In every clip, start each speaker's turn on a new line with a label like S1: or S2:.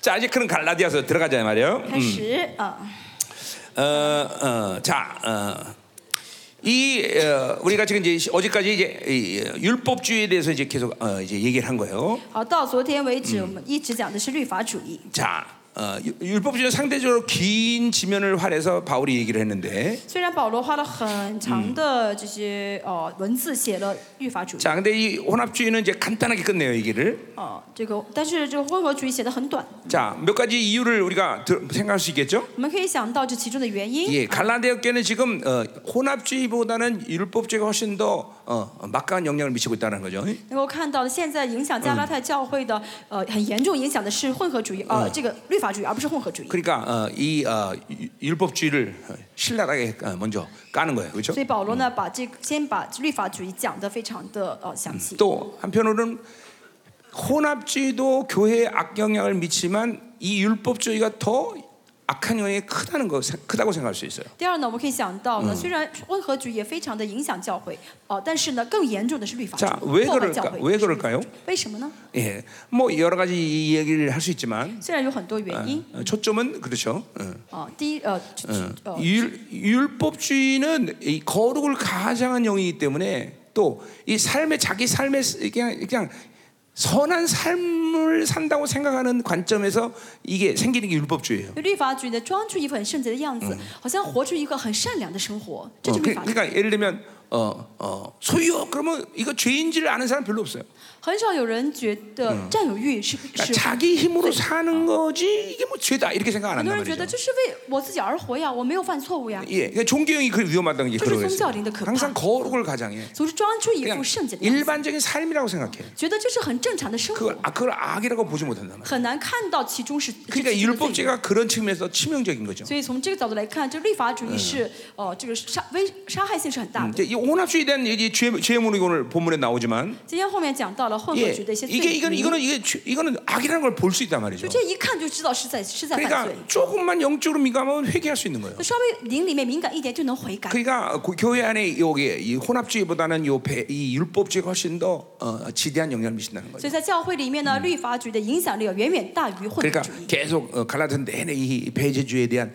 S1: 자 이제 그런 갈라디아서 들어가자 말이에요. 어,
S2: 开始啊、
S1: 어자어이 어, 우리가 지금 이제 어제까지 이제 이, 어, 율법주의에 대해서 이제 계속 어, 이제 얘기를 한 거예요.
S2: 好，到昨天为止，我们一直讲的是律法主义，
S1: 자 어, 유- 율법주의는 상대적으로 긴 지면을 활해서 바울이 얘기를 했는데.
S2: 虽然保罗花了很长的这些呃文字写了律法主义，
S1: 자 근데 이 혼합주의는 이제 간단하게 끝내요 얘기를.
S2: 哦、这个但是这个混合主义写的很短，
S1: 자 몇 가지 이유를 우리가 들- 생각할 수 있겠죠?
S2: 我们可以想到这其中的原因。
S1: 예, 갈라디아 교회는 지금 어, 혼합주의보다는 율법주의가 훨씬 더 어, 어, 막강한 영향을 미치고 있다는 거죠.
S2: 能够看到的，现在影响加拉太教会的，呃，很严重影响的是混合主义，呃，这个律法主义，而不是混合主义。
S1: 그러니까 어, 이 어, 유- 율법주의를 어, 신랄하게 어, 먼저 까는 거예요, 그렇죠?
S2: 所以保罗呢，把这先把律法主义讲得非常的呃详细。
S1: 또 한편으로는 혼합주의도 교회에 악영향을 미치지만 이 율법주의가 더 악한 영향이 크다는 거 크다고 생각할 수 있어요.
S2: 第二呢，我们可以想到呢，虽然混合主义也非常的影响教会，哦、但是呢，更严重的是律法主
S1: 자
S2: 义
S1: 왜
S2: 破坏教
S1: 그럴까?
S2: 会。
S1: 왜 그럴까요?
S2: 为什么呢？
S1: 예, 뭐 여러 가지 이 얘기를 할 수 있지만
S2: 虽然有很多原因，
S1: 어, 초점은 그렇죠. 어.
S2: 哦、第一呃，就就呃，
S1: 율, 율법주의는 이 거룩을 가장한 영이기 때문에 또 이 삶의 자기 삶의 스- 그냥, 그냥 선한 삶을 산다고 생각하는 관점에서 이게 생기는 게 율법주의예요. 어,
S2: 律法主义的装出一副很圣洁的样子，好像活出一个很善良的生活，这
S1: 어,
S2: 就是
S1: 그,
S2: 律法主义。
S1: 그러니까 예를 들면 어, 어, 소유욕 그러면 이거 죄인지를 아는 사람 별로 없어요.
S2: 很少有人觉得占有欲是、
S1: 그러니까
S2: 是
S1: 자기 힘으로 사는 거지 이게 뭐 죄다 이렇게 생각 안
S2: 很多
S1: 한단
S2: 人觉得
S1: 말이죠.
S2: 这是为我自己而活呀，我没有犯错误呀，
S1: 예, 그러니까 종교형이 그 위험하다는 게
S2: 저기
S1: 그러겠어요.
S2: 성자어린데 그
S1: 항상
S2: 파-
S1: 거룩을 가장해.
S2: 总是装出一
S1: 그냥
S2: 副圣洁的样子，
S1: 일반적인 삶이라고 생각해.
S2: 觉得这是很正常的生
S1: 그
S2: 活，
S1: 악을 악이라고 보지 못한단 말이야.
S2: 很难看到其中是。这
S1: 그러니까
S2: 其中的罪恶
S1: 율법죄가 그런 측면에서 치명적인 거죠.
S2: 所以从这个角度来看，这律法主义是哦，这个杀危杀害性是很大
S1: 음,
S2: 的。
S1: 이제 이 혼합주의에 대한 이제 죄, 죄물이 오늘 본문에 나오지만
S2: 今天后面讲到了混合
S1: 예,
S2: 主义的一些罪
S1: 이게 이거는
S2: 名，
S1: 이거는 이게 죄- 이거는 악이라는 걸 볼 수 있단
S2: 就
S1: 말이죠.
S2: 这一看就知道是在是在犯罪。
S1: 그러니까 조금만 영적으로 민감하면 회개할 수 있는 거예요.
S2: 就稍微灵里面敏感一点就能悔改。
S1: 그러니까 고- 교회 안에 여기 이 혼합주의보다는 요 배- 이 율법주의가 훨씬 더 어, 지대한 영향을 미친다는
S2: 所
S1: 거죠.
S2: 以在教会里面呢，律法主义的影响力远远大于混合
S1: 그러니까
S2: 主义。
S1: 계속 어, 갈라디아 내내 이 배제주의에 대한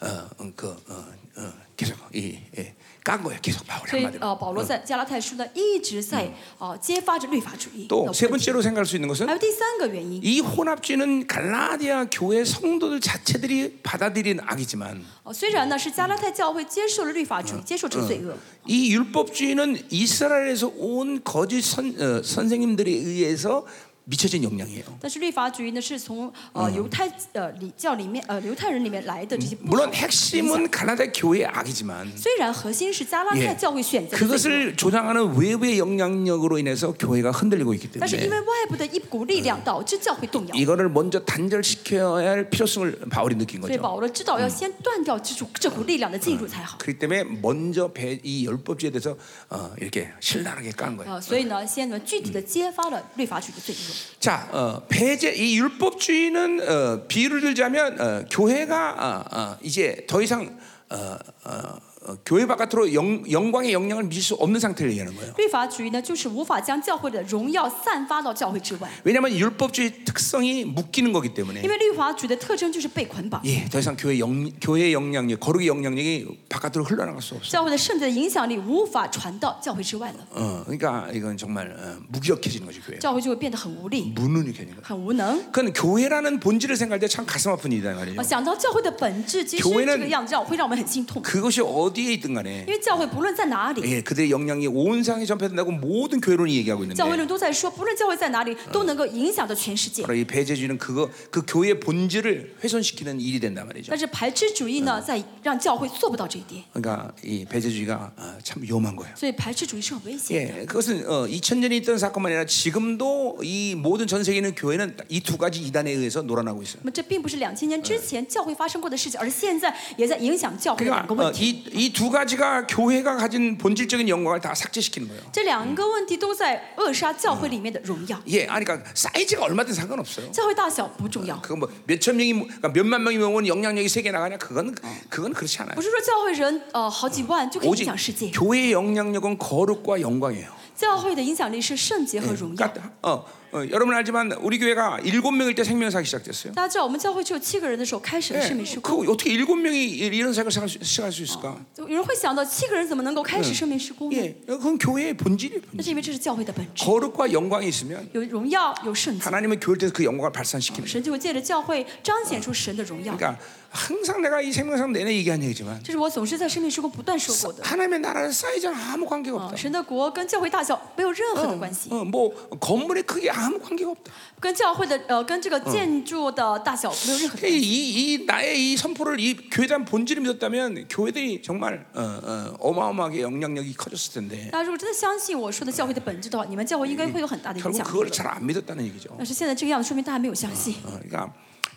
S1: 어, 음, 그 어, 어, 계속 이 예, 깐 거예요. 계속 바울이
S2: 所以
S1: 한마디로.
S2: 呃，保罗在加拉太书呢一直在呃揭发着律法主义的
S1: 또
S2: 问
S1: 세
S2: 题。
S1: 번째로 생각할 수 있는 것은
S2: 还有第三个原因，
S1: 이 혼합주의는 갈라디아 교회 성도들 자체들이 받아들인 악이지만
S2: 哦，虽然呢是加拉太教会接受了律法主义，接受这个罪恶，
S1: 이 율법주의는 이스라엘에서 온 거짓 선, 어, 선생님들에 의해서 미쳐진 영향이에요.
S2: 但是律法主义呢是从呃犹太呃礼教里面呃犹太人里面来的这些嗯不好
S1: 물론
S2: 的影响。
S1: 핵심은 갈라디아 교회의 악이지만
S2: 虽然核心是加拉太
S1: 예,
S2: 教会选择的罪恶，
S1: 그것을 조장하는 외부의 영향력으로 인해서 교회가 흔들리고 있기
S2: 但是因
S1: 때문에
S2: 为外部的一股力量导致教会动摇，
S1: 이거를 먼저 단절시켜야 할 필요성을 바울이 느낀
S2: 所以
S1: 거죠.
S2: 保罗知道要先断掉这股这股力量的进入才好。
S1: 그렇기 때문에 먼저 배, 이 율법주의에 대해서 어, 이렇게 신랄하게 깐 거예요.
S2: 呃，所以呢，先呢具体的揭发了律法主义的罪恶。
S1: 자, 어, 배제 이 율법주의는 어, 비유를 들자면 어, 교회가 어, 어, 이제 더 이상 어, 어, 어, 교회 바깥으로 영, 영광의 영향을 미칠 수 없는 상태를 얘기하는 거예요.
S2: 律法主义呢，就是无法将教会的荣耀散发到教会之外，
S1: 왜냐하면 율법주의 특성이 묶이는 거기 때문에
S2: 因为律法主义的特征就是被捆绑。
S1: 예, 더 이상 교회 영, 교회의 영향력, 거룩의 영향력이 바깥으로 흘러나갈 수 없어.
S2: 教会的圣洁的影响力无法传到教会之外了，
S1: 어, 그러니까 이건 정말 어, 무기력해지는 거죠 교회.
S2: 教会就会变得很
S1: 嗯
S2: 无力、
S1: 무능력해지는 거.
S2: 很无能。
S1: 그건 교회라는 본질을 생각할 때 참 가슴 아픈 일이다 말이에요.
S2: 啊，想到教会的本质，其实
S1: 교회는
S2: 这个样子让啊会让我们很心痛，
S1: 그것이 어디에 있든 간에
S2: 因为教会不论在哪里，
S1: 예, 그들의 영향이 온 세상에 전파된다고 모든 교회론이 얘기하고 있는데
S2: 教会论都在说，不论教会在哪里，都能够影响到全世界。
S1: 바로 이 배제주의는 그거 그 교회의 본질을 훼손시키는 일이 된단 말이죠.
S2: 但是排斥主义呢，在让教会做不到这一点，
S1: 그러니까 이 배제주의가 아, 참 위험한 거예요.
S2: 所以排斥主义是很危险。
S1: 예, 그것은 어, 2000년이 있던 사건만 아니라 지금도 이 모든 전 세계 있는 교회는 이 두 가지 이단에 의해서 놀아나고 있어요.
S2: 那么这并不是两千年之前教会发生过的事情，而是现在也在影响教会的两
S1: 그러니까
S2: 个问题。
S1: 이이 두 가지가 교회가 가진 본질적인 영광을 다 삭제시키는 거예요.
S2: 这两个问题都在扼杀教会里面的荣耀。
S1: 예, 아니 그러니까 사이즈가 얼마든 상관없어요.
S2: 教会大小不重要，
S1: 그건 뭐 몇천 명이 그러니까 몇만 명이 모은 영향력이 세계 나가냐? 그건 그건 그렇지 않아요.
S2: 不是说教会人呃好几万就可以影
S1: 오직
S2: 响世界。
S1: 교회의 영향력은 거룩과 영광이에요. 嗯 예.
S2: 教会的影响力是圣洁和荣耀。
S1: 그러니까 어, 어, 여러분 알지만 우리 교회가 일곱 명일 때 생명사기 시작됐어요.
S2: 大家知道，我们教会只有七个人的时候开始了
S1: 예,
S2: 生命
S1: 그
S2: 事故。
S1: 어떻게 일곱 명이 이- 이런 사역을 시작할 수, 시작할 수 있을까?
S2: 就有人会想到，七个人怎么能够开始生命事故呢？
S1: 예, 그건 교회의 본질이에요. 본질.
S2: 那是因为这是教会的本质，
S1: 거룩과 영광이 있으면
S2: 有荣耀，有圣洁，
S1: 하나님은 교회 때그 영광을 발산시키는. 거예요.
S2: 神就会借着教会彰显出神的荣耀。
S1: 그러니까 항상 내가 이 생명상 내내 얘기한 얘기지만
S2: 这是我总是在生命事故不断说过的。
S1: 하나님의 나라는 사이즈랑 아무 관계가
S2: 啊
S1: 없다.
S2: 神的国跟教会大小没有任何的关系，
S1: 어, 뭐 건물의 크기 아무 관계가 없다.
S2: 跟教会的呃跟这个建筑的大小没有任何的关系。
S1: 그러니까 이, 이 나의 이 선포를 이 교회단 본질을 믿었다면 교회들이 정말 어, 어, 어마어마하게 영향력이 커졌을 텐데
S2: 大家如果真的相信我说的教会的本质的话，你们教会应该会有很大的影
S1: 결국
S2: 响。
S1: 그걸 잘 안 믿었다는 얘기죠.
S2: 但是现在这个样子，说明大家没有相信。
S1: 어, 그러니까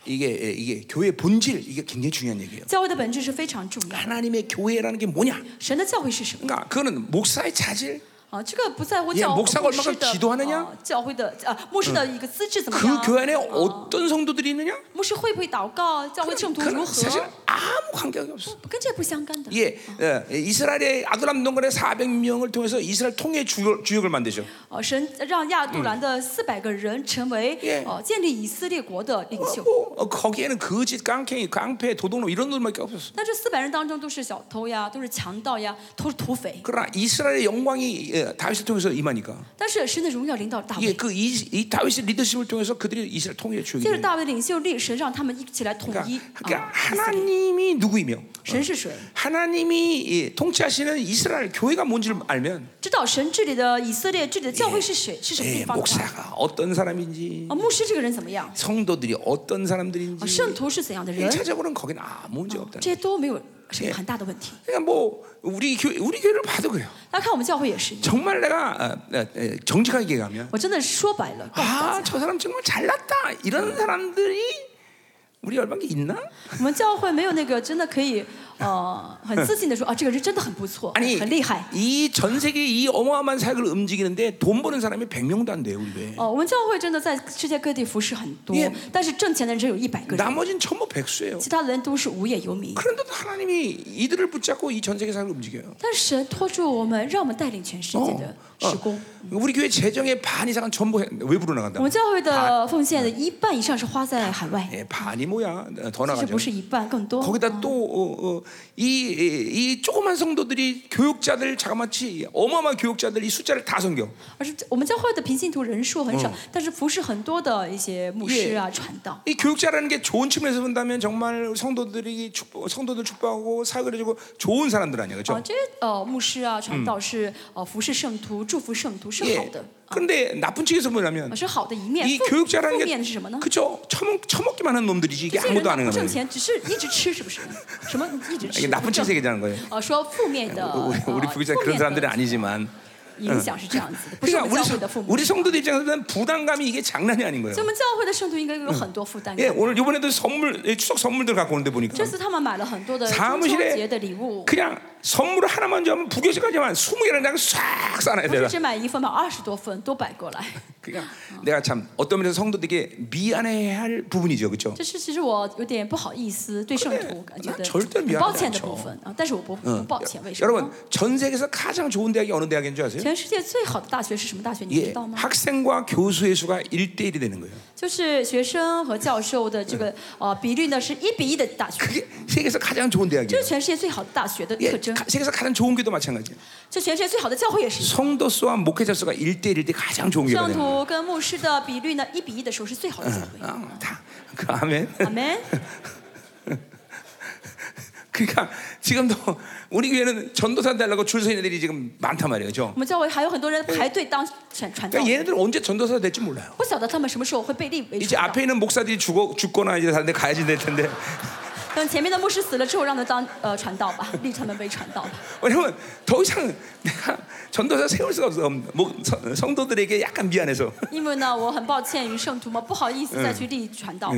S1: 이게 이게 교회 본질 이게 굉장히 중요한 얘기예요.
S2: 教会的本质是非常重要的。
S1: 하나님의 교회라는 게 뭐냐?
S2: 神的教会是什么
S1: 그러니까 그거는 목사의 자질
S2: 啊？这个不在乎
S1: 예,
S2: 教牧
S1: 목사가
S2: 师
S1: 얼마큼
S2: 的、
S1: 기도하느냐?
S2: 啊教会的啊牧师的一个资质怎么样
S1: 그
S2: 啊？
S1: 교회 안에 어떤 성도들이 있느냐?
S2: 牧师会不会祷告？教会圣徒如
S1: 아, 그렇죠. 그건
S2: 何？
S1: 사실 아무 관계가 없어.
S2: 跟这不相干的。
S1: 예, 어, 이스라엘의 아두람 동굴의 400명을 통해서 이스라엘 통일 주역, 주역을 만드죠.
S2: 哦，神让亚杜兰的四百个人成为
S1: Yeah.
S2: 哦建立以色列国的领
S1: 어,
S2: 袖，
S1: 뭐, 어, 거기에는 거짓, 깡패, 깡패, 도둑놈 이런 놈밖에 없었어.
S2: 但这四百人当中都是小偷呀，都是强盗呀，都是土匪。
S1: 그러나 이스라엘의 영광이 예, 다윗을 통해서 임하니까
S2: 但是神的荣耀领导大
S1: 예,
S2: 卫，
S1: 그 이 다윗의 리더십을 통해서 그들이 이스라엘 통일의
S2: 借着
S1: 주역이
S2: 大卫的领袖力，神让他们一起来统一
S1: 그러니까, 그러니까
S2: 啊以色列。
S1: 하나님이 누구이며
S2: 神是谁？
S1: 하나님이 예, 통치하시는 이스라엘 교회가 뭔지를 알면
S2: 知道神治理的以色列治理的教会是谁，是什么
S1: 예,
S2: 地方的话？
S1: 목사가 어떤 사람인지
S2: 啊，牧师这个人怎么样？
S1: 성도들이 어떤
S2: 啊，
S1: 사람들인지
S2: 圣徒是怎样的人？啊
S1: 일차적으로는 거기는 아무 문제 없다.
S2: 这些都没有什么很大的问题。
S1: 그러니까 뭐 우리 교 우리 교회를 봐도 그래요.
S2: 大家看我们教会也是一样，
S1: 정말 내가 어, 어, 어, 정직하게 얘기하면
S2: 我真的说白
S1: 啊
S2: 了，告诉大
S1: 아
S2: 家，
S1: 저 음. 사람 정말 잘났다 이런 사람들이 우리 열방에 있나?
S2: 我们教会没有那个真的可以 呃很自信的说啊，这个人真的很不错，
S1: 아니
S2: 很厉害。
S1: 이 전 세계 이 어마어마한 사역을 움직이는데 돈 버는 사람이 100명도 안 돼요 우리 교회.
S2: 哦，我们教会真的在世界各地服侍很多
S1: Yeah. ，
S2: 但是挣钱的人只有一百个人，
S1: 나머지는 천뭐 백수예요.
S2: 其他的人都是无业游民。
S1: 그런데도 하나님이 이들을 붙잡고 이 전 세계 사역을 움직여요.
S2: 但是神拖住我们，让我们带领全世界
S1: 어,
S2: 的
S1: 어.
S2: 施工。
S1: 우리 교회 재정의 반 이상은 전부 해- 외부로 나간다.
S2: 我们教会的奉献的一半以上是花在海外，
S1: 예, 반이 뭐야? 더
S2: 其实
S1: 나가죠.
S2: 哎不是一半，更多。
S1: 거기다 어, 또이이 조그만 성도들이 교육자들 자그마치 어마어마한 교육자들 이 숫자를 다 섬겨.
S2: 而是我们教会的平信徒人数很少，但是服侍很多的一些牧师啊、传道。
S1: 이 교육자라는 게 좋은 측면에서 본다면 정말 성도들이 축복, 성도들 축복하고 사역을 해주고 좋은 사람들 아니야, 그렇죠?
S2: 啊，这些呃牧师啊、传道是呃服侍圣徒、祝福圣徒是好
S1: 예.
S2: 的，
S1: 그런데 나쁜 측에서 보면
S2: 啊是好的一面。
S1: 이
S2: 负负
S1: 교육자라는
S2: 面的是
S1: 게
S2: 什么呢？
S1: 그죠? 처먹 처먹기만 하는 놈들이지 이게
S2: 这些人
S1: 아무도
S2: 他
S1: 안 하는
S2: 不挣
S1: 거예요.
S2: 钱，只是一直吃，是不是？ 什么一直
S1: 이게
S2: 吃？
S1: 나쁜
S2: 不挣
S1: 측에서 얘기하는 거예요.
S2: 呃，说负面的，
S1: 우리
S2: 呃
S1: 우리 부교자
S2: 负
S1: 그런
S2: 面的
S1: 사람들은 아니지만
S2: 影响是这样子的，不是我
S1: 그러니까
S2: 们教
S1: 우리
S2: 会
S1: 성-
S2: 的父母。
S1: 우리 성도들 입장에서는 부담감이 이게 장난이 아닌 거예요.
S2: 所以我们教会的圣徒应该有很多负担
S1: 예,
S2: 感。
S1: 오늘 이번에도 선물 예, 추석 선물들 갖고 오는데 보니까
S2: 这次他们买了很多的
S1: 사무실에
S2: 中秋节的礼物，
S1: 그냥 선물을 하나만 주면 부교시까지만 20개를 그냥 싹 싸놔야
S2: 不是
S1: 돼요.
S2: 只买一份，买二十多份都摆过来。
S1: 그냥 그러니까 내가 참 어떤 면에서 성도들에게 미안해야 할 부분이죠. 그렇죠?
S2: 这是其实我有点不好意思对圣徒感觉
S1: 那
S2: 得
S1: 절대미안하지
S2: 很抱歉的
S1: 않죠
S2: 部分啊，但是我不不抱歉，为什么呢
S1: 여러분, 전 세계에서 가장 좋은 대학이 어느 대학인 줄 아세요?
S2: 全世界最好的大学是什么大学？你
S1: 예,
S2: 知道吗？
S1: 학생과 교수의 수가 1대1이 되는 거예요.
S2: 就是学生和教授的这个呃比率呢是一比一的大学，
S1: 그게 세계에서 가장 좋은
S2: 这
S1: 대학이에요.
S2: 是全世界最好的大学的
S1: 예,
S2: 特征。
S1: 가- 세계에서 가장 좋은 교도 마찬가지예요.
S2: 这全世界最好的教会也是一样。
S1: 성도 수와 목회자 수가 1대1일 때 가장 좋은 교가
S2: 圣
S1: 되는 거예요.
S2: 徒跟牧师的比率呢一比一的时候是最好的教会。
S1: 아, 다, 그 아멘.
S2: 阿门。
S1: 그러니까 지금도 우리 교회는 전도사 되려고 줄 서 있는 애들이 지금 많단 말이에요. 그죠?
S2: 我们教会还有很多人排队当传传道
S1: 그러니까 ， 얘네들은 언제 전도사 될지 몰라요.
S2: 不晓得他们什么时候会被立为
S1: 이제
S2: 传道
S1: 앞에 。 있는 목사들이 죽어 죽거나 이제 다른 데 가야지 될 텐데.
S2: 等前面的牧师死了之后，让他当呃传道吧，立他们为传道吧。
S1: 왜냐면 더 이상 내가 전도사 세울 수가 없어. 목, 성- 성도들에게 약간 미안해서.
S2: 因为呢，我很抱歉于圣徒们，不好意思再去立传道。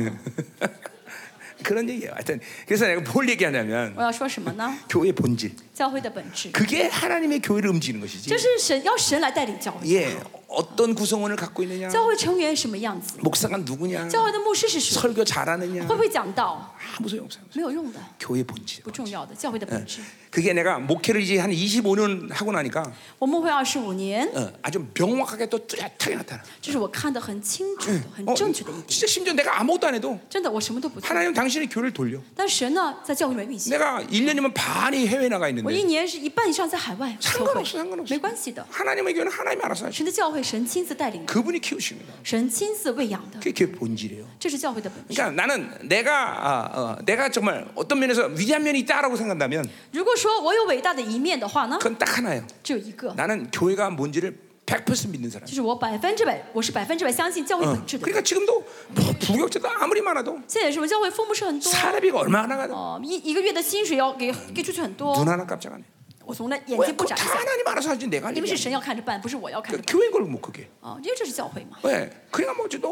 S1: 그런 얘기예요. 하여튼 그래서 내가 뭘 얘기하냐면
S2: 我要说什么呢？
S1: 교회의 본질.
S2: 教会的本质，
S1: 嗯 그게 하나님의 교회를 움직이는 것이지.
S2: 这是神要神来带领教会。
S1: 예. 어떤 구성원을 갖고 있느냐,
S2: 教会成员什么样子，
S1: 목사가 누구냐,
S2: 教会的牧师是谁，
S1: 설교 잘하느냐
S2: 会不会讲道，
S1: 아무 소용 없어요.
S2: 没有用的，
S1: 교회 본질.
S2: 不嗯重要的，教会的本质。
S1: 그게 내가 목회를 이제 한 25년 하고 나니까
S2: 我牧会二十五年，
S1: 어, 아주 명확하게 또 뚜렷하게 나타나.
S2: 这是我看得很清楚的、很
S1: 어,
S2: 正确的一点。
S1: 진짜 심지어 내가 아무것도 안 해도
S2: 真的，我什么都不做，
S1: 하나님 당신의 교회를 돌려.
S2: 但神呢，在教会里面运行。
S1: 내가 1년이면 반이 해외 나가
S2: 我一
S1: 있는데
S2: 年是一半以上在海外
S1: 상관
S2: 教会
S1: 없어상관없어 ，
S2: 没关系的。
S1: 하나님의 교회는 하나님이 알아서 하시고
S2: 神的教会，神亲自带领的，
S1: 그분이 키우십니다.
S2: 神亲自喂养的，
S1: 그게 교회 본질이에요.
S2: 这是教会的本质。
S1: 그러니까 나는 내가 아, 어, 내가 정말 어떤 면에서 위대한 면이 있다라고 생각한다면
S2: 如果说我有伟大的一面的话呢，
S1: 그건 딱 하나예요.
S2: 只有一个，
S1: 나는 교회가 뭔지를 100% 믿는 사람.
S2: 就是我百分之百，我是百分之百相信教会
S1: 어.
S2: 本质的人。
S1: 그러니까 지금도 부- 부격자도 아무리 많아도
S2: 现在什么教会分不是很多，
S1: 사례비가 얼마나 가든
S2: 哦，一一个月的薪水要给给出去很多
S1: 눈 ， 하나 깜짝 안 해.
S2: 我从来眼
S1: 왜?
S2: 睛不
S1: 다
S2: 眨一下，
S1: 하나님 알아서 하지 내가 할
S2: 因
S1: 일이
S2: 为是
S1: 아니야.
S2: 神要看着办，不是我要看着
S1: 그러니까
S2: 办。
S1: 교회인 걸뭐 그게.
S2: 哦，因为这是教会嘛。
S1: 왜? 그러니까 뭐 지금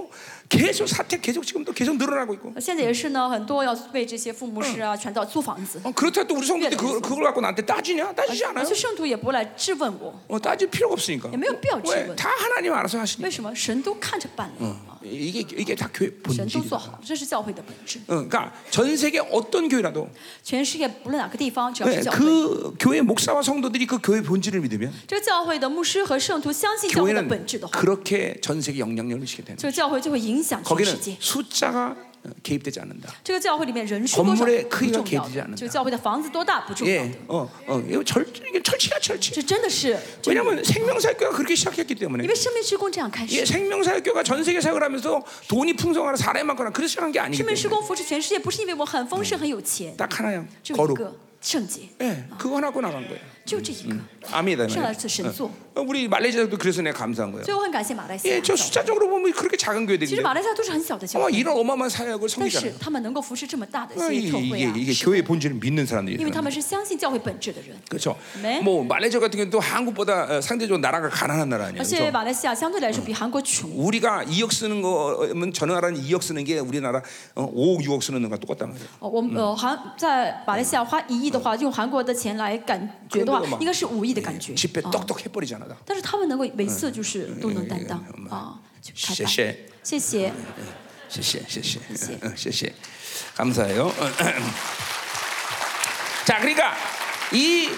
S1: 계속 사태 계속 지금도 계속 늘어나고 있고.
S2: 现在也是呢，很多要被这些父母师啊、传道租房子，
S1: 어, 그렇다고 또 우리 성도들 그걸, 그걸 갖고 나한테 따지냐? 따지지
S2: 而
S1: 않아요.
S2: 且圣徒也不来质问我，
S1: 어, 따질 필요가 없으니까.
S2: 예, 매우 필요 없지,
S1: 왜?
S2: 이건.
S1: 다 하나님 알아서
S2: 为
S1: 하시니까.
S2: 什么神都看着办了，啊
S1: 이게 이게 다 교회
S2: 神都
S1: 본질이야.
S2: 做好了，这是教会的本质。
S1: 어, 그러니까 전 세계 어떤 교회라도
S2: 全世界不论哪个地方，只要
S1: 네,
S2: 是教会，
S1: 그 교회 목사와 성도들이 그 교회 본질을 믿으면
S2: 这个教会的牧师和圣徒相信教会的
S1: 교회는
S2: 本质的话，
S1: 그렇게 전 세계 영향력을 미치게 되는.
S2: 这个教会就会影响全
S1: 거기는
S2: 世界。
S1: 숫자가 어, 개입되지 않는다.
S2: 这个教会里面人数多少
S1: 건물의크기가
S2: 不重
S1: 개입되지않 는
S2: 要
S1: 다
S2: 的，这个教会的房子多大不重要
S1: 예,
S2: 的，
S1: 어, 어, 이거 절 이게 철치야 철치.
S2: 这真的是，真的
S1: 왜냐하면 생명사역교가 그렇게 시작했기
S2: 因
S1: 때문에.
S2: 为生命施工这样开
S1: 예,
S2: 始，
S1: 생명사역교가 전 세계 사역을 하면서 돈이 풍성하나 사람이 많거나 그래서 시작한 게
S2: 生
S1: 아니기
S2: 命
S1: 때문에
S2: 施工扶持全世界，不是因为我很丰盛很有钱，
S1: 딱 하나야.
S2: 只有一
S1: 거룩.
S2: 个圣洁，
S1: 예, 그거 하나 갖고 나간 거예요.
S2: 就这
S1: 嗯
S2: 一个。
S1: 아멘이다. 어,
S2: 上了
S1: 嗯
S2: 次神作，
S1: 우리 말레이시아도 그래서 내가 감사한 거예요.
S2: 所以我很感谢马来西亚
S1: 예, 저
S2: 教会。
S1: 숫자적으로 보면 그렇게 작은
S2: 其
S1: 교회들인데
S2: 实马来西亚都是很小的教
S1: 어,
S2: 会，
S1: 이런 어마어마한 사역을
S2: 但是
S1: 섬기잖아요.
S2: 他们能够扶持这么大的
S1: 어,
S2: 一
S1: 이-
S2: 些特会
S1: 이게,
S2: 啊，
S1: 이게
S2: 是
S1: 교회 본질을 믿는
S2: 因为
S1: 사람들이에요.
S2: 他们是相信教会本质的人。
S1: 그렇죠.
S2: 네.
S1: 뭐 말레이시아 같은 경우는 또 보다 어, 상대적으로 나라가 가난한 나라
S2: 而
S1: 아니에요.
S2: 且
S1: 그래서
S2: 马来西亚相对来
S1: 嗯
S2: 说比韩国穷，
S1: 우리가 2억 쓰는 거면 저 나라는 2억 쓰는 게 우리나라 어, 5억 6억 쓰는 거랑 똑같단 말이에요.
S2: 哦，我们呃韩在马来西亚花一亿的
S1: 嗯
S2: 话，用韩国的钱来感觉的话
S1: 그런데도막 ，
S2: 应该是五亿的感觉
S1: 집회
S2: 啊。
S1: 떡떡 해버리잖아. 다.
S2: 但是他们能够每次就是都能担当
S1: 嗯嗯嗯嗯嗯
S2: 啊，去开
S1: 쉐쉐
S2: 办。谢谢，
S1: 쉐쉐 쉐쉐
S2: 쉐쉐.
S1: 응, 응, 쉐쉐 감사해요. 자, 그러니까 이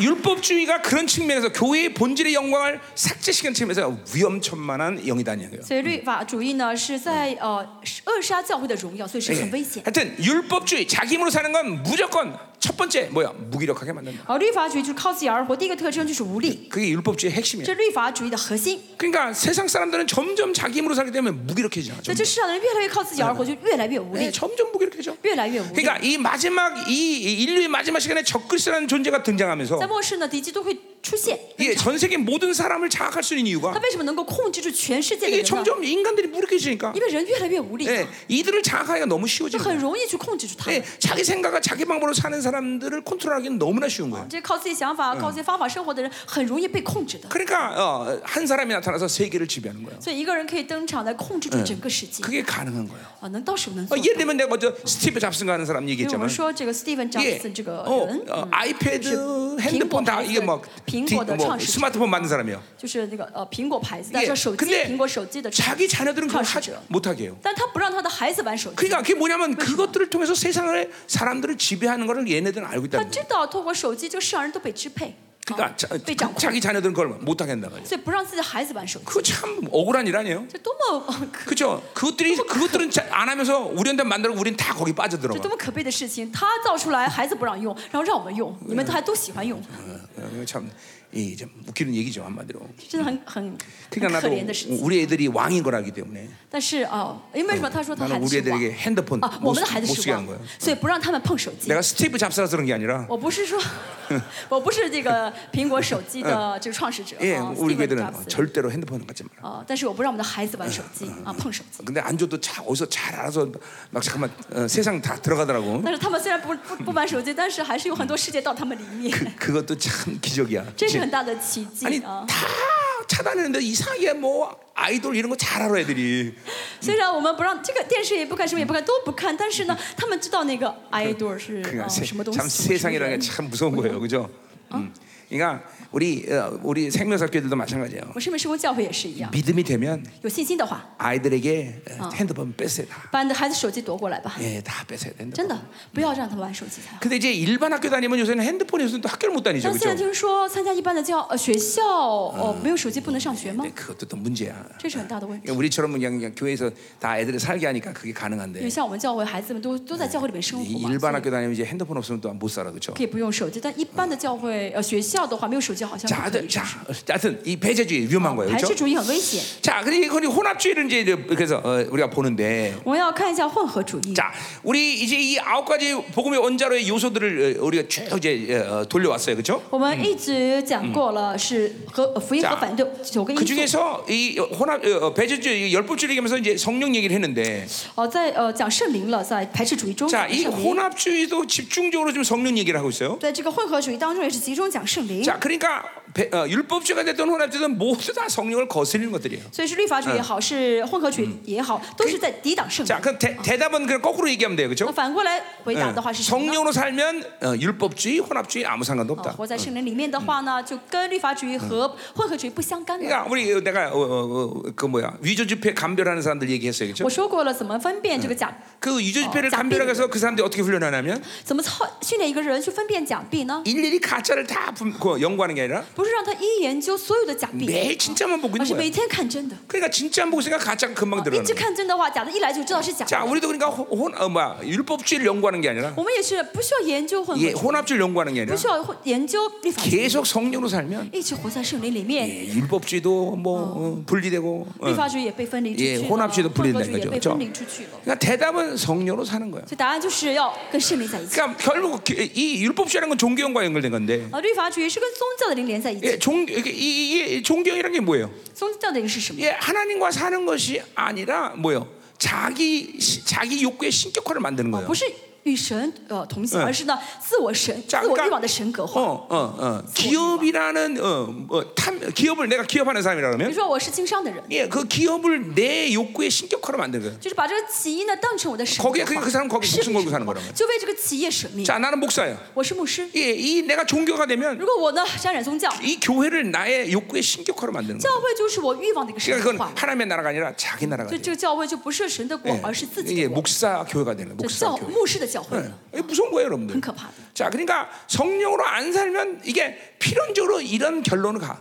S1: 율법주의가 그런 측면에서 교회의 본질의 영광을 삭제시키는 측면에서 위험천만한 영이다는 거예요.
S2: 所以律法主义呢是在
S1: 嗯
S2: 呃是扼杀教会的荣耀，所以是
S1: 예.
S2: 很危险。
S1: 하여튼 율법주의 자기 힘으로 사는 건 무조건 첫 번째 뭐야 무기력하게 만든다.
S2: 而律法主义就是靠自己而活，第一个特征就是无力，
S1: 그게 율법주의 의
S2: 这
S1: 핵심이야.
S2: 是律法主义的核心。
S1: 그러니까 세상 사람들은 점점 자기 힘으로 살게 되면 무기력해지잖아.
S2: 所以这
S1: 점점,
S2: 世上的人越来越靠自己而活，就越来越无
S1: 예,
S2: 力，
S1: 점점 무기력해져.
S2: 越来越无力。
S1: 그러니까 이 마지막 이- 이 인류의 마지막 시간에 적그리스라는 존재가
S2: 在
S1: 등장하면서
S2: 末世呢，敌基都会出现。
S1: 이게 전 세계 모든 사람을 장악할 수 있는
S2: 他
S1: 이유가
S2: 为什么能够控制住全世界
S1: 아,
S2: 的
S1: 이게
S2: 人呢？
S1: 점점 인간들이 무력해지니까
S2: 因为人越来越无力，
S1: 예, 이들을 아, 장악하기가 너무
S2: 就
S1: 쉬워지는
S2: 很
S1: 거예요.
S2: 容易去控制住他
S1: 예,
S2: 们。
S1: 자기 생각과 자기 방법으로 사는 사람들을 컨트롤하기는 너무나 쉬운 거예요.
S2: 这靠自己想法、靠自己方法生活的人，很容易被控制的。
S1: 그러니까 어, 한 사람이 나타나서 세계를 지배하는 거예요.
S2: 所以一个人可以登场来控制住整个世界
S1: 그게 가능한 거예요.
S2: 啊，能到手能
S1: 어,
S2: 做。
S1: 예를 들면 내가 먼저 스티브 잡슨가 하는 사람
S2: 因为我
S1: 얘기했지만
S2: 们说这个 Steven
S1: 예,
S2: Johnson 这个
S1: 어,
S2: 人，
S1: 어,
S2: 嗯
S1: 아이패드, 핸드폰 다 이게 막
S2: 빙고
S1: 디-
S2: 더
S1: 뭐
S2: 창시-
S1: 스마트폰 만든 사람이에요.
S2: 就是那个呃苹果牌子，
S1: 예
S2: 但是手机
S1: 근데
S2: 苹果手机的厂，
S1: 자기 자녀들은 그걸
S2: 창시죠.
S1: 하지 못하게 해요.
S2: 但他不让他的孩子玩手机。
S1: 그러니까 그게 뭐냐면 그것들을 통해서 세상을 사람들을 지배하는 거를 얘네들은 알고
S2: 他
S1: 있다는 거예요.
S2: 知道透过手机，这个世上人都被支配，啊
S1: 그러니까 자,
S2: 被掌控，
S1: 자기 자녀들은 그걸 못하게 한다 말이에요.
S2: 所以不让自己的孩子玩手机，
S1: 그거 참 억울한 일 아니에요?
S2: 这多么呃可，
S1: 그죠? 그것들이 그것들은 자- 안 하면서 우리한테 만들고 우린 다 거기
S2: 这
S1: 빠져들어가.
S2: 多么可悲的事情！他造出来，孩子不让用，然后让我们用，你们都还都喜欢用，
S1: 뭐 어, 참이좀 웃기는 얘기죠 한마디로.
S2: 真的很很很
S1: 그러니까
S2: 可
S1: 나도
S2: 怜的事情。
S1: 우리 네. 애들이 왕인 걸 알기 때문에
S2: 但是哦，因为为什么他说他
S1: 나는
S2: 孩子
S1: 우리
S2: 是王
S1: 애들에게 핸드폰
S2: 啊？我
S1: 못
S2: 们的孩子
S1: 못
S2: 是
S1: 쓰게 하는
S2: 王
S1: 거예요. ，
S2: 所以不让他们碰手机。
S1: 내가 스티브 잡스라서 그런 게 아니라
S2: 我不是说，我不是这个苹果手机的这个创始者
S1: 예,
S2: 啊
S1: 우리
S2: ，Steve
S1: 애들은
S2: Jobs。
S1: 절대로 핸드폰은 갖지 마라.
S2: 啊，但是我不让我们的孩子玩手机啊，碰手机。
S1: 근데 안 줘도 자, 어디서 잘 알아서 막 잠깐만 어, 세상 다 들어가더라고.
S2: 但是他们虽然不不不玩手机，但是还是有很多世界到他们里面，
S1: 그, 그것도 참 기적이야.
S2: 这是
S1: 그치?
S2: 很大的奇
S1: 아니
S2: 迹啊
S1: 다 ！ 차단했는데 이상하게 뭐 아이돌 이런 거 잘 알아 애들이.
S2: 虽然我们不让这个电视也不看，什么也不看，都不看，但是呢，他们知道那个 idol 是、
S1: 그러니까
S2: 呃、
S1: 세,
S2: 什么东西，
S1: 참
S2: 什么
S1: 세상이라는
S2: 人
S1: 게 참 무서운 거예요, 그죠? 음. 그러니까 우리 어, 우리 생명사교들도 마찬가지예요.
S2: 我身边生活教会也是一样，
S1: 믿음이 되면
S2: 有信心的话，
S1: 아이들에게 어,
S2: 어.
S1: 핸드폰 뺏어야 다.
S2: 把你的孩子手机夺过来吧，
S1: 예, 다 뺏어야 된다.
S2: 真的不要让他们玩手机才好。
S1: 근데 이제 일반 학교 다니면 요새는 핸드폰이 없으면 또 학교를 못 다니죠,
S2: 但现在
S1: 그렇죠?
S2: 听说参加一般的教呃学校哦、没有手机不能上学吗
S1: 네, ？ 그것도 또 문제야.
S2: 这是很大的问题。
S1: 그러니까 우리처럼 그냥, 그냥 교회에서 다 애들이 살게 하니까 그게
S2: 因为
S1: 가능한데
S2: 像我们教会孩子们都都在教会里面生活
S1: 이
S2: 嘛，
S1: 일반
S2: 所以
S1: 학교 다니면 이제 핸드폰 없으면 또 못 살아, 뭐 그렇죠?
S2: 可以不用手机，但一般的教会呃学校的话没有手机好像
S1: 자,
S2: 不可以
S1: 하여튼, 자, 어, 하여튼 이 배제주의 위험한 거예요,
S2: 排斥
S1: 그렇죠?
S2: 主义很危险。
S1: 자, 그리고 혼합주의를 이제 이제 그래서 어, 우리가 보는데
S2: 我们要看一下混合主义。
S1: 자, 우리 이제 이 아홉 가지 복음의 원자로의 요소들을 어, 우리가 쭉 이제 어, 돌려왔어요, 그렇죠?
S2: 我们一直讲过了，是和呃福音
S1: 자
S2: 和反对九个
S1: 그
S2: 因素。
S1: 중에서 이 혼합 어, 어, 배제주의 열법주의 얘기하면서 이제 성령 얘기를 했는데
S2: 哦，在呃讲圣灵了，在排斥主义中
S1: 자,
S2: 讲
S1: 이
S2: 圣灵，
S1: 혼합주의도 집중적으로 지금 성령 얘기를 하고 있어요.
S2: 在这个混合主义当中也是集中讲圣灵，
S1: 자, 그러니까 배- 어, 율법주의가 됐던 혼합주의는 모두 다 성령을 거스리는 것들이에요.
S2: 所以是律法主义也好，是混合主义也好，都是在抵挡圣灵
S1: 자, 。그 대, 대답은 그냥 거꾸로 얘기하면 돼요, 그렇죠?
S2: 那反过来回答的话是什么呢？
S1: 성령으로 살면 어, 율법주의, 혼합주의 아무 뭐, 상관도
S2: 哦
S1: 없다.
S2: 活在圣灵里面的话呢，就跟律法主义和混合主义不相干的。
S1: 그러니까 우리 내가 어, 어, 어, 그 뭐야 위조지폐 감별하는 사람들 얘기했어요, 그렇죠?
S2: 我说过了，怎么分辨这个假，
S1: 그 위조지폐를
S2: 어, 자,
S1: 감별하기 위해서 그 사람들이 어떻게 훈련하냐면
S2: 怎么操训练一个人去分辨假币呢？
S1: 일일이 가짜를 다 분- 그 연구하는 게 아니라
S2: 不是让他一研究所有的假币，
S1: 네. 아, 매일 진짜만 보고
S2: 而
S1: 있는
S2: 是
S1: 거야.
S2: 每天看真的。
S1: 그러니까 진짜만 보고 있으니까 가짜가 금방
S2: 一
S1: 들어가는
S2: 直
S1: 거야.
S2: 看真的话，假的一来就知道是假的。
S1: 자, 우리도 그러니까 호- 혼, 어, 뭐야 율법주의를 연구하는 게 아니라
S2: 我们也是不需要研究混合
S1: 예
S2: 主义，
S1: 혼합주의를 연구하는 게
S2: 不
S1: 아니라
S2: 需要研究律法主义，
S1: 계속 성령으로 살면
S2: 一直活在圣灵里面。
S1: 예, 율법주의도 뭐 어, 분리되고 어.
S2: 律法主义嗯也被分离出
S1: 예
S2: 去了，
S1: 혼합주의도
S2: 混
S1: 분리된다
S2: 合
S1: 그죠
S2: 主义也被
S1: 저
S2: 分离出去了。
S1: 그러니까 대답은 성령으로 사는 거야.
S2: 所以答案就是要跟圣灵在一起。
S1: 그러니까 결국 기- 이 율법주의라는 건 종교형과 연결된 건데
S2: 啊，律法主义是跟宗教的灵连在一起。
S1: 예, 종, 이게- 이, 이, 이 종교형이란 게 뭐예요?
S2: 宗教的灵是什么？
S1: 예, 하나님과 사는 것이 아니라 뭐예요? 자기 시- 자기 욕구의 신격화를 만드는
S2: 啊，
S1: 거예요.
S2: 不是与神呃同行，
S1: 嗯
S2: 而是呢自我神、
S1: 자
S2: 自我欲望的神格
S1: 어,
S2: 化。
S1: 어, 어. 기업이라는 어, 어, 탐, 기업을 내가 기업하는 사람이라
S2: 比如
S1: 그러면
S2: 说我是经商的人，
S1: 예, 그 기업을 내 욕구의 신격화로 만드는 거예요.
S2: 就是把这个企业呢当成我的神格化。
S1: 거기에 그냥 그 사람 거기
S2: 是
S1: 목숨 걸고 사는 거란 말이에요.
S2: 就为这个企业舍命。
S1: 자, 나는 목사예요.
S2: 我是牧师，
S1: 예, 이 내가 종교가 되면
S2: 如果我呢沾染宗教，
S1: 이 교회를 나의 욕구의 신격화로 만드는 거예요.
S2: 教会就是我欲望的一个神
S1: 그러니까
S2: 格
S1: 그건
S2: 化。
S1: 하나님의 나라가 아니라 자기 나라가
S2: 所以
S1: 돼요.
S2: 这个教会就不是神的国，而是自
S1: 예,
S2: 己
S1: 이게
S2: 的国，
S1: 목사 교회가 되는 거예요.
S2: 就
S1: 목사
S2: 教
S1: 교회.
S2: 牧师的教会
S1: 예,
S2: 嗯了，
S1: 이게 무서운 거예요, 여러분들.
S2: 很可怕的。
S1: 자, 그러니까 성령으로 안 살면 이게 필연적으로 이런 결론을 가.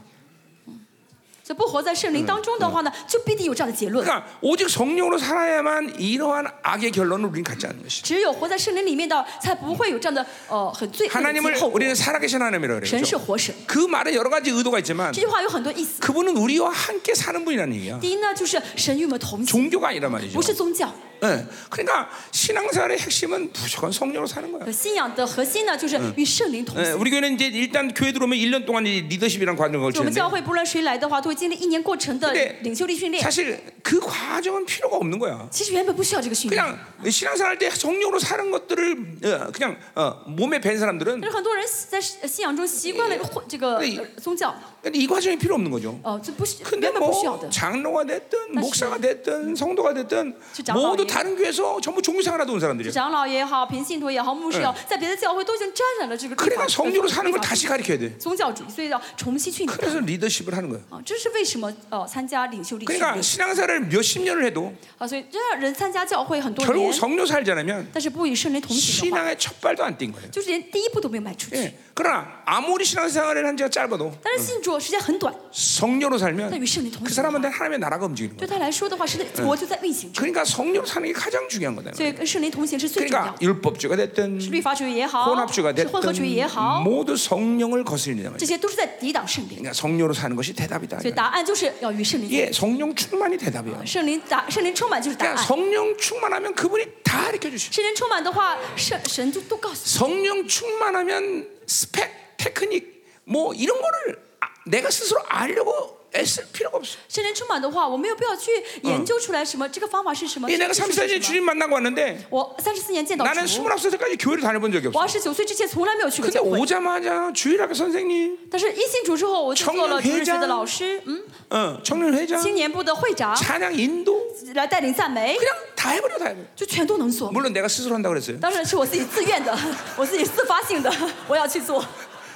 S2: 所以不活在圣灵当中的话呢，就必定有这样的结论。
S1: 그러니까 오직 성령으로 살아야만 이러한 악의 결론을 우리는 갖지 않는 것이.
S2: 只有活在圣灵里面的，才不会有这样的呃很
S1: 네,
S2: 罪恶的结
S1: 하나님을
S2: 后果。
S1: 우리는 살아계신 하나님이라고
S2: 神是
S1: 그래요.
S2: 活神，
S1: 그 말에 여러 가지 의도가 있지만
S2: 这句话有很多意思。
S1: 그분은 우리와 함께 사는 분이라는 얘기야.
S2: 第一呢，就是神与我们同行，
S1: 종교가 아니란 말이죠.
S2: 不是宗教。
S1: 예. 그러니까 신앙생활의 핵심은 무조건 성령으로 사는 거야.
S2: 呃信仰的核心呢，就是与圣灵同
S1: 예,
S2: 行。
S1: 우리 교회는 이제 일단 교회 들어오면 1년 동안 이 리더십이라는 과정을
S2: 就我们
S1: 거치는데
S2: 教会不论谁来的话，都会经历一年过程的
S1: 근데
S2: 领袖力训练。
S1: 사실 그 과정은 필요가 없는 거야.
S2: 其实原本不需要这个训练，
S1: 그냥 신앙생활 때 성령으로 사는 것들을 어, 그냥 어, 몸에 밴
S2: 但
S1: 사람들은
S2: 是很多人在信仰中习惯了混这个
S1: 对
S2: 呃宗教，
S1: 근데 이 과정이 필요 없는 거죠.
S2: 哦，这不是
S1: 근데
S2: 原本不需要的
S1: 뭐 。 장로가 됐든 목사가 됐든 성도가 됐든
S2: 저 장로
S1: 모두
S2: 아니에요?
S1: 다른 교회에서 전부 종교생활 하다 온 사람들이에요.
S2: 长老也好，平信徒也好，牧师也好，在别的教会都已经沾染了这个律法
S1: 그러니까
S2: 呃
S1: 성령으로 사는
S2: 律
S1: 걸
S2: 法
S1: 다시 가르쳐야 돼.
S2: 宗教主义，所以要重新训练
S1: 그래서 리더십을 하는 거예요.
S2: 啊。这是为什么呃参加领袖力训
S1: 그러니까
S2: 练
S1: 신앙생활을 몇십 년을 해도
S2: 啊？所以这样人参加教会很多
S1: 결국
S2: 年，
S1: 성령 살지 않으면
S2: 但是不与圣灵同行的话，
S1: 신앙의 첫 발도 안 뛴 거예요.
S2: 就是连第一步都没有迈出去。
S1: 예. 그러나 아무리 신앙생활을 한 지가 짧아도
S2: 但是信主时间很短，
S1: 성령으로
S2: 但
S1: 살면
S2: 与圣灵同
S1: 그
S2: 行的话嗯
S1: 사람한테 하나님의 나라가 움직이는 거예요.
S2: 对他来说的话，是的，国就在运行中，
S1: 그러니까 성령으로 사는 게 가장 중요한 거다.
S2: 所以跟圣灵同行是最重要
S1: 그러니까
S2: 的。
S1: 율법주의가 됐든
S2: 是律法主义也好，
S1: 혼합주의가
S2: 是混合主义
S1: 됐든
S2: 也好，
S1: 모두 성령을 거슬리는 거예요.
S2: 这些都是在抵挡圣灵。
S1: 그러니까 성령으로 사는 것이 대답이다.
S2: 所以答案就是要与圣灵同行。
S1: 예, 성령 충만이 대답이에요.
S2: 圣灵答，圣灵啊充满就是答
S1: 그러니까
S2: 案。
S1: 성령 충만하면 그분이 다 가르쳐 주시죠.
S2: 圣灵充满的话，圣神就都告诉
S1: 성령 충만하면 스펙, 테크닉 뭐 이런 거를 아- 내가 스스로 알려고 애쓸 필요가 없어.
S2: 你。圣灵充满的话，我没有必要去研究出来什么，这个方法是什么。
S1: 예, 내가
S2: 这个技术是
S1: 34년
S2: 什么
S1: 주님 만나고 왔는데
S2: 我三十四年见到
S1: 나는
S2: 主，
S1: 29살까지 교회를 다녀본 적이 없어.
S2: 我二十九岁之前从来没有去过
S1: 근데
S2: 教会，
S1: 오자마자 주일학교 선생님,
S2: 但是一信主之后，我就
S1: 청년
S2: 做了主日学
S1: 회장
S2: 的老师，嗯，
S1: 어, 청년 회장,
S2: 青年部的会长，
S1: 찬양 인도
S2: 来带领赞美，
S1: 그냥 다 해버려 다 해버려.
S2: 就全都能做。
S1: 물론 내가 스스로 한다 고 그랬어요.
S2: 当然是我自己自愿的，我自己自发性的，我要去做。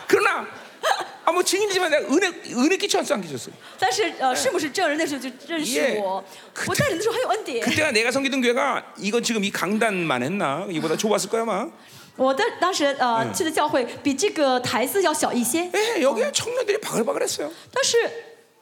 S1: 그러나 아, 아 뭐 증인이지만 내가 은혜 은혜 끼쳤어 안 끼쳤어?
S2: 但是呃，是不是证人的时候就认识
S1: 耶
S2: 我？我带领的时候很有恩典。
S1: 그때가 내가 섬기던 교회가 이건 지금 이 강단만 했나 이보다 좁았을 거야 아마.
S2: 我的当时呃去的教会比这个台子要小一些，
S1: 예, 여기 청년들이 바글바글했어요.
S2: 但是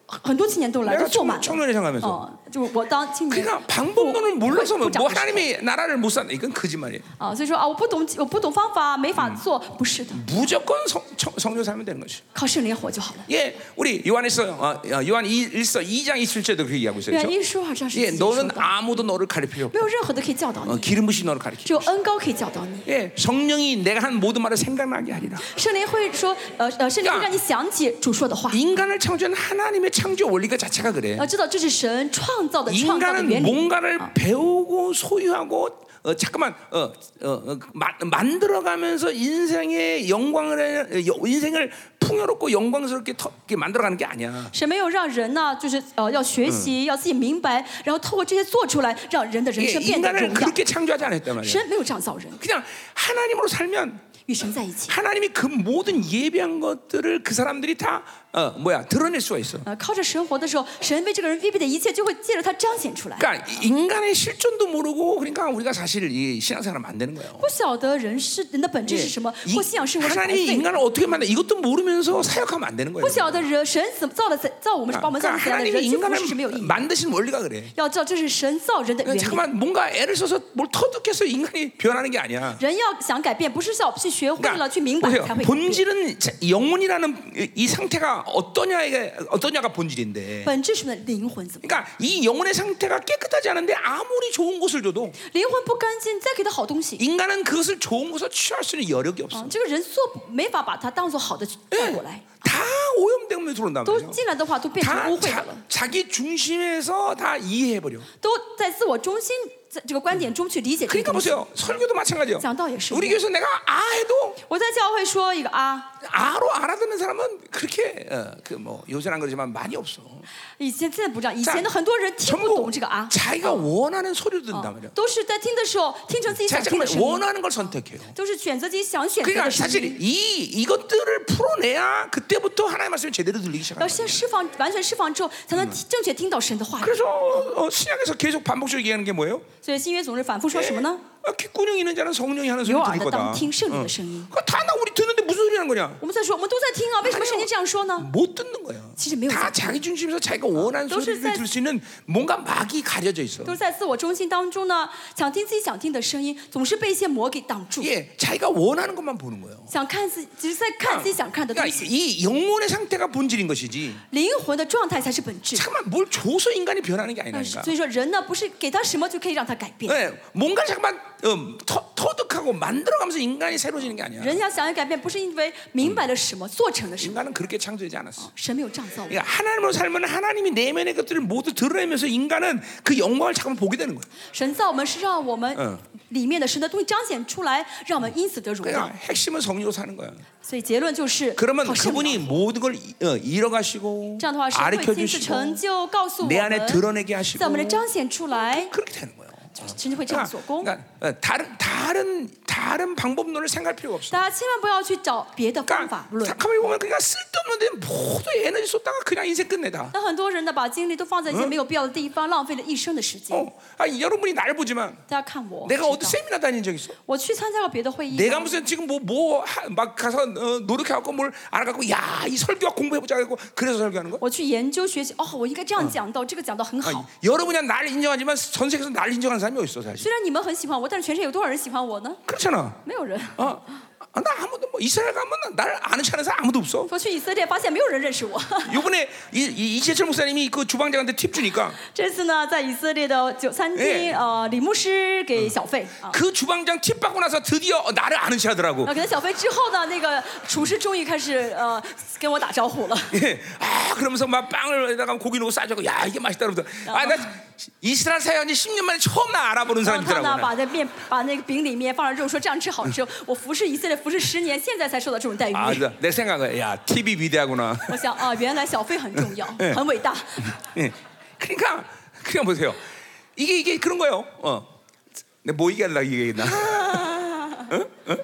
S2: 很很多青年都来，都
S1: 내가
S2: 坐啊满
S1: 청,
S2: 了。
S1: 청년회장 하면서.
S2: 哦、就我当青年
S1: 그러니까
S2: 部
S1: 방법론을 몰라서 뭐,
S2: 部长
S1: 뭐
S2: 的时候
S1: 하나님이 나라를 못 산다 이건 거짓말이에요.
S2: 啊，所以说啊，我不懂，我不懂方法，没法做，不是的，
S1: 무조건 성, 청, 성령 살면 되는 거죠.
S2: 靠圣灵活就好了。
S1: 예, 우리 요한에서 어, 어, 요한 1서 2장 27절도 그렇게 얘기하고 있어요.
S2: 愿
S1: 그렇죠?
S2: 啊一书二章十
S1: 예,
S2: 七节说
S1: 너는
S2: 的，
S1: 아무도 너를 가릴 필요 없고
S2: 没有任何的可以教导
S1: 어,
S2: 你，
S1: 기름 부신 너를 가리키.
S2: 只有恩高可以教导你。
S1: 예, 성령이 내가 한 모든 말을 생각나게 하리라.
S2: 圣灵会说，呃呃，圣灵会让你想起主说的话，呃
S1: 인간을 창조한 하나님의 창조 원리가 자체가 그래.
S2: 要知道这是神创造的创造的
S1: 인간은
S2: 原理。
S1: 뭔가를 배우고 소유하고 어, 잠깐만 어, 어, 어, 마- 만들어가면서 인생의 영광을 해- 여- 인생을 풍요롭고 영광스럽게 터- 이렇게 만들어가는 게 아니야.
S2: 神没有让人呢，就是呃要学习，要自己明白，然后透过这些做出来，让人的人
S1: 이게
S2: 生变得
S1: 인간을
S2: 荣耀。
S1: 그렇게 창조하지 않았단 말이야.
S2: 神没有这样造人，
S1: 그냥 하나님으로 살면
S2: 与神在一起，
S1: 하나님이 그 모든 예비한 것들을 그 사람들이 다 어, 뭐야 드러낼 수가 있어.
S2: 呃，靠着神活的时候，神为这个人预备的一切就会借着他彰显出来。
S1: 그러니까 이- 인간의 실존도 모르고 그러니까 우리가 사실 이 신앙생활을 안 되는 거예요.
S2: 不晓得人是人的本质是什么，或信仰生活是白
S1: 예. 하나님이
S2: 费。
S1: 인간을 어떻게 만든 이것도 모르면서 사역하면 안 되는 거예요.
S2: 不晓得人神怎么造的，造我们是把我们造
S1: 그러니까
S2: 成怎样的
S1: 하나님이
S2: 人，几乎是没有
S1: 인간을
S2: 意义。
S1: 만드신 원리가 그래.
S2: 要知道这是神造人的
S1: 그러니까
S2: 原理。
S1: 잠깐만 뭔가 애를 써서 뭘 터득해서 인간이 변하는 게 아니야.
S2: 人要想改变，不是要去学会
S1: 그러니까
S2: 了去明白
S1: 보세요.
S2: 才会改变。
S1: 본질은 자- 영혼이라는 이- 이 상태가 어떠냐가 어떠냐가 본질인데.
S2: 本质是我们的灵魂怎么？
S1: 그러니까 이 영혼의 상태가 깨끗하지 않은데 아무리 좋은 곳을 줘도
S2: 灵魂不干净，再给他好东西，
S1: 인간은 그것을 좋은 곳에 취할 수 있는 여력이
S2: 啊
S1: 없어. ，
S2: 这个人做不没法把它当做好的去带过来，
S1: 다 오염되면 들어온단
S2: 都
S1: 말이야.
S2: 进来的话都变成污
S1: 다
S2: 秽的
S1: 자,
S2: 了，
S1: 자기 중심에서 다 이해해 버려.
S2: 都在自我中心在这个观点中去理解这个
S1: 그러니까
S2: 东西。
S1: 보세요. 설교도 마찬가지예요.
S2: 장도 역시.
S1: 우리 교회에서 내가 아 해도
S2: 我在教会说一个啊，
S1: 아로 알아듣는 사람은 그렇게 어, 그뭐 요새는 안 그러지만 많이 없어.
S2: 以前现在不这样，以
S1: 자
S2: 前的很多人听不
S1: 전부
S2: 懂这个啊，
S1: 자기가 아, 어. 원하는 소리를 듣는단
S2: 啊
S1: 말이야.
S2: 都是在听的时候听成自己想
S1: 자,
S2: 听的
S1: 잠깐만
S2: 声音，
S1: 원하는 걸 선택해요.
S2: 都是选择自己想选择
S1: 예, 그러니까
S2: 的声
S1: 사실
S2: 音。
S1: 이 이것들을 풀어내야 그때부터 하나님 말씀이 제대로 들리기
S2: 要
S1: 시작하는 거예요.
S2: 先释放，完全释放之后，才能正确听到神的话语。
S1: 그래서 어, 신약에서 계속 반복적으로 얘기하는 게 뭐예요?
S2: 所以新约总是反复说什么
S1: 예.
S2: 呢？
S1: 아, 귓구녕 있는 자는 성령이 하는
S2: 有
S1: 소리를
S2: 耳
S1: 들을
S2: 的当
S1: 거다. 어.
S2: 听圣灵的声音。
S1: 그거 다나 우리 듣는데 무슨 소리 하는 거냐?
S2: 我们在说，我们都在听啊，为什么圣经这样说呢？
S1: 못 듣는 거야.
S2: 진짜 매우
S1: 다 자기 중심에서 자기가 원하는
S2: 또
S1: 소리를
S2: 실제-
S1: 들을 수 있는 뭔가 막이 가려져 있어.
S2: 都是在自我中心当中呢，想听自己想听的声音，总是被一些魔给挡住，
S1: 예, 자기가 원하는 것만 보는 거예요.
S2: 想看自己，只是在看自己想看的
S1: 그러니까
S2: 东西。
S1: 이 영혼의 상태가 본질인 것이지.
S2: 灵魂的状态才是本质。
S1: 잠깐만 뭘 줘서 인간이 변하는 게
S2: 但是
S1: 아니라니까.
S2: 所以说，人呢不是给他什么就可以让他改变，
S1: 예, 뭔가 잠깐만 음, 터, 터득하고 만들어가면서 인간이 새로지는 게 아니야.
S2: 人要想要改变，不是因为明白了什
S1: 嗯
S2: 么，做成了什么。
S1: 인간은 그렇게 창조되지 않았어.
S2: 神没有这样造我们，
S1: 그러니까 하나님으로 살면 하나님이 내면의 것들을 모두 드러내면서 인간은 그 영광을 잠깐 보게 되는 거야.
S2: 神造我们是让我
S1: 嗯
S2: 们里面的神的东西彰显出来，让我们因此得荣耀
S1: 그러니까 。 핵심은 성리로 사는 거야.
S2: 所以结论就是，
S1: 그러면
S2: 靠圣灵
S1: 그분이 모든 걸 이- 어, 잃어가시고
S2: 这样的话，神会
S1: 아르켜
S2: 亲自
S1: 주시고
S2: 成就，告诉我
S1: 내 안에
S2: 们，
S1: 드러내게 하시고
S2: 在我们的彰显出来，
S1: 그렇게 되는 거예요.
S2: 神就会这样做
S1: 그러니까,
S2: 工。
S1: 그러니까 어, 다른 다른 다른 방법론을 생각할 필요가 없어.
S2: 大家千万不要去找别的方
S1: 그러니까
S2: 法论。
S1: 가만히 보면 그러니까 쓸데없는 데 모두 에너지 쏟다가 그냥 인생 끝내다.
S2: 那很多人呢，把精力都放在一
S1: 嗯
S2: 些没有必要的地方，浪费了一生的时间。
S1: 어, 아니, 여러분이 나를 보지만
S2: 大家看我，
S1: 哦 내가
S2: 知
S1: 어디
S2: 道
S1: 세미나 다닌 적 있어?
S2: 我去参加过别的会议，
S1: 내가 무슨 지금 뭐 뭐 막 가서 어, 노력해갖고 뭘 알아갖고 야 이 설교학 공부해보자 하고 그래서 설교하는 거?
S2: 我去研究学习。哦，我应该这
S1: 嗯
S2: 样讲到，这个讲到很
S1: 아니,
S2: 好。
S1: 여러분이 나를 인정하지만 전 세계에서 나를 인정하는 사람이 어디 있어 사실?
S2: 虽然你们很喜欢我，但是全世界有多少人喜欢我
S1: 네.
S2: 呢？
S1: 그렇잖아.
S2: 没有人。
S1: 어, 아, 나 아무도 뭐 이스라엘 가면 나- 나를 아는 사람 아무도 없어.
S2: 我去以色列，发现没有人认识我。
S1: 요번에 이, 이, 이재철 목사님이 그 주방장한테 팁 주니까
S2: 这次呢，在以色列的酒餐
S1: 哎嗯
S2: 厅，呃，李牧师给小费啊。
S1: 그 주방장 팁 받고 나서 드디어 나를 아는 체 하더라고.
S2: 啊，给他小费之后呢，那个厨师终于开始呃跟我打招 呼了。
S1: 예. 아 그러면서 막 빵을다가 고기 넣고 싸주고 야 이게 맛있다 그러면서 아나 이스라엘 사연이 10년 만에 처음 나 알아보는
S2: 然后他呢，
S1: 사람이더라고.
S2: 把这面把那个饼里面放上肉，说这样吃 好吃。我服侍以色列服侍十年，现在才受到这种待遇。
S1: 아 내 생각은 야 TV 위대하구나.
S2: 我想啊，原来小费很重要，
S1: 哎
S2: 很伟大。
S1: 예. 그러니까 그냥 보세요. 이게 이게 그런 거예요. 어. 내뭐 얘기하려고 얘기했나? 어? 어?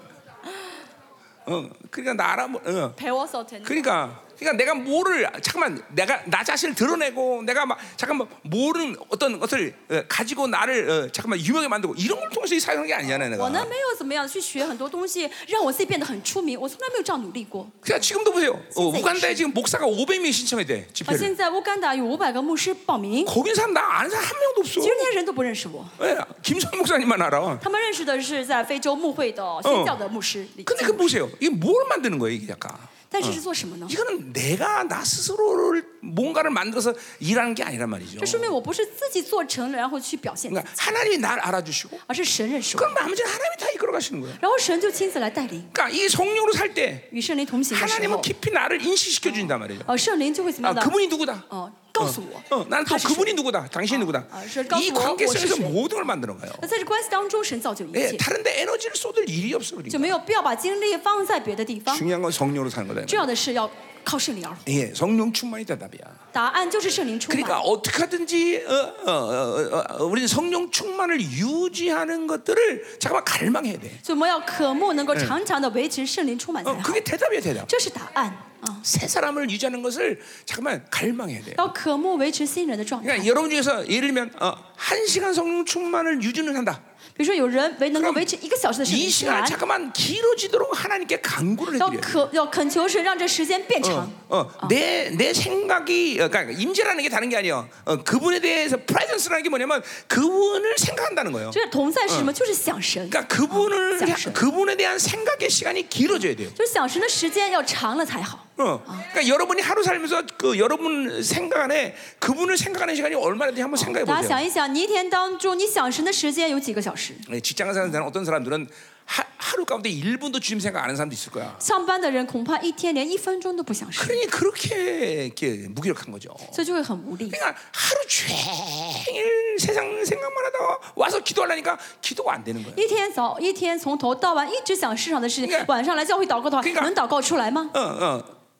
S1: 어. 그러니까 나 알아. 어.
S2: 陪我走 n
S1: 그러니까 그러니까 내가 뭐를 잠깐만 내가 나 자신을 드러내고 내가 막 잠깐만 모르는 어떤 것을 어, 가지고 나를 어, 잠깐만 유명하게 만들고 이런 걸 통해서 사용한 게 아니잖아요
S2: 我
S1: 내가.
S2: 呢没有怎么样去学很多东西，让我自己变得很出名，我从来没有这样努力过。
S1: 그냥 지금도 보세요. 어,
S2: 진짜 아,
S1: 우간다에 지금 목사가 500명이 신청해 돼
S2: 啊，
S1: 집회를.
S2: 现在乌干达有五百个牧师报名，
S1: 거기 사람 나 아는 사람 한 명도 없어.
S2: 其实那些人都不认识我，
S1: 예, 김선 목사님만 알아.
S2: 他们认识的是在非洲牧会的宣教的牧师李
S1: 근데 그
S2: 静。
S1: 보세요. 이게 뭘 만드는 거예요 이게 약간.
S2: 但是是做什么呢？
S1: 이거는 내가 나 스스로를 뭔가를 만들어서 일하는 게 아니란 말이죠.
S2: 这说明我不是自己做成了，然后去表现自
S1: 그러니까
S2: 己，
S1: 하나님이 날 알아주시고
S2: 而是神认识我，
S1: 그럼 나머지는 하나님이 다 이끌어 가시는 거예요.
S2: 然后神就亲自来带领，
S1: 그러니까 이 성령으로 살 때
S2: 与圣灵同行的时
S1: 하나님은
S2: 候，
S1: 깊이 나를 인식시켜 준단 말이에요.
S2: 呃，圣灵就会怎么
S1: 아,
S2: 样的？
S1: 그분이 누구다.
S2: 哦，告诉我
S1: 어, ，나는 또
S2: 他是谁
S1: 그분이 누구다. 당신이 누구다.
S2: 아, 그러니까
S1: 이
S2: 뭐,
S1: 관계
S2: 뭐,
S1: 속에서
S2: 실수해.
S1: 모든 걸 만드는 거예요.
S2: 那在这关系当中，神造就一
S1: 예,
S2: 切，
S1: 다른데 에너지를 쏟을 일이 없어
S2: 就
S1: 그러니까.
S2: 没有必要把精力放在别的地方。
S1: 중요한 건 성령으로 사는 거다.
S2: 重要的是要靠圣灵而活，
S1: 예, 성령 충만이 대답이야.
S2: 答案就是圣灵充
S1: 그러니까
S2: 满。
S1: 어떻게 하든지 어, 어, 어, 어, 어, 우리는 성령 충만을 유지하는 것들을 잠깐만 갈망해야 돼.
S2: 所以我们要渴慕能够常常的维持圣灵充满才
S1: 어,
S2: 好，
S1: 그게 대답이야 대답.
S2: 这是答案啊！
S1: 새 사람을 유지하는 것을 잠깐만 갈망해야 돼.
S2: 要渴慕维持新人的状态。
S1: 그러니까 여러분 중에서 예를 들면 어, 한 시간 성령 충만을 유지는 한다.
S2: 比如说有人为能够
S1: 그럼
S2: 维持一个小时的圣
S1: 그렇죠. 이
S2: 灵充
S1: 시간
S2: 满，
S1: 잠깐만 길어지도록 하나님께 강구를
S2: 要
S1: 해드려야 돼.
S2: 渴要恳求神让这时间变
S1: 嗯
S2: 长。
S1: 어, 내, 내 생각이 어, 그러니까 임재라는 게 다른 게 아니에요. 어, 그분에 대해서 프레젠스라는 게 뭐냐면 그분을 생각한다는 거예요.
S2: 就是同在是什么？就是想神，
S1: 그러니까 그분을
S2: 어, 진짜.
S1: 그분에 대한 생각의 시간이 길어져야 돼요.
S2: 就是想神的时间要长了才好。
S1: 어. 그러니까 여러분이 하루 살면서 그 여러분 생각 안에 그분을 생각하는 시간이 얼마나 돼 한번 생각해
S2: 大家
S1: 보세요.
S2: 想一想，你一天当中你想神的时间有几个小时？
S1: 예, 직장 사는 사람 어떤 사람들은 하, 하루 가운데 1분도 주님 생각 안 하는 사람도 있을 거야.
S2: 上班的人恐怕一天连一分钟都不想神，
S1: 그러니 그렇게 이렇게 무기력한 거죠.
S2: 所以就会很无力。
S1: 그러니까 하루 종일 세상 생각만 하다가 와서 기도하려니까 기도가 안 되는 거예요.
S2: 一天早一天从头到晚一直想市场的事
S1: 你看
S2: 情，晚上来教会祷告的话，能祷告出来吗？
S1: 어, 어.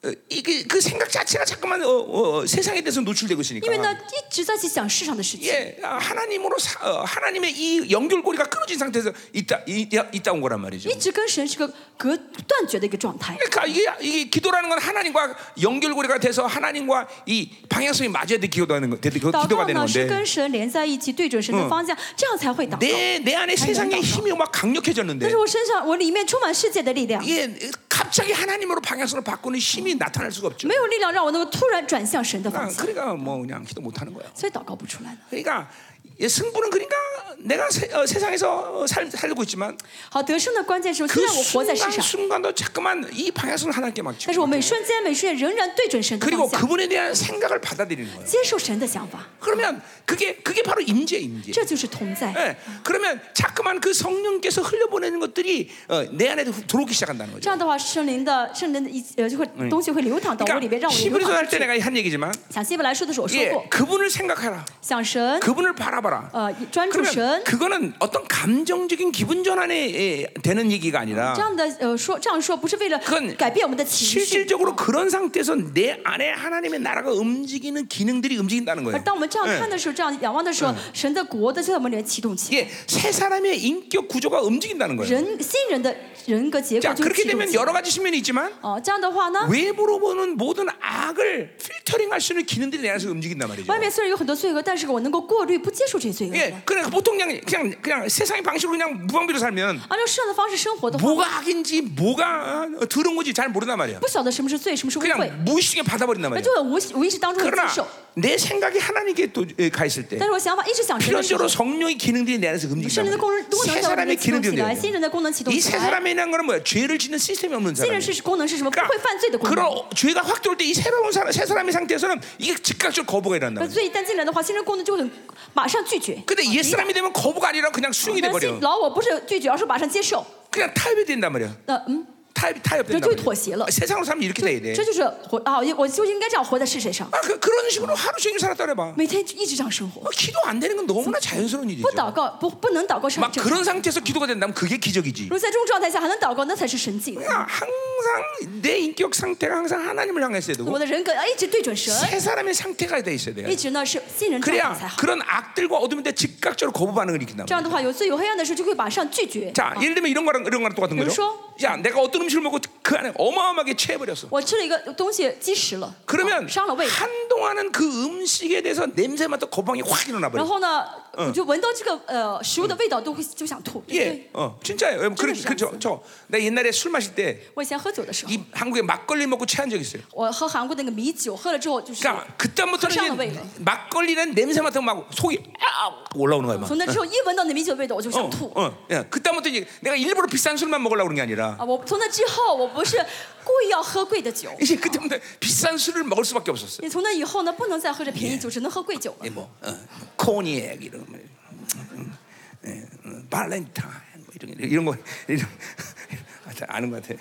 S1: 어, 이게 그 생각 자체가 자꾸만 어, 어, 어, 세상에 대해서 노출되고
S2: 因为呢
S1: 있으니까. ，
S2: 一直在去想市场的事情，
S1: 예, 아, 하나님으로 사, 어, 하나님의 이 연결고리가 끊어진 상태에서 있다 이, 야, 있다 온 거란 말이죠.
S2: 一直跟神是个隔断绝的一个状态。
S1: 그러니까 이게, 이게 기도라는 건 하나님과 연결고리가 돼서 하나님과 이 방향성이 맞아야 돼 기도가 되는 거, 되, 그
S2: 祷
S1: 기도가
S2: 告
S1: 되는
S2: 呢是
S1: 건데
S2: 跟神连在一起，对准神的方向，这样才会祷告。
S1: 내 내 안에 세상의 힘이 막
S2: 但
S1: 강력해졌는데
S2: 是我身上，我里面充满世界的力量，
S1: 이게 갑자기 하나님으로 방향성을 바꾸는 힘이 나타날 수가 없죠.
S2: 没有力量让我能够突然转向神的方
S1: 아,
S2: 向，
S1: 그러니까 뭐 그냥 기도 못 하는 거야.
S2: 所以祷告不出来了。
S1: 그러니까 이 승부는 그러니까 내가 세, 상에서 살, 살고 있지만
S2: 好，得胜的关键是，虽
S1: 그
S2: 然我活在世
S1: 순간
S2: 上，
S1: 순간도 자꾸만 이 방향성을 하나님께 막
S2: 但是我
S1: 집중하고
S2: 每瞬间每瞬间仍然对准神的
S1: 그리고
S2: 方向，
S1: 그분에 대한 생각을 받아들이는 거예요.
S2: 接受神的想法，
S1: 그러면 그게 그게 바로 임재 임재.
S2: 这就是同在。
S1: 예, 그러면 자꾸만 그 성령께서 흘려보내는 것들이 어, 내 안에 들어오기 시작한다는 거죠.
S2: 这样的话，圣灵的圣灵的一呃就会东西会流淌到我里边，
S1: 그러니까
S2: 让我流
S1: 히브리서
S2: 淌
S1: 할
S2: 出
S1: 때
S2: 去。
S1: 내가 한 얘기지만 어,
S2: 想希伯来书的时候我说
S1: 예,
S2: 过，
S1: 그분을 생각해라.
S2: 想神
S1: 그분을 바라봐라.
S2: 呃专注神
S1: 그러면 ， 그거는 어떤 감정적인 기분 전환에 예, 되는 얘기가
S2: 这
S1: 아니라
S2: 样的呃说这样说不是为了
S1: 그건
S2: 改变我们的情绪，
S1: 실질적으로 그런 상태에서 내 안에 하나님의 나라가 움직이는 기능들이 움직인다는
S2: 而
S1: 거예요.
S2: 当我们这样看的时候，这样仰望的时候，神的国的就在我们里面启动起来，
S1: 이게 세 예, 사람의 인격 구조가 움직인다는 거예요.
S2: 人新人的人格结构
S1: 자,
S2: 就
S1: 그렇게
S2: 启动
S1: 되면
S2: 起来。
S1: 여러 가지 측면이 있지만
S2: 哦，这样的话呢，
S1: 외부로 보는 모든 악을 필터링할 수 있는 기능들이 내 안에서 움직인단 말이죠.
S2: 外面虽然有很多罪恶，但是我能够过滤，不接受这些罪恶的
S1: 예, 。 그냥 보통 그냥 그냥 그냥 세상의 방식으로 그냥 무방비로 살면
S2: 按照世上的方式生活的话，
S1: 뭐가 악인지 뭐가 더러운 건지 잘 모른단 말이야.
S2: 不晓得什么是罪，什么是污啊秽，
S1: 그냥 무의식에 받아버린단
S2: 那
S1: 말이야.
S2: 就很无无意识当中会接
S1: 그러나
S2: 受。
S1: 내 생각이 하나님께 또 예, 가 있을 때
S2: 但是我想法一直想神的时候
S1: 필연적으로 ， 성령의 기능들이 내 안에서
S2: 圣
S1: 움직인다.
S2: 灵的功能功能
S1: 세
S2: 在我们
S1: 사람의
S2: 里面启
S1: 기능이
S2: 动起
S1: 움직여요.
S2: 来，新人的功能启动
S1: 이
S2: 起
S1: 세
S2: 来。
S1: 사람이라는 거는 뭐야? 죄를 짓는 시스템이 없는
S2: 新
S1: 사람.
S2: 人是功能是什么？啊不会犯罪的功能。
S1: 그런 죄가 확 들어올 때 이 새로운 사람, 세 사람의 상태에서는 이게 즉각적 거부가 일어난다.
S2: 那所以一旦进来的话，新人功能就会很马上拒绝。
S1: 근데 옛 아, 그러니까 사람이 되면 거부가 아니라 그냥 수용이
S2: 但是
S1: 돼버려.
S2: 老我不是拒绝，而是马上接受。
S1: 그냥 타협이 된단 말이야.
S2: 那嗯，
S1: 타협, 타협 된단
S2: 저쪽이
S1: 말이야.
S2: 妥协了。
S1: 세상으로 살면 이렇게 돼야 돼.
S2: 这就是活啊！我我就应该这样活在世界上，
S1: 아, 그, 그런 식으로 하루 종일 살았다 그래봐.
S2: 每天一直这样生活
S1: 뭐 ， 기도 안 되는 건 너무나 자연스러운
S2: 不
S1: 일이죠.
S2: 祷告不不能祷告是
S1: 막
S2: 很正常。
S1: 그런 상태에서 기도가 된다면 그게 기적이지.
S2: 如果在这种状态下还能祷告，那才是神迹。
S1: 그러니까 항상 내 인격 상태가 항상 하나님을 향해 있어야
S2: 我
S1: 되고
S2: 的人格要一直对准神，
S1: 세 사람의 상태가 돼 있어야 돼요.
S2: 一直呢是信任状
S1: 그래야
S2: 态才好。
S1: 그런 악들과 어둠인데 즉각적으로 거부 반응을 일으킨다.
S2: 这样的话，有罪有黑暗的时候就会马上拒绝。
S1: 자,
S2: 啊
S1: 예를 들면 이런 거랑 이런 거랑 똑같은
S2: 比如
S1: 거죠.
S2: 说，
S1: 야 내가 어떤 음식을 먹고 그 안에 어마어마하게 채해버렸어.
S2: 我吃了一个东西积食了，
S1: 그러면
S2: 啊伤了胃。
S1: 한동안은 그 음식에 대해서 냄새 맡아 거방이 확 일어나
S2: 然
S1: 버려.
S2: 后呢，我就闻到这个呃食物的味道都会就想吐。对不
S1: 예,
S2: 对，
S1: 어, 진짜예요. 여러분, 그래,
S2: 찌르지
S1: 그저 저, 나 옛날에 술 마실 때 이
S2: 我以前喝酒的时候，
S1: 한국에 막걸리 먹고 취한 적 있어요.
S2: 我喝韩国那个米酒，喝了之后就是。
S1: 그러니까 그때부터는
S2: 허상한
S1: 이제
S2: 거예요.
S1: 막걸리는 냄새 맡으면 막 속이 아 올라오는 거야 막.
S2: 从那之后，一闻到那米酒的味道，我就
S1: 어,
S2: 想吐
S1: 어, 예. 그때부터 이제 내가 일부러 비싼 술만 먹으려고 그런 게 아니라
S2: 啊！我从那之后，我不是故意要喝贵的酒，
S1: 이제 그때부터 비싼 술을 먹을 수밖에 없었어요.
S2: 你从那以后呢，不能再喝这便宜酒，只能喝贵酒 了
S1: 예, 뭐 어, 코니액 이런 거, 음, 예, 음, 발렌타인 뭐 이런 게, 이런 거 이런 아, 다 아는 것 같아.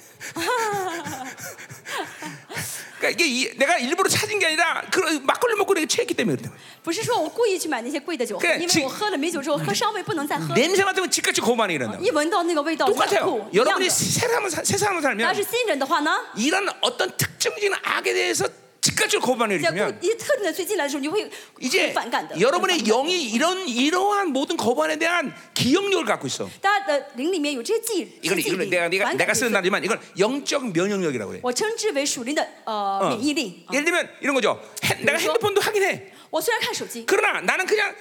S1: 그러니까 이게 이- 내가 일부러 찾은 게 아니라 그 막걸리 먹고 내가 취했기 때문에 그래.
S2: 不是说我故意去买那些贵的 酒喝，
S1: 对
S2: 因
S1: 这
S2: 为我喝了米酒之后，喝伤胃不能再喝，
S1: 냄새 맡으면 집같이 고만이 이런다.
S2: 一闻到那个味道我就想
S1: 똑같아요.
S2: 吐一样的
S1: 여러분이 。세상을 세상으로
S2: 但是
S1: 살면
S2: 新人的话呢，
S1: 이런 어떤 특징적인 악에 대해서 집같이 고만이
S2: 在固
S1: 이러면
S2: 一特定的最近来的时候，你会
S1: 이제
S2: 很反感的。
S1: 여러분의 영이 이런 이러한 모든 거반에 대한 기억력을 갖고 있어.
S2: 嗯大家的灵里面有这些记忆，这
S1: 이걸
S2: 些记忆
S1: 이걸
S2: 力
S1: 내가 내가
S2: 反感
S1: 내가
S2: 的部
S1: 쓰는
S2: 分
S1: 단어지만 이걸 영적 면역력이라고 해.
S2: 我称之为属灵的
S1: 어.
S2: 呃免疫力。
S1: 예를 들면 이런 거죠. 해- 내가 핸드폰도 하긴 해.
S2: 我虽然看手机，
S1: 그러나 나는 그냥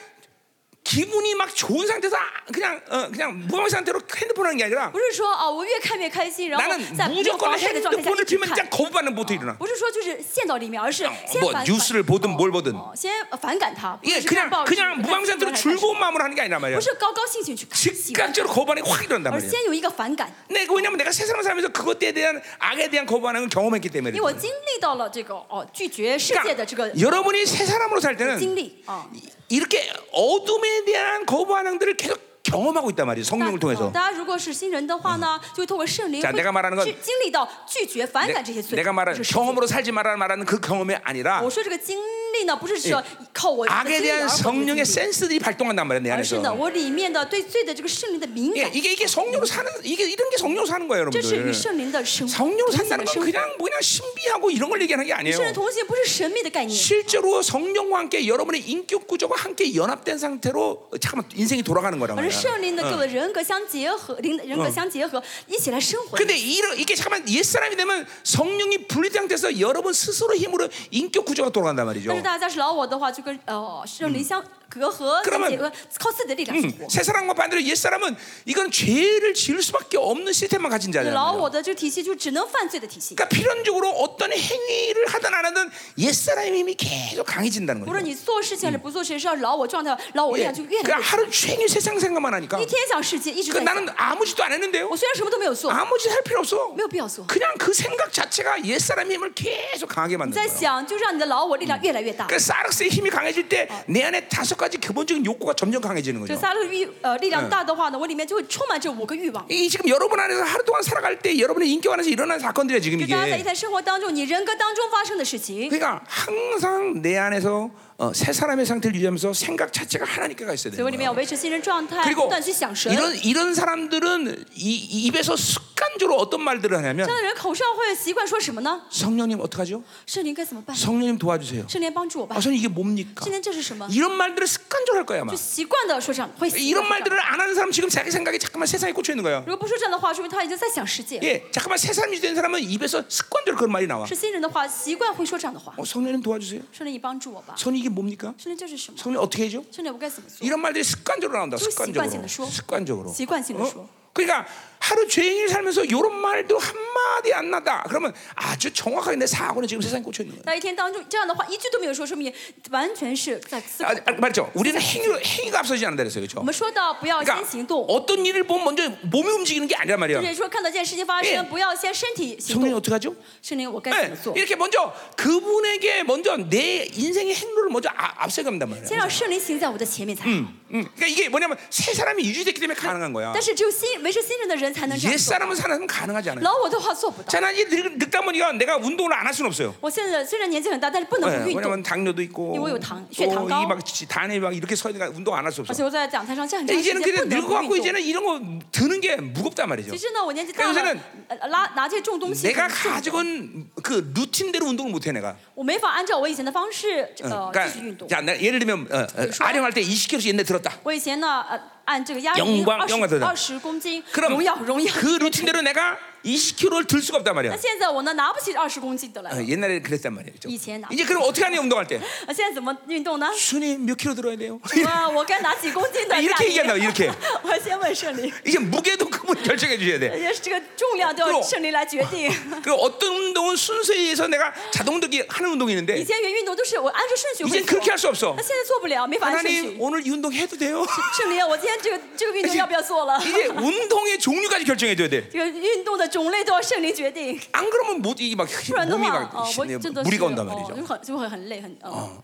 S1: 기분이 막 좋은 상태에서 아- 그냥 어, 그냥 무방 상태로 핸드폰 하는 게 아니라
S2: 不是说啊我越看越开心，然后
S1: 나는
S2: 在没
S1: 뭐
S2: 有
S1: 무조건
S2: 防晒的状态下一
S1: 핸드폰을
S2: 直
S1: 피면
S2: 看
S1: 그냥 。 거부반응 못해 일어나.
S2: 不是说就是陷到里面，而哦是先
S1: 뭐
S2: 反
S1: 뉴스를 보든 뭘 보든
S2: 哦先反感它，不
S1: 이게
S2: 是看
S1: 그냥
S2: 报纸，
S1: 그냥
S2: 不看
S1: 무방
S2: 新闻
S1: 상태로
S2: 来看什
S1: 즐거운
S2: 么
S1: 마음으로 하는 게 아니란
S2: 不
S1: 말이야.
S2: 是高高兴兴去看习惯，
S1: 즉각적으로 거부반응이 확 일어난단
S2: 而
S1: 말이야.
S2: 先有一个反感，
S1: 네, 그 왜냐면 내가 세상을 살면서 그것에 대한 악에 대한 거부하는 걸 경험했기 때문에.
S2: 因为我经历到了这个哦拒绝世界的这个
S1: 그러니까 여러분이 새 사람으로 살
S2: 经
S1: 때는
S2: 历啊。
S1: 이- 이렇게 어둠에 대한 거부하는들을 계속 경험하고 있단 말이에요.
S2: 那
S1: 성령을
S2: 哦
S1: 통해서.
S2: 大家如果是新人的话呢，就会透过圣灵
S1: 자내가말하는건
S2: 会去经历到拒绝、反感这些
S1: 내,
S2: 罪。
S1: 가 말한
S2: 这是世界啊
S1: 경험으로 살지 말라 말하는 그 경험이 아니라
S2: 我说这个经历呢，不是说靠我的
S1: 악에
S2: 经历
S1: 대한
S2: 而获得的
S1: 성령의
S2: 经历
S1: 센스들이 발동한단 말이에요. 내
S2: 而是呢，
S1: 안에서.
S2: 我里面的对罪的这个圣灵的敏
S1: 예,
S2: 感，
S1: 이게 이게 성령으로 사는 이게 이런 게 성령으로 사는 거예요,
S2: 这是与
S1: 여러분들.
S2: 圣灵的生活。
S1: 성령으로
S2: 同行
S1: 산다는
S2: 的
S1: 건
S2: 生活
S1: 그냥 뭐 그냥 신비하고 이런 걸 얘기하는 게
S2: 圣灵
S1: 아니에요.
S2: 同行不是神秘的概念，
S1: 실제로 성령과 함께 여러분의 인격 구조가 함께 연합된 상태로 어, 잠깐만 인생이 돌아가는 거란
S2: 而是
S1: 말이야.
S2: 圣灵的跟我的人格啊嗯相结合，灵人格相结合，一起来生活。
S1: 근데 이러, 이게 잠깐만 옛 사람이 되면 성령이 분리된 상태에서 여러분 스스로 힘으로 인격 구조가 돌아간단
S2: 但是
S1: 말이죠.
S2: 大家是老我的话，就跟呃圣灵相隔阂
S1: 그러면 ，
S2: 结合靠自己的力量生活。
S1: 음, 새 사람과 반대로 옛 사람은 이건 죄를 지을 수밖에 없는 시스템만 가진
S2: 你老
S1: 자잖아요.
S2: 我的这个体系就只能犯罪的体系，
S1: 그러니까 필연적으로 어떤 행위를 하든 안 하든 옛 사람의 힘이 계속 강해진다는
S2: 无论
S1: 거예요.
S2: 你做事情还是不做事情，是要老我状态，老我力
S1: 예,
S2: 量就越
S1: 그러니까
S2: 来越。
S1: 하루 종일 세상 생각만 하니까.
S2: 一天想世界，一直
S1: 그
S2: 在想。
S1: 나는 아무 짓도 안 했는데요.
S2: 我虽然什么都没有做，
S1: 아무 짓 할 필요 없어.
S2: 没有必要做。
S1: 그냥 그 생각 자체가 옛 사람의 힘을 계속 강하게
S2: 你
S1: 만드는
S2: 在
S1: 거예요.
S2: 想，就让你的老我力量越来越大。
S1: 그 사르스의 힘이 강해질 때 내 안에 다섯 가지 기본적인 욕구가 점점 강해지는
S2: 这
S1: 거죠.
S2: 撒勒欲呃力量大的话呢，我里面就会充满这五个欲望。
S1: 이 지금 여러분 안에서 하루 동안 살아갈 때 여러분의 인격 안에서 일어난 사건들이야 지금
S2: 就
S1: 이게.
S2: 大家在一天生活当中，你人格当中发生的事情，
S1: 그러니까 항상 내 안에서 어, 새 사람의 상태를 유지하면서 생각 자체가 하나님께가 있어야
S2: 所以我里
S1: 되는
S2: 面
S1: 거예요.
S2: 要维持新人状态，不
S1: 그리고
S2: 断去想神。
S1: 이런 이런 사람들은 이, 이 입에서 습관적으로 어떤 말들을 하냐면
S2: 这样的人口上会习惯说什么呢？
S1: 성령님 어떡하죠?
S2: 圣灵该怎么办？
S1: 성령님 도와주세요.
S2: 圣灵帮助我吧
S1: 아, 。 성령 이게 뭡니까?
S2: 圣灵这是什么？
S1: 이런 말들을 습관적으로 할 거야 아마.
S2: 就习惯的说这样，会习
S1: 이런
S2: 惯说这样。
S1: 말들을 안 하는 사람 지금 자기 생각이 잠깐만 세상에 꽂혀 있는 거야.
S2: 如果不说这样的话，说明他已经在想世界。
S1: 예, 잠깐만 세상 유지된 사람은 입에서 습관적으로 그런 말이 나와.
S2: 是新人的话，习惯会说这样的话。
S1: 어, 성령님 도와주세요.
S2: 圣灵，你帮助我吧。
S1: 성령 이게 뭡니까?
S2: 圣灵这是什么？
S1: 성령 어떻게 해죠?
S2: 圣灵，我该怎么做？
S1: 이런 말들이 습관적으로 나온다.
S2: 또
S1: 습관적으로.
S2: 습관적으로 쇼.
S1: 습관적으로.
S2: 习惯性地
S1: 어?
S2: 说。
S1: 그러니까 하루 종일 살면서 이런 말도 한 마디 안 나다. 그러면 아주 정확하게 내 사고는 지금 세상에 꽂혀 있는 거야.
S2: 那一天当中，这样的话一句都没有说，说明完全是在思考
S1: 아, 아, 말이죠. 우리는 행위로 행위가 앞서지 않는다 그랬어요,
S2: 我
S1: 그렇죠?
S2: 们说到不要先
S1: 그러니까
S2: 行动，
S1: 어떤 일을 보면 먼저 몸이 움직이는 게 아니란
S2: 就
S1: 말이야.
S2: 是说看到一件事情发
S1: 예
S2: 生，不要先身体行
S1: 성령이
S2: 动。
S1: 어떻게 하죠?
S2: 哎圣哎灵，我该怎
S1: 네,
S2: 么做？
S1: 이렇게 먼저 그분에게 먼저 내 인생의 행로를 먼저 아, 앞서간단 말이야.
S2: 先让圣灵行在我的前面才好。
S1: 음, 그러니까 이게 뭐냐면 새 사람이 유지됐기 때문에 가능한 거야.
S2: 但是只有新维持新人的人才能这
S1: 옛
S2: 样做，
S1: 사람은 사람은 가능하지 않아요.
S2: 老我的话做不到。
S1: 자, 나 이제 늙, 늙다 보니까 내가 운동을 안 할 수는 없어요.
S2: 我现在虽然年纪很大，但是不能
S1: 네,
S2: 不运动，
S1: 왜냐면 당뇨도 있고,
S2: 이거 이거 당- 혈당高.
S1: 또이막 단에 막 이렇게 서니까 운동 안 할 수
S2: 而
S1: 없어.
S2: 且我在讲台上站很
S1: 근데
S2: 长时间
S1: 이제는
S2: 不
S1: 그냥
S2: 能
S1: 늙어갖고
S2: 不运动。
S1: 이제는 이런 거 드는 게 무겁단 말이죠.
S2: 其实呢，我年纪大
S1: 그래서는
S2: 了，呃拉拿这些重东西
S1: 내가
S2: 很重，
S1: 가지고 온그 루틴대로 운동을 못해 내가.
S2: 我没法按照我以前的方式
S1: 嗯
S2: 呃继续运
S1: 그러니까
S2: 动。
S1: 자, 나 예를 들면 어, 어,
S2: 그래서-
S1: 아령할 때 20kg씩 옛날에 들었다.
S2: 我以前呢，呃按这个压
S1: 영광
S2: 力
S1: 영광
S2: 二
S1: 되
S2: 十
S1: 다
S2: 二十公斤，
S1: 그럼
S2: 荣耀荣耀。
S1: 그 루틴대로 내가 20kg를 들 수가 없단
S2: 那
S1: 말이야.
S2: 现在我呢拿不起二十公斤的来
S1: 어,
S2: 了，
S1: 옛날에 그랬단 말이에요. 그죠?
S2: 이제는 안
S1: 이제 그럼 어떻게 하냐 운동할 때?
S2: 那现在怎么运动呢？
S1: 순이 몇 킬로 들어야 돼요?
S2: 哇，我该拿几公斤的
S1: 이렇게
S2: 下
S1: 얘기한다고
S2: 力？
S1: 이렇게.
S2: 我先问圣灵，
S1: 이제 무게도 그분 결정해 주셔야 돼.
S2: 也是这个重量都要
S1: 또
S2: 圣灵来决定。
S1: 그 어떤 운동은 순서에 의해서 내가 자동적이 하는 운동이
S2: 以
S1: 있는데
S2: 前原运动都是我按照顺序会
S1: 이제
S2: 做，
S1: 그렇게 할 수 없어.
S2: 那现在做不了，没法按顺
S1: 하나님
S2: 序。
S1: 오늘 이 운동 해도 돼요?
S2: 圣灵，我今天这个哎这个运动要不要做了？
S1: 이제 운동의 종류까지 결정해 줘야 돼.
S2: 这个运动的种类都要圣灵决定，
S1: 안 그러면 못 이게 막
S2: 不然的
S1: 몸이
S2: 话，
S1: 막 네,
S2: 哦，我真的是
S1: 무리가 온단
S2: 哦，
S1: 말이죠.
S2: 就很就会很累，很哦。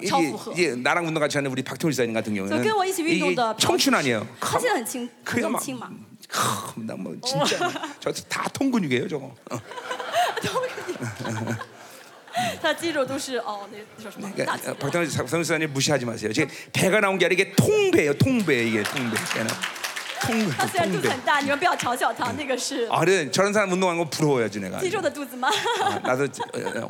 S1: 이게,
S2: 차오프고.
S1: 이게 나랑 운동 같이 하는 우리 박태훈 지사님 같은 경우는
S2: 그러니까 같이
S1: 이게
S2: 운동도
S1: 청춘 아니에요.
S2: 他现在很轻，很
S1: 그야
S2: 年
S1: 막
S2: 轻嘛，
S1: 나뭐 진짜 저다 통근육이에요 저거. 어.
S2: 他肌肉都是哦，那那叫呃什么大肌
S1: 그러니까
S2: 肉。
S1: 박태훈 지- 박사님 무시하지 마세요. 지금 배가 나온 게 아니라 이게 통배예요. 통배 이게 통배. 배는. 통배
S2: 他虽然肚子
S1: 통배.
S2: 很大，你们不要嘲笑他，那个是
S1: 아, 그래 저런 사람 운동하는 거 부러워야지 내가.
S2: 肌肉的肚子吗？
S1: 아, 나도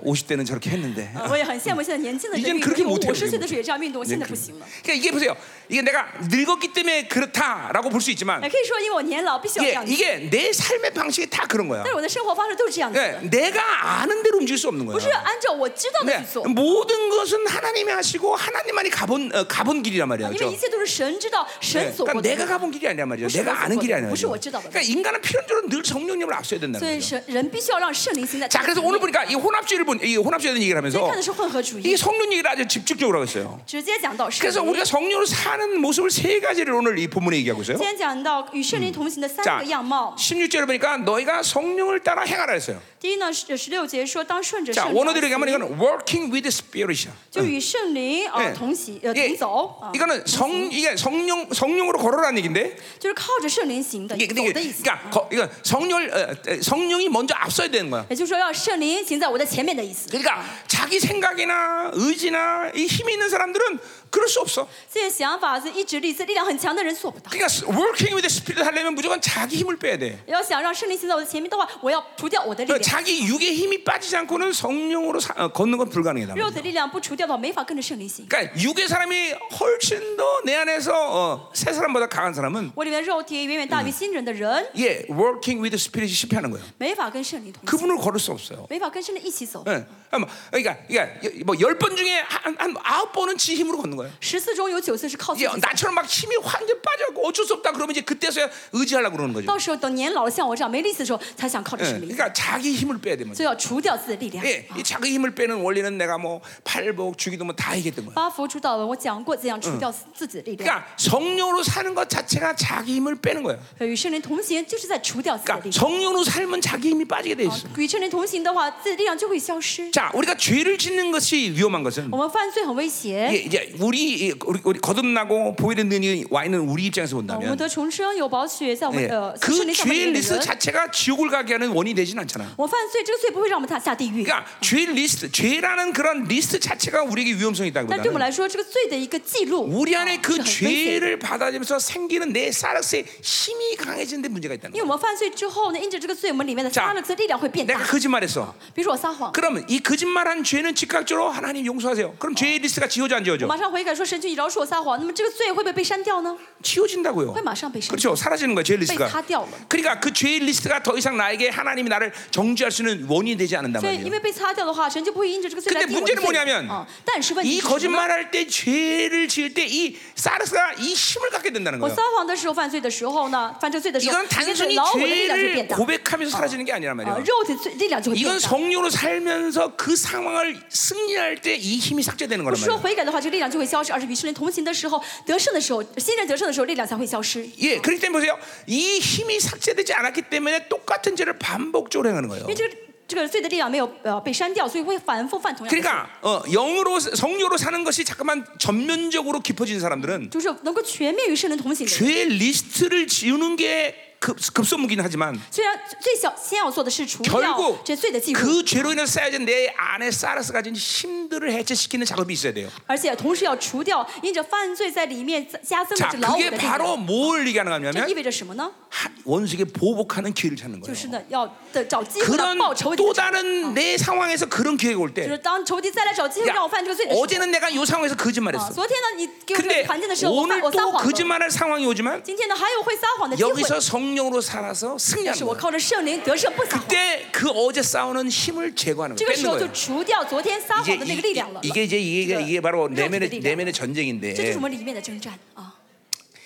S1: 50대는 저렇게 했는데.
S2: 我也很羡嗯慕现在年轻的
S1: 이제는
S2: 人运
S1: 그렇게못
S2: 动，
S1: 해요
S2: 我十
S1: 이제
S2: 岁的时候也这样运动，现
S1: 그러니까
S2: 在不行了。
S1: 이게 보세요. 이게 내가 늙었기 때문에 그렇다라고 볼 수 있지만
S2: 也哎可以说，因为我年老必须要这
S1: 이게,
S2: 样子，
S1: 이게 내 삶의 방식이 다 그런 거야.
S2: 但是我的生活方式都是这样子的，
S1: 예, 내가 아는 대로 움직일 수 없는
S2: 不是
S1: 거야.
S2: 按照我知道的
S1: 네,
S2: 去做。
S1: 모든 것은 하나님이 하시고 하나님만이 가본 어, 가본 길이란 말이야.
S2: 因为
S1: 그죠?
S2: 一切都是神知道，
S1: 네,
S2: 神所
S1: 그러니까
S2: 过的。
S1: 내가 가본 길이 아니란 말이야.
S2: 不是
S1: 내가
S2: 我所
S1: 아는 길이
S2: 过的
S1: 아니란
S2: 不是
S1: 말이야. 네,
S2: 我知道的。
S1: 그러니까 인간은 필연적으로 늘 정령님을 앞서야 된다는
S2: 所以
S1: 거죠.
S2: 神人必须要让圣灵行在。
S1: 자, 그래서 오늘 보니까 이 혼합주의를 본, 이 혼합주의에 대한 얘기를
S2: 今天
S1: 하면서
S2: 看的是混合主
S1: 이
S2: 义，
S1: 성령 얘기를 아주 집중적으로 하고 있어요.
S2: 直接讲到圣
S1: 그래서
S2: 灵。
S1: 우리가 성령으로 사는 모습을 세 가지를 오늘 이 본문에 얘기하고 있어요.
S2: 今天讲到与圣灵同行的三
S1: 자
S2: 个嗯样貌。
S1: 16절을 보니까 너희가 성령을 따라 행하라 했어요.
S2: 第一呢，十十六节说，当顺着
S1: 자,
S2: 圣灵而
S1: 원어대로 얘기하면
S2: 行，
S1: 이건 working with spirit이야.
S2: 就与圣灵啊
S1: 예
S2: 同行呃
S1: 예,
S2: 同走啊，
S1: 이거는 성 이게 성령 성령으로 걸어라는 얘기인데
S2: 就是靠着圣灵行的
S1: 이게
S2: 走
S1: 근데
S2: 的
S1: 이게
S2: 意思。
S1: 그러니까 거, 이건 성령을 어, 어, 성령이 먼저 앞서야 되는 거야.
S2: 也就是说，要圣灵行在我的前面的意思。
S1: 그러니까 자기 생각이나 의지나 이 힘이 있는 사람들은 그럴 수 없어.
S2: 这些想法是意志力、是力量很强的人做不到。
S1: 그러니까 working with spirit 하려면 무조건 자기 힘을 빼야 돼.
S2: 要想让圣灵行在我的前面的话，我要除掉我的力
S1: 그러니까
S2: 量，
S1: 자기 육의 힘이 빠지지 않고는 성령으로 사- 어, 걷는 건 불가능하다.
S2: 肉的力量不除掉的话，没法跟着圣灵行。
S1: 그러니까 육의 사람이 훨씬 더 내 안에서 어, 새 사람보다 강한 사람은
S2: 我里面肉体远远大于新人的人，
S1: 예, working with spirit이 실패하는 거예요.
S2: 没法跟圣灵同行，
S1: 그분을 걸을 수 없어요.
S2: 没法跟圣灵一起走。
S1: 예. 아마, 그러니까, 그러니까 뭐열 번 중에 한한 아홉 번은 지 힘으로 걷는 거예요.
S2: 十次中有九次是靠自
S1: 이게
S2: 己走，
S1: 나처럼 막 힘이 완전 빠져갖고 어쩔 수 없다 그러면 이제 그때서야 의지하려고 그러는 거죠.
S2: 到时候等年老了像我这样没力气的时候，才想靠着
S1: 예.
S2: 圣灵，
S1: 그러니까 자기 힘을 빼야 되면.
S2: 所以要除掉自己的力量。啊
S1: 예, 이 자기 힘을 빼는 원리는 내가 뭐 팔복, 주기도 뭐 다 얘기했던 거예요.
S2: 八福主导文我讲过怎样除掉自己的力量，
S1: 그러니까 성령으로 사는 것 자체가 자기 힘을 빼는 거예요.
S2: 与圣灵同行就是在除掉自己的力
S1: 그러니까
S2: 量。
S1: 성령으로 살면 자기 힘이 빠지게 돼 있어. 네.
S2: 与圣灵同行的话，自己的力量就会消失。
S1: 자, 우리가 죄를 짓는 것이 위험한 것은
S2: 我们犯罪很危险
S1: 이게 ， 이제 우리 이- 우리, 우리 거듭나고 보이는 눈이 와 있는 우리 입장에서
S2: 呃我们
S1: 본다면
S2: 得重生有宝血，在我们
S1: 예,
S2: 呃圣
S1: 그
S2: 灵下面
S1: 죄의
S2: 的
S1: 리스트
S2: 人，
S1: 자체가 지옥을 가게 하는 원인이 되진 않잖아.
S2: 我犯罪这个罪不会让我们下下地狱。
S1: 그러니까 죄 리스트, 죄라는 그런 리스트 자체가 우리에게 위험성이
S2: 但对我们
S1: 있다기보다는
S2: 来说，这个罪的一个记录，啊
S1: 우리 안에
S2: 是
S1: 그
S2: 很危险的。
S1: 죄를 받아들면서 생기는 내 사르스의 힘이 강해지는 데 문제가 있다는
S2: 因
S1: 거야.
S2: 为我们犯罪之后呢，因着这个罪，我们里面的
S1: 자
S2: 撒勒的力量会变
S1: 내가
S2: 大。
S1: 거짓말했어.
S2: 比如说我撒谎，
S1: 그러면 이 거짓말한 죄는 즉각적으로 하나님 용서하세요. 그럼 죄의 리스트가 지워져 안
S2: 我
S1: 지워져?
S2: 马上悔改说神去饶恕我撒谎，那么这个罪会不会被删掉呢？
S1: 지워진다고요.
S2: 会马上被删掉，
S1: 그렇죠. 사라지는 거야 죄의
S2: 被
S1: 리스트가.
S2: 擦掉了。
S1: 그러니까 그 죄의 리스트가 더 이상 나에게 하나님이 나를 정죄할 수 있는 원인이 되지 않는단
S2: 所以因
S1: 말이에요.
S2: 为被擦掉的话，神就不会因着这个罪来
S1: 근데
S2: 定我
S1: 문제는
S2: 的罪。
S1: 뭐냐면
S2: 啊，但是问题
S1: 이
S2: 是什么呢
S1: 거짓말할 때 죄를 지을 때 이 사르스가 이 힘을 갖게 된다는
S2: 我
S1: 거예요.
S2: 撒谎的时候，犯罪的时候呢，犯这罪的时候，
S1: 이건
S2: 因着
S1: 단순히
S2: 老我的力量就
S1: 죄를
S2: 变大，
S1: 고백하면서 사라지는 게 아니란
S2: 啊，
S1: 말이에요.
S2: 肉体罪力量就会
S1: 이건
S2: 变大。
S1: 성령으로 살면서 그 상황을 승리할 때 이 힘이 삭제되는
S2: 不
S1: 거란
S2: 是说
S1: 말이에요.
S2: 悔改的话，这个力量就会消失，而是与圣灵同行的时候，得胜的时候，信任得胜的时候，力量才会消失。
S1: 예, 그렇기 때문에 보세요. 이 힘이 삭제되지 않았기 때문에 똑같은 죄를 반복적으로 행하는 거예요.
S2: 因为这个这个罪的力量没有呃被删掉，所以会反复犯同样的罪。
S1: 그러니까 어, 영으로 성령으로 사는 것이 잠깐만 전면적으로 깊어진 사람들은
S2: 就是能够全面与圣灵同行的人。
S1: 죄의 리스트를 지우는 게 급, 급선무긴 하지만
S2: 虽然最小先要做的是除掉
S1: 결국
S2: 这罪的记录，
S1: 그 죄로 인해서 쌓여진 내 안에 쌓여서 가진 힘들을 해체시키는 작업이 있어야 돼요.
S2: 而且同时要除掉因着犯罪在里面加增的
S1: 자,
S2: 这老我
S1: 그게
S2: 的力量。
S1: 바로 뭘 얘기하는
S2: 这
S1: 거냐면
S2: 意味着什么呢？
S1: 하- 원수에게 보복하는 기회를 찾는
S2: 就
S1: 거예요.
S2: 是呢，要的找机会要
S1: 그런
S2: 报仇。
S1: 또 다른 내 상황에서 어. 그런 기회가 올
S2: 就是
S1: 때
S2: 当仇敌再来找机会让我犯这个罪的时候，
S1: 어제는 내가 이 상황에서
S2: 啊
S1: 거짓말했어.
S2: 昨天呢，你给我这个
S1: 근데
S2: 环境的时候，我犯
S1: 오늘
S2: 我撒
S1: 또
S2: 谎了。
S1: 거짓말할 상황이 오지만
S2: 今天呢，还有会撒谎的机会，
S1: 여기서 성령으로 살아서
S2: 但
S1: 승리하는
S2: 是我
S1: 거예요.
S2: 靠着圣灵得胜不撒谎。
S1: 그때 그 어제 싸우는 힘을 제거하는
S2: 这
S1: 거예요.
S2: 个时
S1: 뺏는
S2: 候就
S1: 거예요.
S2: 除掉昨天撒
S1: 이제
S2: 谎的那个力
S1: 이,
S2: 量了。
S1: 게 이제 이게 이게 바로
S2: 그러니까
S1: 내면의
S2: 그러니까
S1: 내면의
S2: 这就是
S1: 전쟁인데
S2: 我们里面的征战啊！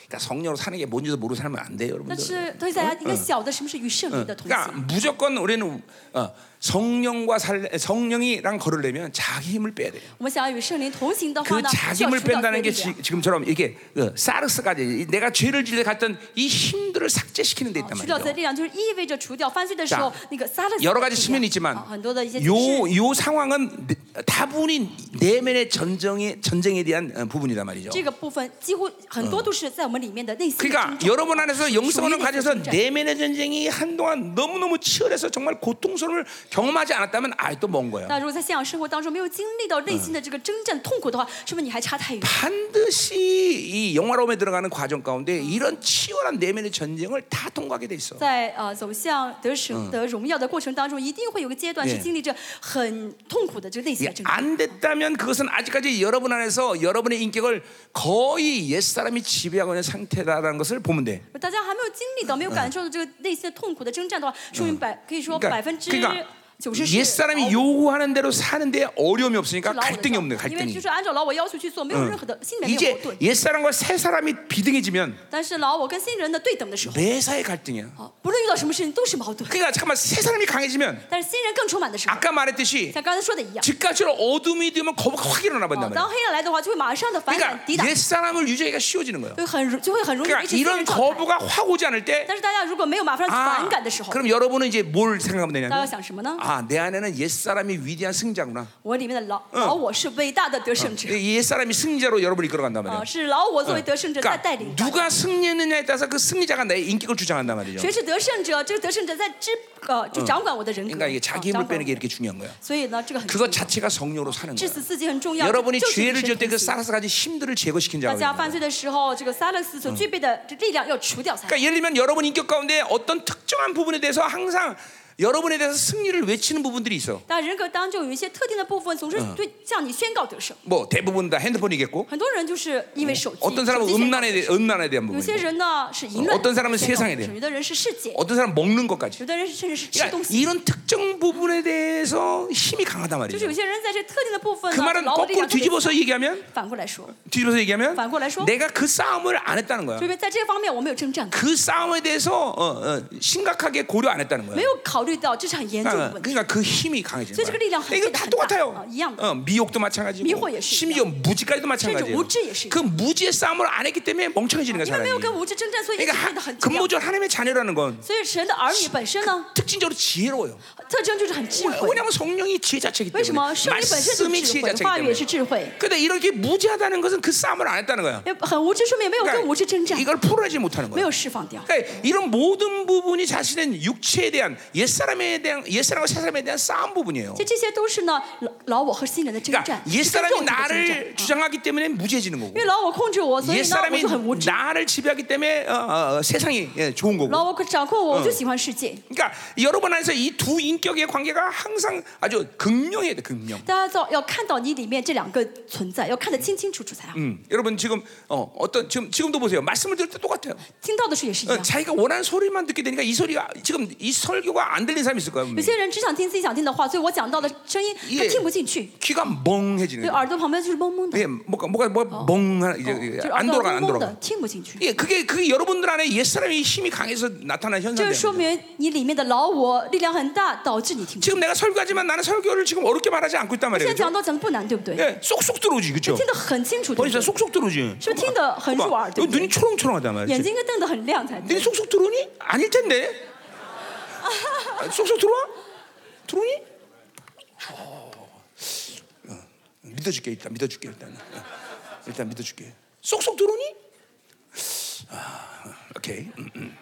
S1: 그러니까 성령으로 사는 게 뭔지도 모르고 살면 안 돼요, 여러분들.
S2: 但
S1: 어.
S2: 是，所以大家应该晓得什么是与圣灵的同
S1: 그러니까
S2: 行。
S1: 무조건 우리는 어, 성령과 살 성령이랑 걸으려면 자기 힘을 빼야 돼요.
S2: 我们想要与圣灵同行的话
S1: 그
S2: 呢，需
S1: 자기
S2: 要
S1: 힘을
S2: 除掉啊这个
S1: 뺀다는
S2: 力
S1: 게
S2: 量
S1: 지, 。 지금처럼 이게 어, 사르스까지 이- 내가 죄를 지을 때 갔던 이 힘들을 삭제시키는 데
S2: 啊
S1: 있단
S2: 除掉这
S1: 말이죠.
S2: 力量，就是意味着除掉犯罪的时候
S1: 자
S2: 那个撒的力量。
S1: 여러 가지 아, 측면이
S2: 啊
S1: 있지만
S2: 很多的一些解释
S1: 요, 요 상황은 내- 다분히 내면의 전쟁에, 전쟁에 대한 어, 부분이단 말이죠.
S2: 这个部分几乎很多都是在我们里面的内心的
S1: 그러니까
S2: 征战。
S1: 여러분 안에서 영성을
S2: 주인의
S1: 가져서
S2: 전쟁.
S1: 내면의 전쟁이 한동안 너무너무 치열해서 정말 고통스러움을 경험하지 않았다면 아직도 먼 거예요.
S2: 那如果在信仰生活当中没有经历到内心的这个征战痛苦的话，说明你还差太远。
S1: 嗯 반드시 이 영화로움에 들어가는 과정 가운데 이런 치열한 내면의 전쟁을 다 통과하게 돼 있어.
S2: 在呃走向得
S1: 嗯
S2: 神得荣耀的过程当中，一定会有个阶段是
S1: 예.
S2: 经历着很痛苦的这个内心
S1: 이게
S2: 的挣扎。
S1: 예, 안 됐다면 그것은 아직까지 여러분 안에서 여러분의 인격을 거의 옛 사람이 지배하고 있는 상태다라는 것을 보면 돼.
S2: 大家还没有经历到，没有感受到这个内心的痛苦的征战的话，说明百可以说百
S1: 嗯 그러니까,
S2: 分之
S1: 그러니까
S2: 九十啊是
S1: 옛 사람이 요구하는 대로 사는데 어려움이 없으니까
S2: 老我的
S1: 갈등이 없는
S2: 因为
S1: 갈등이.
S2: 就是按照老我要求去做，没有
S1: 嗯
S2: 任何的心里面没有
S1: 이제
S2: 矛盾。
S1: 옛 사람과 새 사람이 비등해지면
S2: 但是老我跟新人的对等的时候，
S1: 매사에 갈등이야.
S2: 啊，不论遇到什么事情都是矛盾。
S1: 그러니까 잠깐만 새 사람이 강해지면
S2: 但是新人更充满的时候，
S1: 아까 말했듯이
S2: 像刚才说的一样，
S1: 즉각적으로 어둠이 되면 거부가 확 일어나
S2: 啊
S1: 본단 ， 말이야. 그러니까
S2: 当黑暗来的话，就会马上的反感抵挡
S1: 옛 ， 사람을 유지하기가 쉬워지는 거예요.
S2: 就很容就会很容易维
S1: 그러니까
S2: 持新人
S1: 그 이런
S2: 状态。
S1: 거부가 확 오지 않을 때,
S2: 但是大家如果没有马上
S1: 啊
S2: 反感的时候，
S1: 아, 그럼 여러분은 이제 뭘 생각하면
S2: 大家要
S1: 되냐면,
S2: 想什么呢？
S1: 아, 내 안에는 옛 사람이 위대한 승자구나.
S2: 我里面的老老我是伟大的得胜者，
S1: 옛 사람이 승자로 여러분을 이끌어간단
S2: 啊，
S1: 말이야.
S2: 是老我
S1: 嗯
S2: 作为得胜者在带
S1: 그러니까
S2: 领大家。
S1: 누가 승리했느냐에 따라서 그 승리자가 내 인격을 주장한단 말이죠.
S2: 谁是得胜者？这个得胜者在支呃，就掌管我的人格，
S1: 그러니까 이게
S2: 啊掌
S1: 자기 힘을
S2: 管我的
S1: 빼는 게 이렇게 중요한 거야.
S2: 所以呢，这个很重
S1: 그것
S2: 要。
S1: 자체가 성령으로 사는
S2: 致
S1: 거야.
S2: 死自己很重要。
S1: 여러분이
S2: 就是与
S1: 죄를
S2: 神
S1: 지을 때그
S2: 同行
S1: 사라스 가지 힘들을
S2: 大
S1: 제거시킨다고.
S2: 家
S1: 그러니까
S2: 犯罪的时候，这个萨勒斯所具备的这力量要除掉才好。
S1: 그러니까 예를면 여러분 인격 가운데 어떤 특정한 부분에 대해서 항상 여러분에 대해서 승리를 외치는 부분들이 있어.
S2: 但人格当中有一些特定的部分，总是对向你宣告得胜。
S1: 뭐 대부분 다 핸드폰이겠고
S2: 很多人就是因为手机，
S1: 어떤
S2: 手
S1: 사람은
S2: 机宣告
S1: 음란에 대해 음란에 대한
S2: 有些
S1: 부분이고
S2: 人呢是淫乱
S1: 어떤
S2: 的
S1: 사람은
S2: 宣告
S1: 세상에대해
S2: 得胜，有的人是世界，
S1: 어떤 사람은 먹는 것까지
S2: 有的人甚至是吃东
S1: 그러니까
S2: 西。
S1: 이런 특정 부분에 대해서 힘이 강하단
S2: 就是
S1: 그렇죠.
S2: 有
S1: 말이죠
S2: 些人在这特定的部分
S1: 그
S2: 呢，
S1: 말은
S2: 劳
S1: 거꾸로
S2: 力量特别强
S1: 뒤집어서 얘기하면
S2: 反过来说，
S1: 뒤집어서 얘기하면
S2: 반고로 해서?
S1: 내가 그 싸움을 안 했다는 거야
S2: 就是在这方面我没有征战过，
S1: 그 싸움에 대해서 어, 어, 심각하게 고려 안 했다는
S2: 没
S1: 거야
S2: 有考虑到这场严重的
S1: 그러니까,
S2: 问题。
S1: 그러니까 그 힘이 강해지는
S2: 그래서
S1: 거야
S2: 그力量
S1: 이거 다
S2: 很大，
S1: 똑같아요
S2: 啊，一样的。
S1: 어, 미혹도 마찬가지고
S2: 미혹也是一样。
S1: 심지어 무지까지도 마찬가지예요
S2: 甚至无知也是一样。
S1: 그 무지의 싸움을 안 했기 때문에 멍청해지는 거야
S2: 因为没有
S1: 사람이
S2: 跟无知征战，所以一直
S1: 그러니까
S2: 变
S1: 하-
S2: 得很重要。
S1: 근본적으로 하나님의 자녀라는 건
S2: 所以神的儿女本身呢，
S1: 특징적으로 지혜로워요
S2: 特征就是很智
S1: 아, 왜-
S2: 慧。
S1: 왜냐하면 성령이 지혜 자체이기
S2: 为什
S1: 때문에
S2: 么圣灵本身就是
S1: 말씀이
S2: 智
S1: 지혜 자체이기
S2: 慧，话语也
S1: 때문에
S2: 是智慧。
S1: 근데 이렇게 무지하다는 것은 그 싸움을 안 했다는 거야
S2: 因为很无知，说明没有跟无知征战，
S1: 이걸 풀어내지 못하는
S2: 没
S1: 거야
S2: 有释放掉。
S1: 그러니까 이런 모든 부분이 자신의 육체에 대한 옛사람에 대한 옛사람과 새사람에 대한 싸움 부분이에요
S2: 其实这些都是呢老老我和新人的征
S1: 그러니까
S2: 战，是跟肉
S1: 옛사람이
S2: 体的征战啊
S1: 나를 。 주장하기 때문에 무지해지는
S2: 因
S1: 거고
S2: 为老我控制我，所以呢我
S1: 옛사람이
S2: 就很无知。
S1: 나를 지배하기 때문에 어, 어, 어, 세상이 예, 좋은 거고
S2: 老我掌控我，我就喜欢世界。
S1: 그러니까 여러분 안에서 이 두 인격의 관계가 항상 아주 극명해야 돼 극명
S2: 大家要要看到你里面这两个存在，要看得清清楚楚才好。
S1: 음, 여러분 지금 어, 어떤 지금 지금도 보세요. 말씀을 들을 때 똑같아요.
S2: 听到的时候也是一
S1: 어,
S2: 样。
S1: 자기가 원하는 소리만 듣게 되니까 이 소리가 지금 이 설교가 안 들리는 사람이 있을 거야.
S2: 有
S1: 분명히.
S2: 些人只想听自己想听的话，所以我讲到的声音他
S1: 예
S2: 听不进去，
S1: 귀가 멍해지는
S2: 对
S1: 거야.
S2: 耳朵旁边就是蒙蒙的，
S1: 예, 뭐가 뭐가 뭐 멍한 이제
S2: 哦就
S1: 이제
S2: 是耳
S1: 안
S2: 朵
S1: 돌아가 안
S2: 蒙蒙的
S1: 돌아가.
S2: 听不进去。
S1: 예, 그게 그게 여러분들 안에 옛 사람의 힘이 강해서 나타난
S2: 这个
S1: 현상이에요.
S2: 说明你里面的老我力量很大，导致你听不进去。
S1: 지금 내가 설교하지만 나는 설교를 지금 어렵게 말하지 않고 있단
S2: 现
S1: 말이에요.
S2: 在
S1: 그죠?
S2: 讲到讲的不难，对不对？
S1: 예, 쏙쏙 들어오지, 그렇죠?
S2: 听得很清楚，对不
S1: 보니까
S2: 对？
S1: 쏙쏙 들어오지.
S2: 是不是听得很入耳，
S1: 봐봐,
S2: 对不
S1: 눈이
S2: 对？
S1: 초롱초롱하단
S2: 眼
S1: 말이지.
S2: 睛应该瞪得很亮才对
S1: 눈이 。 쏙쏙 들어오니? 아닐 텐데. 아, 쏙쏙 들어와? 들어오니? 어. 믿어줄게 일단 믿어줄게 일단 어, 일단 믿어줄게 쏙쏙 들어오니? 아, 오케이 음, 음.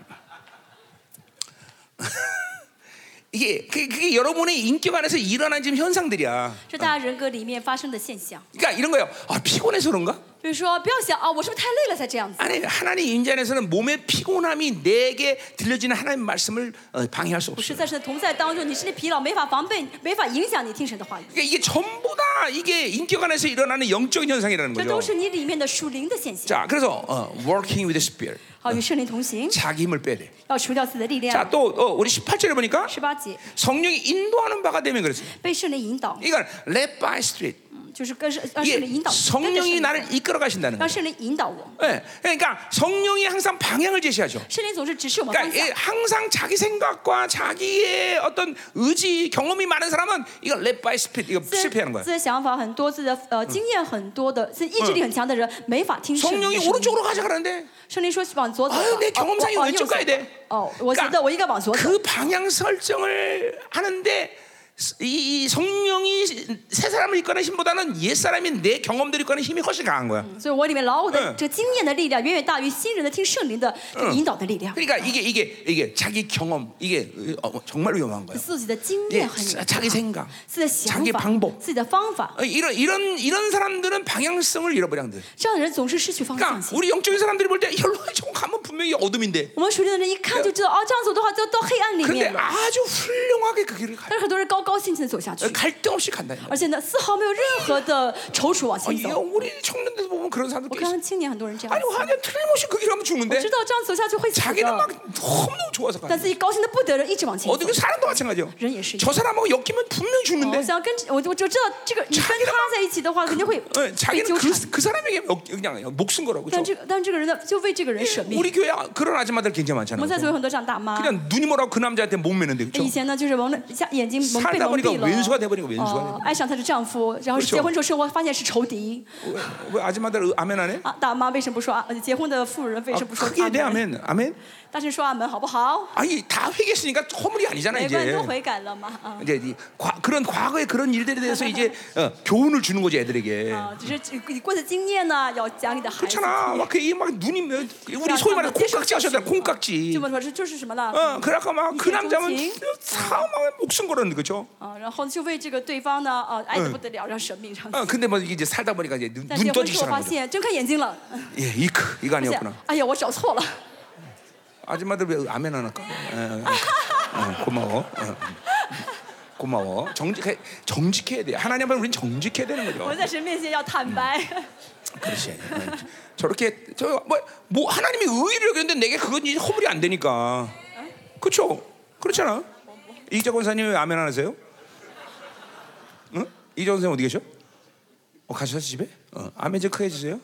S1: 이게 그게, 그게 여러분의 인격 안에서 일어난 지금 현상들이야
S2: 是大家人格里面发生的现象。
S1: 그러니까 이런 거예요 아 피곤해서 그런가?
S2: 比如说，不要想啊，我是不是太累了才这样子？
S1: 아니 하나님 임재 안에서는 몸의 피곤함이 내게 들려지는 하나님 말씀을 어, 방해할 수
S2: 不是
S1: 없어요.
S2: 在神的同在当中，你身体疲劳没法防备，没法影响你听神的话语，
S1: 그러니까 이게 전부 다 이게 인격 안에서 일어나는 영적인 현상이라는
S2: 这都
S1: 거죠.
S2: 是你里面的属灵的现象。
S1: 자, 그래서 어, working with the spirit
S2: 好，与圣灵同行，
S1: 자기 힘을 빼래.
S2: 要除掉自己的力
S1: 자,
S2: 量。
S1: 또 어, 우리 18절에 보니까
S2: 十八节，
S1: 성령이 인도하는 바가 되면 그랬어요.
S2: 被圣灵引导，
S1: 이건 led by spirit.
S2: 嗯就是跟圣让圣灵引
S1: 이
S2: 导，跟着圣
S1: 성령이
S2: 灵
S1: 나를 이끌어 가신다는
S2: 让
S1: 거예요.
S2: 圣灵引导我。
S1: 예, 그러니까 성령이 항상 방향을 제시하죠.
S2: 圣灵总是指示我们方
S1: 그러니까 예,
S2: 向。
S1: 뭐 항상 자기 생각과 자기의 어떤 의지 경험이 많은 사람은 이거 led by spirit 이거
S2: 自己
S1: 실패하는 거야.
S2: 自己想法很多，自己的呃经验很多的，自己意志力很强的人没法听圣灵的
S1: 성령이
S2: 声音。
S1: 오른쪽으로 가자 그러는데
S2: 圣灵说往左走吧，
S1: 아유내경험상에왼
S2: 往
S1: 쪽
S2: 右走
S1: 가야돼 。
S2: 哦，我觉得我应该往左走。
S1: 그 방향 설정을 하는데 이, 이 성령이 새 사람을 이끄는 힘보다는 옛 사람인 내 경험들을 이끄는 힘이 훨씬 강한 거야.
S2: 所以我里面老我的
S1: 嗯
S2: 这个经验的力量，远远大于新人的听圣灵的这个引导的力量。
S1: 그러니까 이게 이게 이게 자기 경험 이게 어, 정말 위험한 거야.
S2: 自己的经
S1: 예,
S2: 验很有
S1: 자- 자기 생각.
S2: 自己的想
S1: 자기의
S2: 法
S1: 방법 、
S2: 自己的方法，
S1: 어, 이런 이런 이런 사람들은 방향성을 잃어버린다.
S2: 这样的人总是失去方向
S1: 아, 그러니까
S2: 性。
S1: 우리 영적인 사람들이 볼 때 열로 저거 가면 분명히 어둠인데.
S2: 我们属灵的人一看就知道，哦，这样走的话就到黑暗里
S1: 그런데
S2: 面了。
S1: 아주 훌륭하게 그 길을 가.
S2: 但是很多人高高兴兴的走下去，
S1: 갈등 없이 간다. 이 말이야.
S2: 而且呢，丝毫没有任何的踌躇
S1: 어,
S2: 往前
S1: 이거
S2: 走。
S1: 우리 청년들 보면 그런
S2: 我
S1: 사람들 꽤
S2: 看
S1: 있어.
S2: 看青年很多人这样
S1: 아니
S2: 子，
S1: 화면 틀림없이 그 길하면
S2: 我
S1: 죽는데
S2: 知道这样走下去会死
S1: 자기는
S2: 的，
S1: 막 너무너무 좋아서 가.
S2: 但自己高兴的不得了，一直往前走
S1: 어떻게 。 사는 거 마찬가지야.
S2: 人也是一样。
S1: 저 사람하고 엮이면 분명히
S2: 我
S1: 죽는데.
S2: 哦想跟我就我就知道这个，你跟他在一起的话，肯 定会
S1: 예,
S2: 被
S1: 자기는
S2: 纠缠。
S1: 그, 그 사람에게 엮- 그냥 목숨 거라고.
S2: 但
S1: 그죠?
S2: 这个但这个人呢，就为这个人舍命。
S1: 우리 교회 그런 아줌마들 굉장히
S2: 我
S1: 많잖아요.
S2: 们在
S1: 그죠?
S2: 座有很多这样大妈，
S1: 그냥 눈이 뭐라고 그 남자한테 못 매는데
S2: 以
S1: 그렇죠?
S2: 前呢就是蒙了下眼睛蒙被
S1: 살다
S2: 蒙
S1: 보니까
S2: 蔽了，
S1: 왼수가돼버린거왼수가
S2: 呃爱上她的丈夫，然后
S1: 그렇죠
S2: 结婚之后生活发现是仇敌
S1: 왜, 왜 아줌마들 아멘 안 해?
S2: 啊！大妈为什么不说啊？呃结婚的妇人为
S1: 아,
S2: 什么不说
S1: 크게
S2: 阿
S1: 내
S2: 门？
S1: 아멘. 아멘.
S2: 大声说阿啊门好不好？
S1: 아니 다 회개했으니까 허물이 아니잖아
S2: 每个人
S1: 이제.
S2: 都悔改了嘛啊！
S1: 이제 이 과, 그런 과거의 그런 일들에 대해서 이제 어, 교훈을 주는 거지 애들에게.
S2: 啊，只是你过的经验呢，要讲给你的孩子。
S1: 그렇잖아. 막 그 막 눈이 면- 우리
S2: 야,
S1: 소위 말해서
S2: 나 계속
S1: 콩깍지 하셨다.
S2: 사실.
S1: 콩깍지.
S2: 就么说这就是什么了？
S1: 어, 그러니까 막 그
S2: 一见钟
S1: 남자는
S2: 情
S1: 사망의 목숨 걸었는 거죠.
S2: 啊，然后就为这个对方呢，啊，爱的不得了，让舍命上。
S1: 어, 근데 뭐 이게 이제 살다 보니까 이제 눈,
S2: 但
S1: 눈
S2: 结婚
S1: 떠지기
S2: 之后
S1: 시작한
S2: 发
S1: 거죠.
S2: 现睁开眼睛了，
S1: 예, 이크 이거
S2: 发现
S1: 아니었구나.
S2: 哎呀，我找错了。
S1: 아줌마들 왜 아멘 안 할까? 예, 예. 어, 고마워. 어, 음. 고마워. 정직해 정직해야 돼. 하나님 앞에 우리는 정직해야 되는
S2: 我们
S1: 거죠.
S2: 在神面前要坦白。
S1: 그렇지. 예. 저렇게 저 뭐 뭐 하나님이 의를 그랬는데 내게 그건 이제 허물이 안 되니까. 그렇죠? 그렇잖아. 이재 권사님 왜 아멘 안 하세요? 응? 이재 권사님 어디 계셔? 어, 가셔 집에? 어, 아멘 좀 크게 해주세요.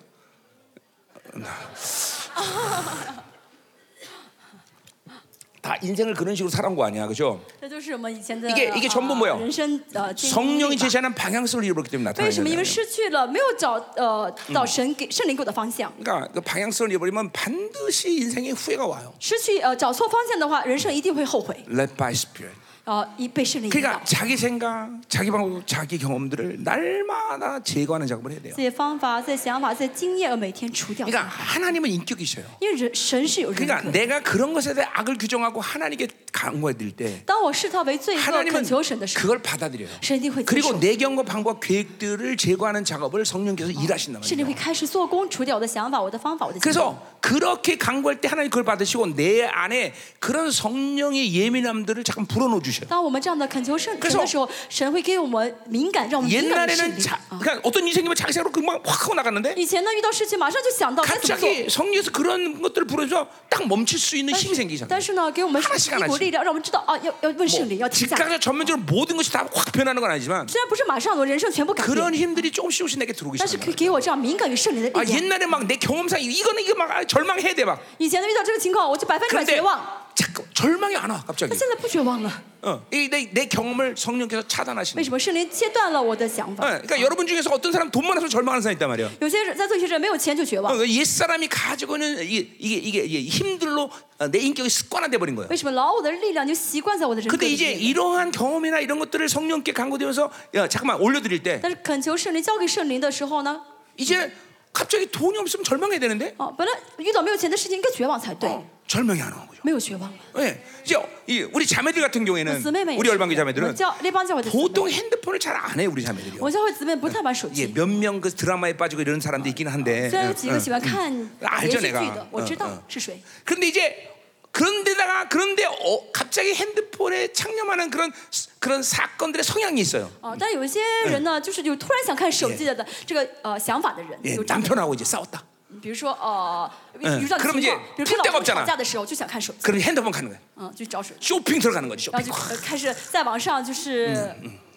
S1: 다 인생을 그런 식으로 살아온 거 아니야, 그렇죠?
S2: 这就是我们以前的
S1: 이게이게
S2: 啊
S1: 전부뭐예요
S2: 人生的经历
S1: 성령이
S2: 吧
S1: 제시하는 방향성을 잃어버렸기 때문에
S2: 为什么？
S1: 나타나는
S2: 因为
S1: 거예요.
S2: 失去了，没有找呃到神给圣灵给我的方向。
S1: 그러니까 그 방향성을 잃어버리면 반드시 인생에 후회가 와요.
S2: 失去呃找错方向的话，人生一定会后悔。
S1: Led by Spirit.
S2: 呃，一被圣灵引导
S1: 그러니까 ， 자기 생각, 자기 방법, 자기 경험들을 날마다 제거하는 작업을 해야 돼요.
S2: 自己的方法、自己的想法、自己的经验要每天除掉。
S1: 그러니까 하나님은 인격이셔요.
S2: 因为人神是有人格
S1: 그러니까
S2: 的。
S1: 내가 그런 것에 대해 악을 규정하고 하나님께 간구해 드릴 때
S2: 当我视他为罪恶，
S1: 하나님은
S2: 恳求神的时候，
S1: 그걸 받아들여요.
S2: 神一定会接
S1: 그리고
S2: 受。
S1: 내 경과 방법 계획들을 제거하는 작업을 성령께서 아, 일하신단
S2: 甚至
S1: 말이에요.
S2: 会开始做工，除掉我的想法、我的方法、我的经验。
S1: 그래서 그렇게 간구할 때 하나님 그걸 받으시고 내 안에 그런 성령의 예민함들을 잠깐 불어넣어 주셔요.
S2: 当我们这样的恳求圣
S1: 그래서
S2: 神的时候，神会给我们敏感，让
S1: 아,
S2: 我们敏感的事
S1: 옛날에는
S2: 情
S1: 자,
S2: 啊。
S1: 그러니까 어떤 인생이 면 자기 생각으로 금방 확 하고 나갔는데
S2: 以前呢，遇到事情马上就想到该怎么做。
S1: 갑자기 성령에서 그런 것들을 불어서 딱 멈출 수 있는 힘이 생기기 시작해요.
S2: 但
S1: 어,
S2: 是呢，给我们
S1: 하나씩하나
S2: 一股
S1: 씩
S2: 力量，让我们知道啊，要要问圣灵，要停下来。
S1: 즉각적 뭐 전면적으로 모든 것이 다 확 변하는 건 아니지만
S2: 虽然不是马上我人生全部改
S1: 그런
S2: 变，
S1: 힘들이 조금씩 조금씩 내게 들어오기
S2: 但是
S1: 시작해요.
S2: 可以给我这样敏感于圣灵的
S1: 아
S2: 力量。
S1: 옛날에 막 내 경험상 이거는 이거 막 아, 절망해야 돼 막.
S2: 以前呢遇到这个情况，我就百分之百
S1: 근데
S2: 绝望，
S1: 자꾸 절망이 안 와
S2: 但
S1: 갑자기.
S2: 现在不绝望了。
S1: 어, 이내내 경험을 성령께서 차단하시는.
S2: 为
S1: 거예요.
S2: 什么圣灵切断了我的想
S1: 어,
S2: 法？
S1: 그러니까 여러분 중에서 어떤 사람 돈 많아서 절망하는 사람 있단 말이야.
S2: 有些人在做一些人没有钱就绝望，
S1: 어, 옛 사람이 가지고 있는 이게 이게 이게 이게 힘들로 어, 내 인격이 습관화돼 버린 거예요.
S2: 为什么老我的力量就习惯在我的人格
S1: 근데
S2: 里
S1: 이제
S2: 面？
S1: 이러한 경험이나 이런 것들을 성령께 간구되면서 야 잠깐만 올려드릴 때
S2: 但是恳求圣灵交给圣灵的时候呢，
S1: 이제 갑자기 돈이 없으면 절망해야 되는데
S2: 哦，本来遇到没有钱的事情应该绝望才对，
S1: 어, 절망이 안 오는 거죠.
S2: 没有绝望。
S1: 예, 이제 이 우리 자매들 같은
S2: 我
S1: 경우에는
S2: 姊妹们也
S1: 우리
S2: 是
S1: 열방교
S2: 我们
S1: 자매들은
S2: 教列邦教会的姊妹
S1: 보통 핸드폰을 잘 안 해요 우리 자매들이.
S2: 我教会姊妹不太玩手
S1: 예,
S2: 机，
S1: 몇 명 그 드라마에 빠지고 이런 사람도 어, 있긴 한데. 예,
S2: 虽然有几
S1: 응,
S2: 个
S1: 응.
S2: 喜欢看
S1: 알죠
S2: 连续剧
S1: 내가
S2: 的，我知
S1: 嗯
S2: 道是谁。
S1: 그런데 이제 그런데다가 그런데 어, 갑자기 핸드폰에 창념하는 그런 그런 사건들의 성향이 있어요.
S2: 哦，但有一些人
S1: 嗯
S2: 呢，就是有突然想看手机的的这个呃想法的人，
S1: 예,
S2: 有这样的
S1: 남편하고 이제 싸웠다.
S2: 比如说呃，
S1: 嗯
S2: 遇到
S1: 그럼
S2: 情
S1: 이제
S2: 况，比如跟
S1: 풀데가
S2: 老公
S1: 없잖아
S2: 吵架的时候就想看手机，
S1: 그럼 핸드폰 가는 거예요.
S2: 嗯，就找手机，
S1: 쇼핑 들어가는 거지. 쇼핑.
S2: 然后就呃开始在网上就是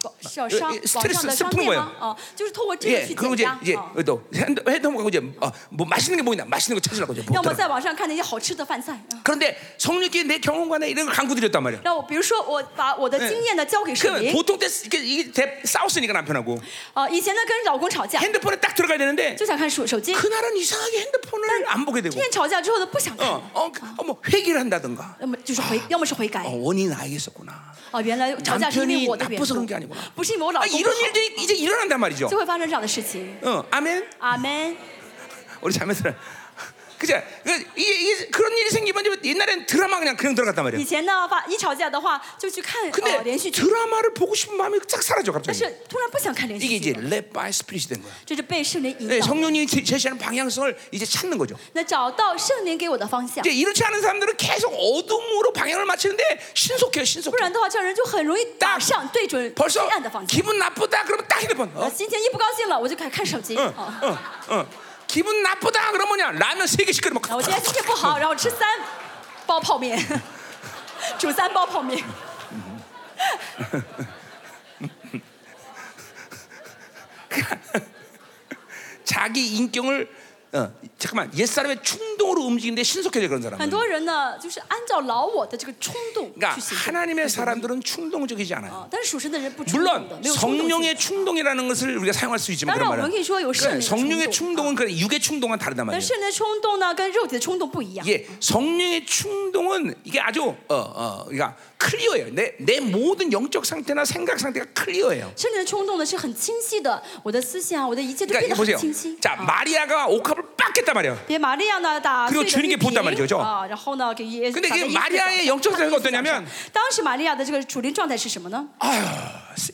S2: 网小商
S1: 嗯呃
S2: 网上
S1: 스트레스
S2: 的商店
S1: 푸는거예요
S2: 吗？哦，就是透过这
S1: 예,
S2: 个去
S1: 그리고
S2: 减
S1: 이제
S2: 压
S1: 이제
S2: 啊。
S1: 또 핸드- 핸드폰 가고 이제 어, 뭐 맛있는 게 보인다. 맛있는 거 찾으려고 이제
S2: 要么
S1: 보더라.
S2: 在网上看那些好吃的饭菜，啊
S1: 그런데 성령께 내 경험관에 이런 걸 강구드렸단 말이야.
S2: 让我比如说我把我的
S1: 嗯
S2: 经验呢交给圣
S1: 그
S2: 灵，
S1: 보통 때 이게, 이게 대- 싸웠으니까 남편하고
S2: 啊，以前呢跟老公吵架
S1: 핸드폰에 딱 들어가야 되는데
S2: 就想看手手机，
S1: 그날은 이상하게 핸드폰을 안 보게
S2: 今
S1: 되고
S2: 天吵架之后呢不想
S1: 어,
S2: 看，
S1: 어, 그- 어, 뭐 회개를 한다든가
S2: 要么就是悔，要么是悔改
S1: 어, ， 원인 은 알게 있었구나
S2: 啊，原来吵架是因为我的
S1: 남편이나빠
S2: 缘
S1: 서그런게
S2: 故
S1: 아니구나 ，
S2: 不哎是因为我老
S1: 아,
S2: 公不
S1: 이런
S2: 好，
S1: 일들이 이제 일어난단 말이죠
S2: 就会发生这样的事情。
S1: 어, 아멘
S2: 阿门。
S1: 우리 자매들 그죠 그, 이게, 이게 그런 일이 생기면 이제 옛날엔 드라마 그냥 그냥 들어갔단
S2: 以
S1: 말이에요 어,
S2: 前呢，发一吵架的话就去看呃
S1: 근데
S2: 连续剧，
S1: 드라마를 보고 싶은 마음이 쫙 사라져
S2: 但
S1: 갑자기
S2: 是突然不想看连
S1: 이게
S2: 续
S1: 이제
S2: 剧了，
S1: led by spirit이 된 거야
S2: 这是被圣灵引
S1: 네,
S2: 导。
S1: 성령님이 제- 제시하는 방향성을 이제 찾는 거죠
S2: 那找到圣灵给我的方向
S1: 이제 ， 이렇지 않은 사람들은 계속 어둠으로 방향을 맞추는데 신속해요
S2: 不
S1: 신속해
S2: 然的话，这样人就很容易
S1: 딱
S2: 打上对准黑
S1: 벌써
S2: 暗的方向。
S1: 기분 나쁘다 그러면 딱 핸드폰
S2: 呃
S1: 어?
S2: 心情一不高兴了，我就开始看手机。
S1: 응,
S2: 哦，
S1: 응, 응. 기분 나쁘다 그러면 뭐냐 라면 세 개씩 끓여
S2: 然
S1: 먹고
S2: 后我今天心情不好，然后吃三包泡面， 煮三包泡面。
S1: 자기 인격을 어, 잠깐만 옛사람의 충동으로 움직이는데 신속해져 그런
S2: 很
S1: 사람은
S2: 多人呢，就是按照老我的这个冲动
S1: 그러니까
S2: 去行动。
S1: 하나님의 사람들은 충동적이지 않아요
S2: 啊，但是属神的人不冲动的，
S1: 물론
S2: 没有冲动性
S1: 성령의 충동이라는 것을 우리가 사용할 수 있지만 그런
S2: 따라와,
S1: 말은
S2: 우리가 이거
S1: 그러니까
S2: 시험의
S1: 성령의
S2: 충동.
S1: 충동은 그 육의 충동과 다르단
S2: 但
S1: 말이에요
S2: 圣灵的冲动呢，跟肉体的冲动不一样。
S1: 예, 성령의 충동은 이게 아주 어, 어, 그러니까 클리어예요. 내, 내 모든 영적 상태나 생각 상태가 클리어예요.
S2: 圣灵的冲动呢是很清晰的，我的思想、啊我的一切都
S1: 그러니까 이거
S2: 变得很
S1: 보세요.
S2: 清晰。
S1: 자,
S2: 啊
S1: 마리아가 옥합을 빡겠단 말이에요.
S2: 别玛利亚呢打碎
S1: 그리고주님께본단말이죠그죠
S2: 的啊，然后呢给耶稣。
S1: 근데
S2: 打
S1: 이
S2: 在耶稣脚
S1: 마리아의 영적
S2: 上
S1: 상태가 。 어떠냐면
S2: 当时玛利亚的这个主灵状态是什么呢？
S1: 아휴,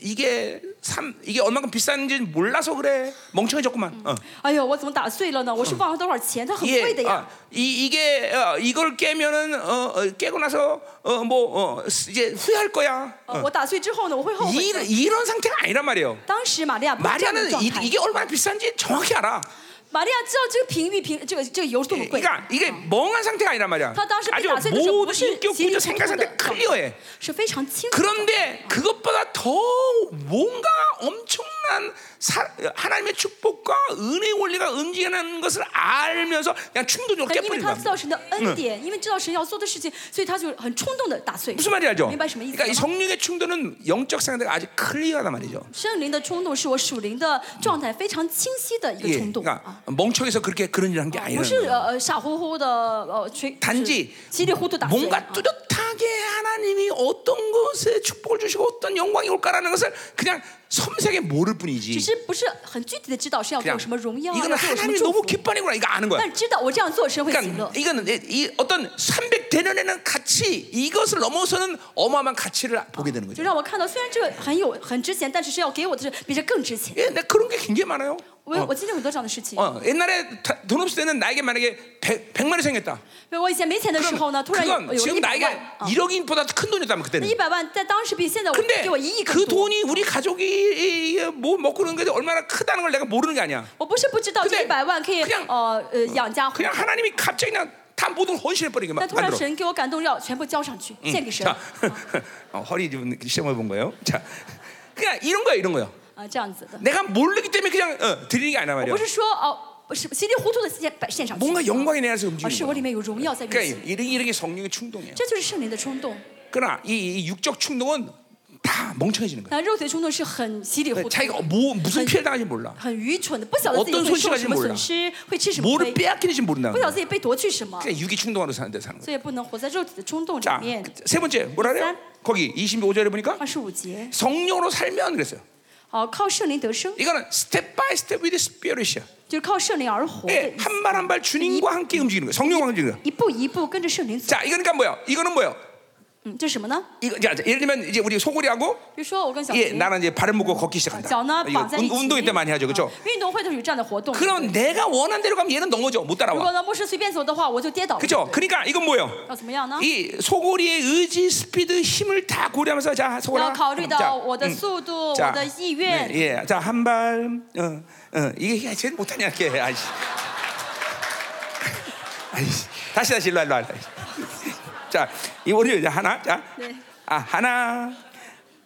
S1: 이게 삼 이게 얼마큼 비싼지 몰라서 그래. 멍청해졌구만. 어.
S2: 哎呦，我怎么打碎了呢？我是忘了多少钱，它很
S1: 예,
S2: 贵的
S1: 아, 。
S2: 呀
S1: 이, 이게 어, 이걸 깨면은 어, 어, 깨고 나서 어, 뭐 어, 이제 후회할 거야.
S2: 呃我打碎之后呢，我会后悔的。
S1: 이, 런 상태가 아니란 말이에요.
S2: 当时玛利亚不是这样的
S1: 마리아는
S2: 状
S1: 이,
S2: 态，
S1: 이게 얼마나 비싼지 정확히 알아.
S2: 玛利亚知道这个平玉平这个这个油多么贵，
S1: 그러니까 이게 멍한 상태가 아니란 말이야.
S2: 어. 다 당시
S1: 아주
S2: 다 생각해서
S1: 모든
S2: 무슨
S1: 인격
S2: 진리
S1: 구조 생각 상태
S2: 정도다.
S1: 클리어해.
S2: 是非常清楚的。
S1: 그런데 그것보다 더 뭔가 엄청난 사- 하나님의 축복과 은혜 원리가 움직이는 것을 알면서 그냥 충동적으로
S2: 但因为
S1: 깨버린
S2: 他
S1: 거야.
S2: 知道神的恩典，因为知道神要做的事情，所以他就很冲动的打碎。
S1: 무슨 말인지 알죠?
S2: 明白什么意思
S1: 그러니까
S2: 了
S1: 이
S2: 吗？
S1: 성령의 충돌은 영적 상태가 아직 클리어하단 말이죠.
S2: 圣灵的冲动是我属灵的状态非常清晰的一
S1: 예,
S2: 个冲动啊。
S1: 그러니까 멍청해서 그렇게 그런 일을 한 게
S2: 不
S1: 아니라는
S2: 是
S1: 거예요.
S2: 呃呃傻乎乎的呃全
S1: 단지
S2: 就是稀里糊涂打碎
S1: 뭔가
S2: 啊
S1: 뚜렷하게 하나님이 어떤 것에 축복을 주시고 어떤 영광이 올까라는 것을 그냥 섬세하게 모를
S2: 只
S1: 뿐이지.
S2: 是不是很具体的知道是要
S1: 그냥
S2: 做什么荣耀啊，
S1: 이거는
S2: 要做什么
S1: 하나님이
S2: 祝
S1: 너무
S2: 福，
S1: 기뻐하는구나 이거 아는 거야.
S2: 但知道我这样做神会喜乐
S1: 그러니까 。 이거는 이- 이 어떤 300 대년에는 가치 이것을 넘어서는 어마어마한 가치를 보게 되는
S2: 就
S1: 거죠.
S2: 让我看到，虽然这个很有很值钱，但是是要给我的是比这更值钱。
S1: 예, 내 그런 게 굉장히 많아요.
S2: 我我经历很多这样的事情。
S1: 어, 옛날에 다- 돈 없을 때는 나에게 만약에 100, 100만 원 생겼다.
S2: 因为我以前没钱的时候
S1: 그럼 어,
S2: 呢，突然有
S1: 그건
S2: 有了
S1: 지금
S2: 一百
S1: 나에게
S2: 万啊，
S1: 1억인보다 큰 어. 돈이었다면
S2: 那
S1: 그때는.
S2: 一百万在当时比现在我
S1: 근데
S2: 给我一亿
S1: 그
S2: 更多。
S1: 돈이 우리 가족이 이- 이- 뭐 먹고 그러는 게 얼마나 크다는 걸 내가 모르는 게 아니야.
S2: 我不是不知道
S1: 근데
S2: 这一百万可以
S1: 그냥
S2: 呃呃养家糊
S1: 그냥
S2: 口，
S1: 하나님이 갑자기 그냥 다 모든 헌신해 버리게 만-
S2: 但突然
S1: 만들어.
S2: 神给我感动，要全部交上去，献给神
S1: 자, 어, 허리 좀 시험해 본 거예요. 자, 그냥 이런 거야, 이런 거요.
S2: 啊，这样子的。
S1: 내가 모르기 때문에 그냥 어, 드리는 게 아니란
S2: 我
S1: 말이야.
S2: 不是说哦，不是稀里糊涂的献献上去。
S1: 뭔가 영광이 내 안에서
S2: 而是
S1: 움직이는 거야.
S2: 我里面有荣耀在运行
S1: 그러니까 ， 이런 이런 게 성령의 충동이에요.
S2: 这就是圣灵的冲动。
S1: 그러나 이, 이 육적 충동은 다 멍청해지는 거야.
S2: 但肉体的冲动是很稀里糊涂
S1: 그러니까
S2: 的，
S1: 자기가 뭐 무슨 피해를 당할지 몰라.
S2: 很愚蠢的，不晓得自己
S1: 어떤
S2: 会受
S1: 손실까지
S2: 什么
S1: 몰라
S2: 损失，会吃什么
S1: 뭐를
S2: 亏，
S1: 빼앗기는지 모른다는
S2: 不晓
S1: 거야.
S2: 得自己被夺去什么，
S1: 그냥 육이 충동으로 사는 데 사는 거야.
S2: 所以不能活在肉体的冲动里
S1: 자, 그
S2: 面。
S1: 세 번째 뭐라 그래요?
S2: 짠. 어.
S1: 거기 25절에 보니까
S2: 二十五节，
S1: 성령으로 살면 그랬어요.
S2: 啊、呃，靠圣灵得生，
S1: 이거는 스텝 바이 스텝 위드 스피릿이야.
S2: 就是靠圣灵而活的意
S1: 예,
S2: 思，
S1: 한 발 한 발 주님과 함께 움직이는 거야. 성령과 함께 움직이는 거야.
S2: 一步一步跟着圣灵走。
S1: 자, 이거니까 뭐야? 이거는 뭐야?
S2: 嗯，这是什么呢？
S1: 이거 자, 자, 예를 들면 이제 우리 소고리하고
S2: 比如说我跟小
S1: 예,
S2: 琴，
S1: 나는 이제 발을 묶고 걷기 시작한다.
S2: 脚呢
S1: 이거
S2: 绑在
S1: 운,
S2: 一起。
S1: 운동회 때 많이 하죠, 그렇죠?
S2: 啊运动会都是有这样的活动。
S1: 그럼 내가 원한 대로 가면 얘는 넘어져 못
S2: 如果
S1: 따라와,
S2: 呢牧师随便走的话，我就跌倒了。
S1: 그렇죠? 그러니까 이건 뭐요?
S2: 要怎么样呢？
S1: 이 소고리의 의지, 스피드, 힘을 다 고려하면서 자,
S2: 要
S1: 소고라.
S2: 考虑
S1: 자,
S2: 到我的
S1: 음.
S2: 速度、
S1: 자
S2: 我的意
S1: 네,
S2: 愿。
S1: 예, 자, 한 발, 어, 어, 이게 야, 쟤는 못하냐, 이게. 아이씨. 아이씨. 다시, 다시, 일로, 와, 일로, 와, 일로. 와. 자, 이 우리 이제 하나, 자.
S2: 네.
S1: 아, 하나,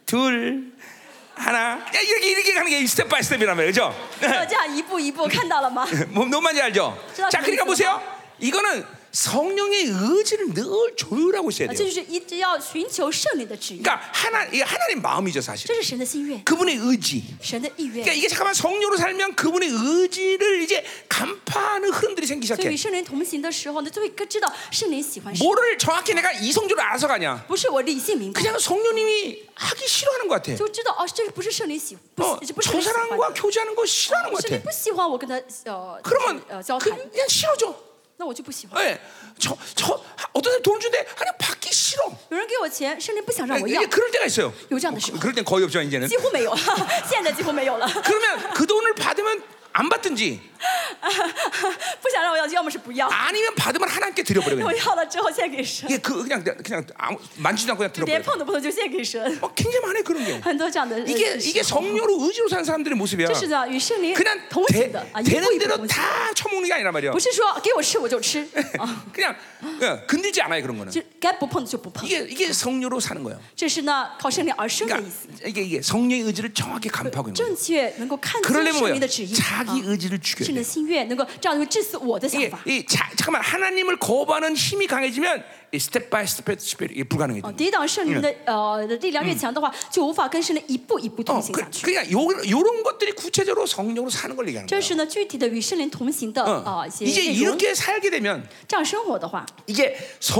S1: 둘, 하나. 야, 이렇게, 이렇게 가는 게 스텝 바이 스텝이란 말이에요, 그죠?
S2: 要这样一步一步，看到了 吗？
S1: 뭐, 너무 많이 알죠?
S2: 진짜
S1: 자, 그러니까
S2: 재밌어요.
S1: 보세요. 이거는 성령의 의지를 늘 조율하고 있어야
S2: 这
S1: 돼요.
S2: 就是一直要寻求圣灵的指引，
S1: 그러니까 하나, 이게 하나님 마음이죠,
S2: 这
S1: 사실.
S2: 是神的心愿，
S1: 그분의 의지.
S2: 神的意
S1: 그러니까
S2: 愿。
S1: 이게 잠깐만 성령으로 살면 그분의 의지를 이제 간파하는 흐름들이 생기기
S2: 所以
S1: 시작해.
S2: 与圣灵同行的时候呢，就会知道圣灵喜欢谁，
S1: 뭐를 정확히 내가 이성적으로 알아서 가냐?
S2: 不是我理性明白，
S1: 그냥 성령님이 하기 싫어하는 것 같아.
S2: 就知道哦，这不是圣灵喜，不
S1: 어,
S2: 是这不是
S1: 저
S2: 圣灵喜欢
S1: 사람과
S2: 的，
S1: 교제하는 거 싫어하는 어, 것
S2: 圣灵
S1: 같아.
S2: 不喜欢我跟他呃呃
S1: 그러면
S2: 交谈，
S1: 그냥 싫어져.
S2: 那我就不喜欢。
S1: 예. 저, 저, 하- 어떤 사람 돈 준데 그냥 받기 싫어.
S2: 有人给我钱，圣灵不想让我
S1: 예,
S2: 要
S1: 이제 ， 그럴 때가 있어요.
S2: 요지않는 시간.
S1: 그- 그럴 땐 거의 없지만 이제는.
S2: 几乎没有， 现在几乎没有了。
S1: 그러면 그 돈을 받으면 안 받든지
S2: 不想让我要，要么是不要。
S1: 아니면 받으면 하나님께 드려버려.
S2: 我
S1: 그냥.
S2: 要了之后献给神，
S1: 이게 그 그냥 그냥 아무 만지도 않고 그냥
S2: 连
S1: 드려버려.
S2: 碰都不碰就献给神。
S1: 어, 굉장히 많아요 그런 게.
S2: 很多这样的，
S1: 이게
S2: 呃
S1: 이게 성녀로 의지로 사는 사람들의 모습이야.
S2: 这是叫与圣灵
S1: 그냥
S2: 同行
S1: 대,
S2: 的啊，一步一
S1: 되는 대로
S2: 步同行，
S1: 다 처먹는 게 아니란 말이야.
S2: 不是说给我吃我就吃啊，
S1: 그냥 예, 건들지 않아요 그런 거는.
S2: 就该不碰的就不 碰。
S1: 이게 이게 성녀로 사는 거예요.
S2: 这是呢靠圣灵而生的意
S1: 그러니까
S2: 思，
S1: 이게 이게 성녀의 의지를 정확히 간파하고 있는
S2: 正
S1: 거예요.
S2: 确能够看清
S1: 그러려면
S2: 圣灵
S1: 뭐예요?
S2: 的旨意，
S1: 자기
S2: 啊
S1: 의지를 죽여야 돼요.
S2: 圣灵的心愿能够这样能够致死我的想
S1: 이게
S2: 法。
S1: 이 자, 잠깐만 하나님을 거부하는 힘이 강해지면 이 스텝 바이 스텝 스텝 이게 불가능해요.
S2: 啊，抵挡圣灵的呃的力量越强的话，就无法跟圣灵一步一步同
S1: 어,
S2: 行
S1: 그,
S2: 下去。
S1: 그러니까 요 요런 것들이 구체적으로 성령으로 사는 걸 얘기하는
S2: 这
S1: 거예요.
S2: 是呢具体的与圣灵同行的
S1: 어.
S2: 啊一些
S1: 이제
S2: 内容。
S1: 이렇게 살게 되면
S2: 这样生活的话，
S1: 이게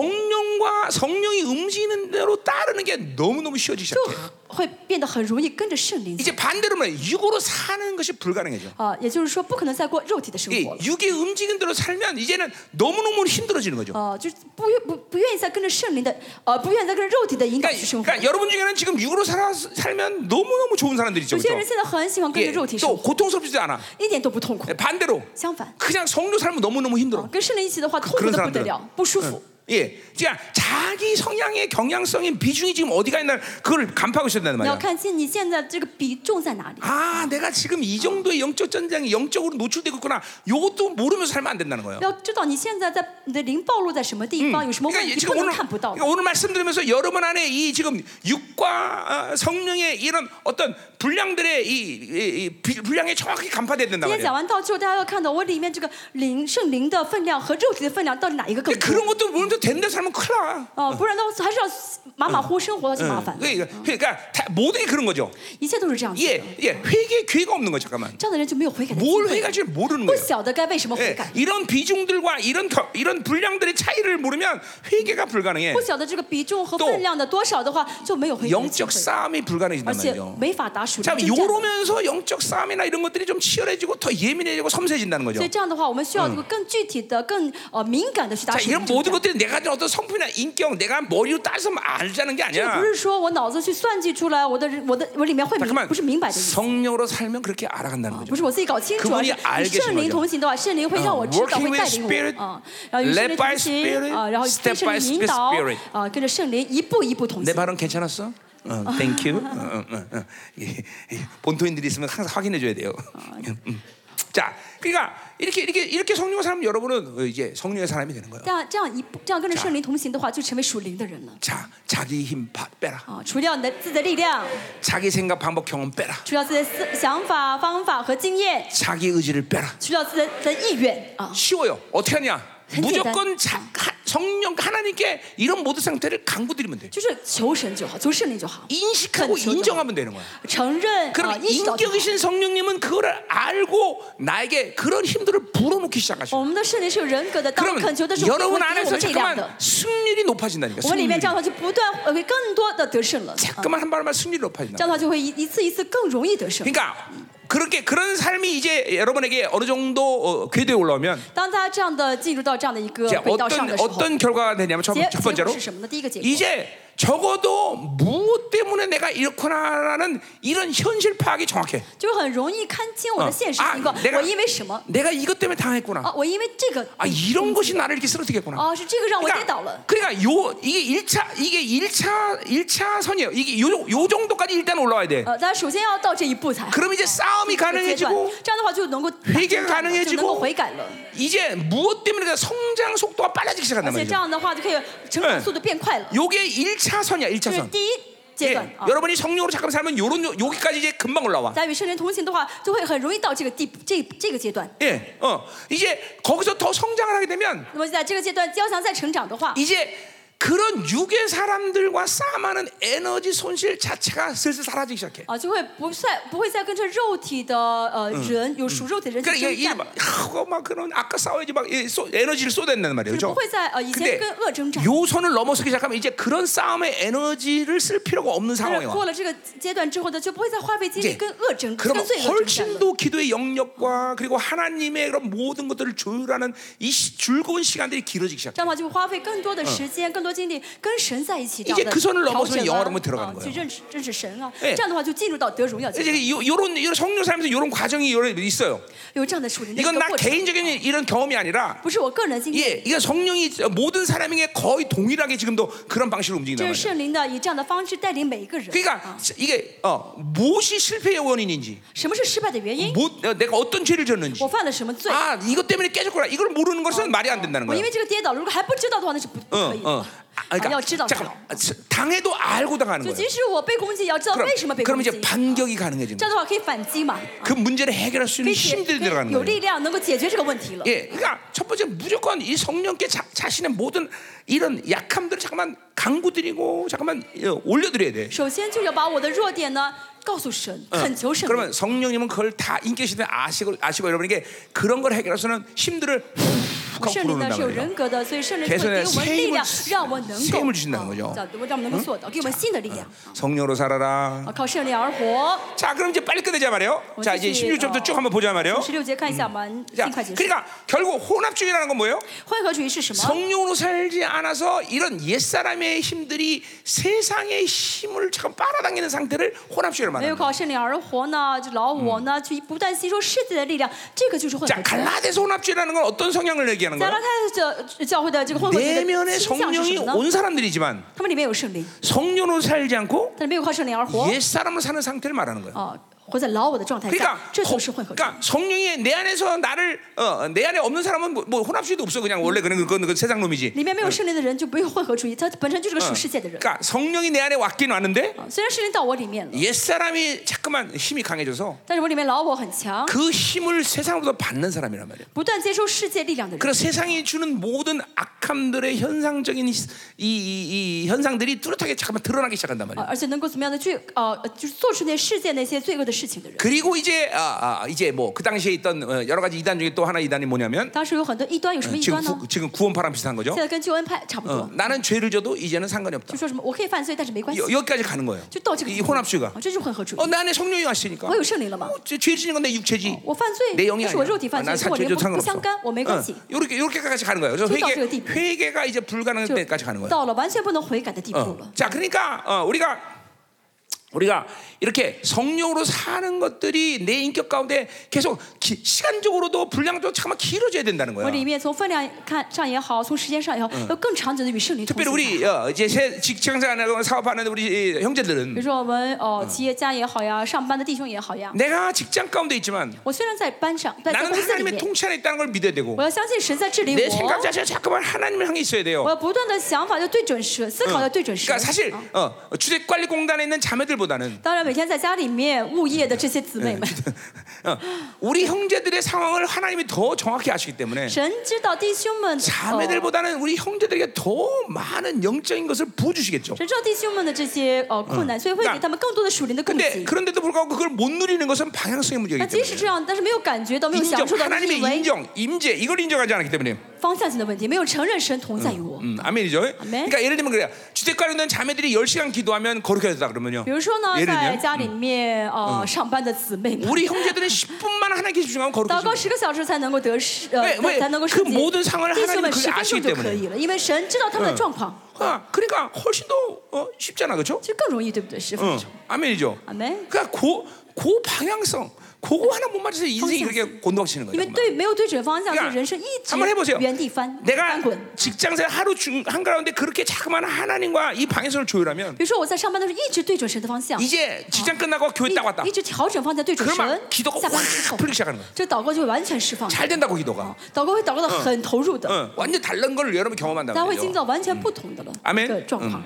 S1: 성령과 성령이 움직이는 대로 따르는 게 너무너무 쉬워지기
S2: 就
S1: 시작해요.
S2: 会变得很容易跟着圣灵走。
S1: 이제 반대로 말해 육으로 사는 것이 불가능해져.
S2: 啊，也就是说，不可能再过肉体的生
S1: 이
S2: 活了。
S1: 육의 움직이는 대로 살면 이제는 너무너무 힘들어지는 거죠.
S2: 呃，就是不愿不不愿意再跟着圣灵的，呃，不愿意再跟着肉体的引导去
S1: 그러니까,
S2: 生活。
S1: 그러니까 여러분 중에는 지금 육으로 살아, 살면 너무너무 좋은 사람들이죠.
S2: 有些人
S1: 그렇죠?
S2: 现在很喜欢跟着
S1: 예,
S2: 肉体生
S1: 또
S2: 活，
S1: 고통스럽지도 않아.
S2: 一点都不痛苦
S1: 예, 。 반대로
S2: 相反，
S1: 그냥 성료 살면 너무너무
S2: 啊
S1: 힘들어.
S2: 跟圣灵一起的话，痛苦
S1: 그런
S2: 的不得
S1: 사람들은.
S2: 了，不舒服。
S1: 예, 그러니까 자기 성향의 경향성인 비중이 지금 어디가 있나 그걸 간파하고 있어야 된단
S2: 你要
S1: 말이야.
S2: 看见你现在这个比重在哪里。
S1: 아, 내가 지금 이 정도의 영적 전쟁이 영적으로 노출되고 있구나. 요것도 모르면서 살면 안 된다는 거예요.
S2: 要知道你现在在你的灵暴露在什么地方，有什么问
S1: 그러니까
S2: 题不
S1: 지금
S2: 能
S1: 오늘
S2: 看不到
S1: 그러니까 。 오늘 말씀드리면서 여러분 안에 이 지금 육과 어, 성령의 이런 어떤 분량들의 이, 이, 이 비- 분량이 정확히 간파돼야 된다
S2: 今天
S1: 말이에요.
S2: 讲完道之后，大家要看到我里面这个灵圣灵的分量和肉体的分量到底哪一个更
S1: 근데
S2: 多
S1: 그런 ？ 것도 모르면서 된다 살면 큰일 나.
S2: 哦、不然的话还是要马马虎生活的就麻烦了。
S1: 그러니까, 그러니까 다, 모든 게 그런 거죠.
S2: 一切都是这样子的。
S1: 예, 예, 회개 기회가 없는 거 잠깐만.
S2: 这样的人就没有悔改的机
S1: 뭘
S2: 会，
S1: 회개할지 모르는
S2: 不
S1: 거예요.
S2: 晓得该为什么悔
S1: 예,
S2: 改，
S1: 이런 비중들과 이런 겨- 이런 분량들의 차이를 모르면 회개가 불가능해.
S2: 不晓得这个比重和分量的多少的话，就没有悔改的机
S1: 영적
S2: 会，
S1: 싸움이
S2: 而
S1: 네, 그렇죠. 아, 불가능해진단
S2: 且
S1: 말이죠.
S2: 没法打属灵
S1: 참
S2: 征战。
S1: 요러면서 영적 싸움이나 이런 것들이 좀 치열해지고 더 예민해지고 섬세해진다는
S2: 所
S1: 거죠.
S2: 以这样的话，我们需要一个更具体的、更呃敏感的去打
S1: 자,
S2: 属灵
S1: 이런
S2: 征
S1: 모든
S2: 战。
S1: 것들이 내가 가진 어떤 성품이나 인격, 내가 머리로 따서 알자는 게
S2: 这
S1: 아니야.
S2: 不是说我脑子去算计出来，我的人我的我里面会明，
S1: 잠깐만
S2: 不是明白的意思，
S1: 성령으로 살면 그렇게 알아간다는
S2: 不
S1: 거죠.
S2: 是我自己搞清楚，
S1: 그분이
S2: 而是与圣
S1: 알게
S2: 灵
S1: 되
S2: 同行的话，圣灵会让我知道，
S1: 嗯 working
S2: 会
S1: with
S2: 带领
S1: spirit,
S2: 我啊，然后与圣灵
S1: led by
S2: 同行
S1: spirit,
S2: 啊，然后被
S1: step
S2: 圣
S1: by
S2: 灵引导
S1: spirit
S2: 啊，跟着圣灵一步一步同
S1: 내
S2: 行。
S1: 발언 괜찮았어? 어, thank you. 어, 어, 어, 어. 예, 예. 본토인들이 있으면 항상 확인해 줘야 돼요. 음. 자, 그러니까 이렇게 이렇게 이렇게 성령으로 살면 여러분은 어, 이제 성령의 사람이 되는 거예요.
S2: 这样这样一步这样跟着圣灵同行的话，就成为属灵的人了。
S1: 자, 자기 힘 바- 빼라.
S2: 啊，除掉你的自己的力量，
S1: 자기 생각, 방법, 경험 빼라.
S2: 除掉自己的思想法、方法和经验，
S1: 자기 의지를 빼라.
S2: 除掉自己的的意愿啊，
S1: 쉬워요. 어떻게 하냐?
S2: 현실이다.
S1: 무조건 자, 하, 성령 하나님께 이런 모든 상태를 강구드리면 돼.
S2: 就是求神就好，求圣灵就好，
S1: 인식하고
S2: 그렇죠. 어,
S1: 인정하면 되는 거야.
S2: 承认啊，
S1: 그럼
S2: 意识到就好。
S1: 인격이신 성령님은 그거를 알고 나에게 그런 힘들을 불어넣기 시작하셔.
S2: 我们的圣灵是有人格的，当
S1: 그러면
S2: 我们恳求的时候，会
S1: 여러분
S2: 给我
S1: 안에서
S2: 们力量的
S1: 잠깐만 。 승률이 높아진다니까.
S2: 我们里
S1: 승률이.
S2: 面这样的话，就不断呃会更多的得胜了。啊
S1: 잠깐만 한 발만 승률이
S2: 这
S1: 높아진다.
S2: 样的话，就会一一次一次更容易得胜。
S1: 그러니까 그렇게 그런 삶이 이제 여러분에게 어느 정도 어, 궤도에 올라오면
S2: 当大家这样的进入到这样的一个
S1: 이제
S2: 轨道
S1: 어떤
S2: 上的时候，
S1: 어떤 결과가 되냐면 첫,
S2: 结
S1: 첫
S2: 结果
S1: 번째로
S2: 是什么呢？第一个结果，
S1: 이제 적어도 무엇 때문에 내가 이렇구나라는 이런 현실 파악이 정확해.
S2: 就是很容易看清我的现实
S1: 啊
S2: 情况
S1: 啊내가 。
S2: 我因为什么？
S1: 내가 이것 때문에 당했구나.
S2: 啊，我因为这个。
S1: 아 이런 것이 나를 이렇게 쓰러뜨겠구나.
S2: 哦，是这个让我跌
S1: 그러니까,
S2: 倒了。
S1: 그러니까 요 이게 1차 이게 1차 1차 선이에요. 이게 요, 요 정도까지 일단 올라와야 돼.
S2: 呃，大家首先要到这一步才好。
S1: 어. 그럼 이제 싸움이
S2: 这个阶段
S1: 가능해지고
S2: 这样的话就能够
S1: 회개가가능해지고
S2: 就能够悔改了，
S1: 이제 무엇 때문에 그 성장 속도가 빨라지기
S2: 而
S1: 시작한단
S2: 且
S1: 말이죠.
S2: 这样的话就可嗯以呃成长速度变快了。
S1: 요게 1차 선이야, 1차
S2: 这是
S1: 선.
S2: 第一阶
S1: 예,
S2: 段啊。
S1: 여러분이 성령으로 잠깐 살면 요런 요- 여기까지 이제 금방 올라와.
S2: 在与圣灵同行的话，就会很容易到这个地这这个阶段。
S1: 예. 어. 이제 거기서 더 성장을 하게 되면
S2: 那么在这个阶段，要想再成长的话，
S1: 이제 그런 육의 사람들과 싸움하는 에너지 손실 자체가 슬슬 사라지기 시작해.
S2: 啊，就会不再不会再跟着肉体的呃人有属肉体的人去
S1: 그러니까
S2: 征
S1: 이게
S2: 战
S1: 막
S2: 了，
S1: 하고 막 그런 아까 싸워야지 막 이 쏘- 에너지를 쏟아낸다는 말이에요.
S2: 就
S1: 그
S2: 是不
S1: 어,
S2: 会再呃以前
S1: 데
S2: 跟恶征战。
S1: 요 선을 넘어서기 시작하면 이제 그런 싸움의 에너지를 쓸 필요가 없는
S2: 但是
S1: 상황이야.
S2: 过了这个阶段之后呢，就不会再花费精力
S1: 이
S2: 跟恶争跟
S1: 그러면
S2: 罪恶征战
S1: 훨씬
S2: 了。
S1: 더 기도의 영역과 그리고 하나님의 그런 모든 것들을 조율하는 이 시- 즐거운 시간들이 길어지기 시작해.
S2: 这样的话，就会花费更多的时间、更多精力跟神在一起。这样
S1: 이제그
S2: 的
S1: 선을넘어
S2: 调
S1: 서는
S2: 整
S1: 영화로만들어가는
S2: 啊，啊
S1: 거예요
S2: 去认识认识神啊。
S1: 예
S2: 这样的话，就进入到得荣耀阶
S1: 이제
S2: 段，
S1: 이- 요- 요런 이런 성령 삶에서 이런 과정이 요런 있어요.
S2: 有这样的属灵的一个
S1: 이건 나
S2: 过程，
S1: 개인적인 이런 경험이 아니라
S2: 不是我个人经历，
S1: 예, 이건 성령이 모든 사람에게 거의 동일하게 지금도 그런 방식으로
S2: 这
S1: 움직인단
S2: 是
S1: 말이야.
S2: 圣灵的以这样的方式带领每一个人。
S1: 그러니까
S2: 啊
S1: 이게 어, 무엇이 실패의 원인인지,
S2: 什么是失败的原因？
S1: 뭐, 어, 내가 어떤 죄를 졌는지,
S2: 我犯了什么罪？
S1: 아 이것 때문에 깨졌구나. 이걸 모르는 것은 어. 뭐 말이 안 된다는
S2: 我因
S1: 거야.
S2: 为这个跌倒了，如果还不知道的话，那是不不
S1: 어,
S2: 可以的。
S1: 어. 아,
S2: 啊要知道
S1: 그러니까
S2: 知道
S1: 잠깐 。 당해도 알고 당하는 거야.
S2: 就即使我被攻击，也要知道
S1: 그럼,
S2: 为什么被
S1: 그럼
S2: 攻击。
S1: 이제 반격이 가능해지는
S2: 这
S1: 거야.
S2: 样的话可以反击嘛？
S1: 그 문제를 해결할 수 있는
S2: 可以解，
S1: 힘들이
S2: 可
S1: 들어가는
S2: 以有
S1: 거야.
S2: 力量能够解决这个问题了。
S1: 예, 그러니까 첫 번째 무조건 이 성령께 자, 자신의 모든 이런 약함들을 잠깐만 강구드리고 잠깐만 어, 올려드려야 돼.
S2: 首先就要把我的弱点呢告诉神，
S1: 어,
S2: 恳求神。
S1: 그러면 성령님은 그걸 다 인격시대 아시고 아시고 여러분에게 그런 걸 해결해서는 힘들을 훅 하고
S2: 圣灵呢
S1: 부르는다
S2: 是有
S1: 말이에요.
S2: 人格的，所以圣灵会给我们力量，让我能够嗯
S1: 세임을주신다는거죠
S2: 啊让让我们能够做到，给我们新的力量，
S1: 성령으로 살아라.
S2: 啊，靠圣灵而活。
S1: 자, 그럼 이제 빨리 끝내자 말이에요. 자, 이제 16절부터 쭉 한번 보자 말이에요.
S2: 十六节看一下，我们
S1: 자,
S2: 尽快结束。
S1: 그러니까 결국 혼합주의라는 건 뭐예요?
S2: 混合主义是什么？
S1: 성령으로 살지 않아서 이런 옛사람의 힘들이 세상의 힘을 참 빨아당기는 상태를 혼합주의를
S2: 没有
S1: 말합니다.
S2: 靠圣灵而活呢，这老我呢，去不断吸收世界的力量，这个就是混合
S1: 자,
S2: 主义。
S1: 갈라데서 혼합주의라는 건 어떤 성향을 얘기하는
S2: 加拉
S1: 거예요?
S2: 太教教会的这个混合主义的
S1: 내면에
S2: 倾向是
S1: 성령이
S2: 什么
S1: 온
S2: 呢？
S1: 사람들이지만
S2: 他们里面有圣灵，
S1: 성령으로 살지 않고
S2: 但是没有靠圣灵而活，
S1: 옛사람으로 사는 상태를 말하는 거예요.
S2: 啊，活在老我的状态下
S1: 어, 그러니까, ，
S2: 这
S1: 거-
S2: 就是混合主义。
S1: 그러니까 성령이 내 안에서 나를 어, 내 안에 없는 사람은 뭐, 뭐 혼합주의도 없어 그냥 원래 그런 그건 그 세상 놈이지.
S2: 里面没有圣灵的人就没有混合主义，他本身就是个
S1: 嗯
S2: 属世界的人。
S1: 그러니까 성령이 내 안에 왔긴 왔는데
S2: 啊，虽然圣灵到我里面了，
S1: 옛사람이 자꾸만 힘이 강해져서
S2: 但是我里面老我很强，
S1: 그 힘을 세상으로부터 받는 사람이란 말이에요.
S2: 不断接受世界力量的人，
S1: 그래서 세상이 주는 모든 악함들의 현상적인 이, 이, 이 현상들이 뚜렷하게 잠깐만 드러나기 시작한단
S2: 啊
S1: 말이에요.
S2: 而且能够怎么样的去呃，就是做出那世界那些罪恶的事情的人。
S1: 그리고 이제 아, 아, 이제 뭐 그 당시에 있던 어, 여러 가지 이단 중에 또 하나 이단이 뭐냐면
S2: 当时有很多异端，有什么异
S1: 지금
S2: 端呢？
S1: 구, 지금 구원파랑 비슷한 거죠.
S2: 现在跟救恩派差不
S1: 어,
S2: 多，
S1: 나는 죄를 져도 이제는 상관이 없다.
S2: 就说什么我可以犯罪，但是没关系
S1: 여, ， 여기까지 가는 거예요.
S2: 就到这个
S1: 이
S2: 地步
S1: 혼합주의가.
S2: 啊这就是混合主义
S1: 어, 。내 안에 성령이 왔으니까.
S2: 我有圣灵了嘛？
S1: 어, 죄, 죄 지는 건 내 육체지.
S2: 我犯罪，
S1: 내 영이
S2: 但是
S1: 아니야.
S2: 我肉体犯罪，
S1: 난
S2: 跟我
S1: 사죄도
S2: 灵不不
S1: 상관없어.
S2: 相干，我没关系，
S1: 이렇게 이렇게까지 가는 거예요. 그래서
S2: 저도
S1: 회개,
S2: 저도 이-
S1: 회개가 이제 불가능한
S2: 就
S1: 때까지 가는 거예요.
S2: 到了完全不能悔改的地步
S1: 어.
S2: 了。
S1: 자, 그러니까 어, 우리가 우리가 이렇게 성령으로 사는 것들이 내 인격 가운데 계속 기- 시간적으로도 분량도 잠깐만 길어져야 된다는
S2: 我
S1: 거야.
S2: 里面从分量看上也好，从时间上也好，要更长久的与圣灵同
S1: 특별히
S2: 行。啊
S1: 우리 어, 이제 새- 직장생활하고 사업하는 우리 이 형제들은
S2: 比如说我们哦，企业家也好呀，上班的弟兄也好呀，
S1: 내가 직장 가운데 있지만
S2: 我虽然在班上，在在
S1: 나는 뭐,
S2: 公司里
S1: 하나님의
S2: 面，
S1: 통치 안에 있다는 걸 믿어야 되고
S2: 我要相信神在治理
S1: 내 생각
S2: 我，
S1: 자체가 자꾸만 하나님을 향해 있어야
S2: 我
S1: 돼요.
S2: 嗯要不断的想法要对准神，思考要对准神
S1: 그러니까 。
S2: 啊
S1: 사실 어, 주택관리공단에 어, 있는 아내들보다는
S2: 当然，每天在家里面物业的这些姊妹们，
S1: 어, 우리 형제들의 상황을 하나님이 더 정확히 아시기 때문에
S2: 神知道弟兄们的，哦
S1: 자매들보다는 우리 형제들에게 더 많은 영적인 것을 부어주시겠죠.
S2: 神知道弟兄们的这些呃困难，所以会
S1: 那
S2: 给他们更多的属灵的供
S1: 근데
S2: 给。
S1: 그런데도 불구하고 그걸 못 누리는 것은 방향성의 문제이기
S2: 那即使
S1: 때문에
S2: 这样，但是没有感觉到，没有享
S1: 인정
S2: 受到，那是
S1: 하나님의
S2: 因为
S1: 인정, 임재 이걸 인정하지 않기 때문에
S2: 方向性的问题，没有承认神同在于我。
S1: 음, 아멘이죠. 그러니까 예를 들면 그래요. 주택 관련된 자매들이 10시간 기도하면 거룩해졌다 그러면요.
S2: 比如说呢，
S1: 예를
S2: 在
S1: 들면
S2: 家里面呃上班的姊妹 们，
S1: 우리 형제들은 10분만 하나님께 집중하면
S2: 祷告
S1: 거룩해진다.
S2: 十个小时才能够得释呃
S1: 왜왜
S2: 才能够
S1: 그
S2: 圣洁。
S1: 모든상황을하나님은
S2: 弟
S1: 그걸
S2: 兄们十分
S1: 아시기
S2: 钟就可以了，因为神知道他们的
S1: 嗯
S2: 状况，
S1: 아, 그러니까 훨씬 더 어, 쉽잖아, 그렇죠?
S2: 就更容易，对不对？十分
S1: 응,
S2: 钟，
S1: 아멘이죠.
S2: 아멘.
S1: 그러니까 고, 고 방향성, 그거 하나 못 맞아서 인생이
S2: 방향성.
S1: 그렇게 곤두박치는
S2: 因
S1: 거예요.
S2: 为
S1: 정말.
S2: 对没有对准方向，
S1: 야
S2: 所以人生一直
S1: 한번해보세요
S2: 原地翻翻
S1: 내가
S2: 滚。
S1: 직장생 하루 중 한 가운데 그렇게 자그마한 하나님과 이 방향성을 조율하면
S2: 比如说我在上班的时候一直对准神的方向，
S1: 어. 이제 직장 끝나고 교회 딱 왔다.
S2: 一一直调整方向对准神
S1: 그러면 ， 기도가
S2: 下班之
S1: 확
S2: 后，
S1: 풀리기 시작하는 거야.
S2: 这祷告就会完全释放，
S1: 잘 된다고 기도가.
S2: 祷告会祷告的很投入的，
S1: 어, 완전 다른 걸 여러분
S2: 大家
S1: 경험한다는
S2: 会经历
S1: 거죠.
S2: 到完全不同的了
S1: 아멘
S2: 一个状况。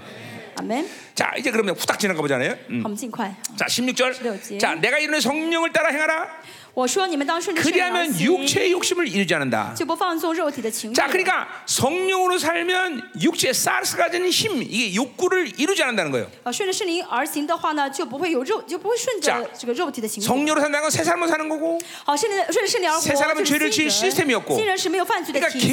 S2: 阿门。
S1: 자, 이제 그러면 후딱 지나가 보잖아요. 음.
S2: 好，我们尽快。
S1: 자, 16절.
S2: 십육지.
S1: 자, 내가 이르는 성령을 따라 행하라.
S2: 我说你们当顺着圣灵而
S1: 그리하면
S2: 行
S1: 육체의 욕심을 이루지 않는다.
S2: 就不放纵肉体的情欲。
S1: 자, 그러니까 성령으로 살면 육체 사르스 가진 힘, 이게 욕구를 이루지 않는다는 거예요.
S2: 啊，顺着圣灵而行的话呢，就不会有肉，就不会顺
S1: 자
S2: 着这个肉体的情欲。
S1: 성령으로 산다는 건 새 사람으로 사는 거고,
S2: 好，圣灵顺着圣灵而活，
S1: 세사람은
S2: 就是
S1: 죄를지은
S2: 新
S1: 시스템이었고
S2: 人新人是没有犯罪的
S1: 그러니까
S2: 体系。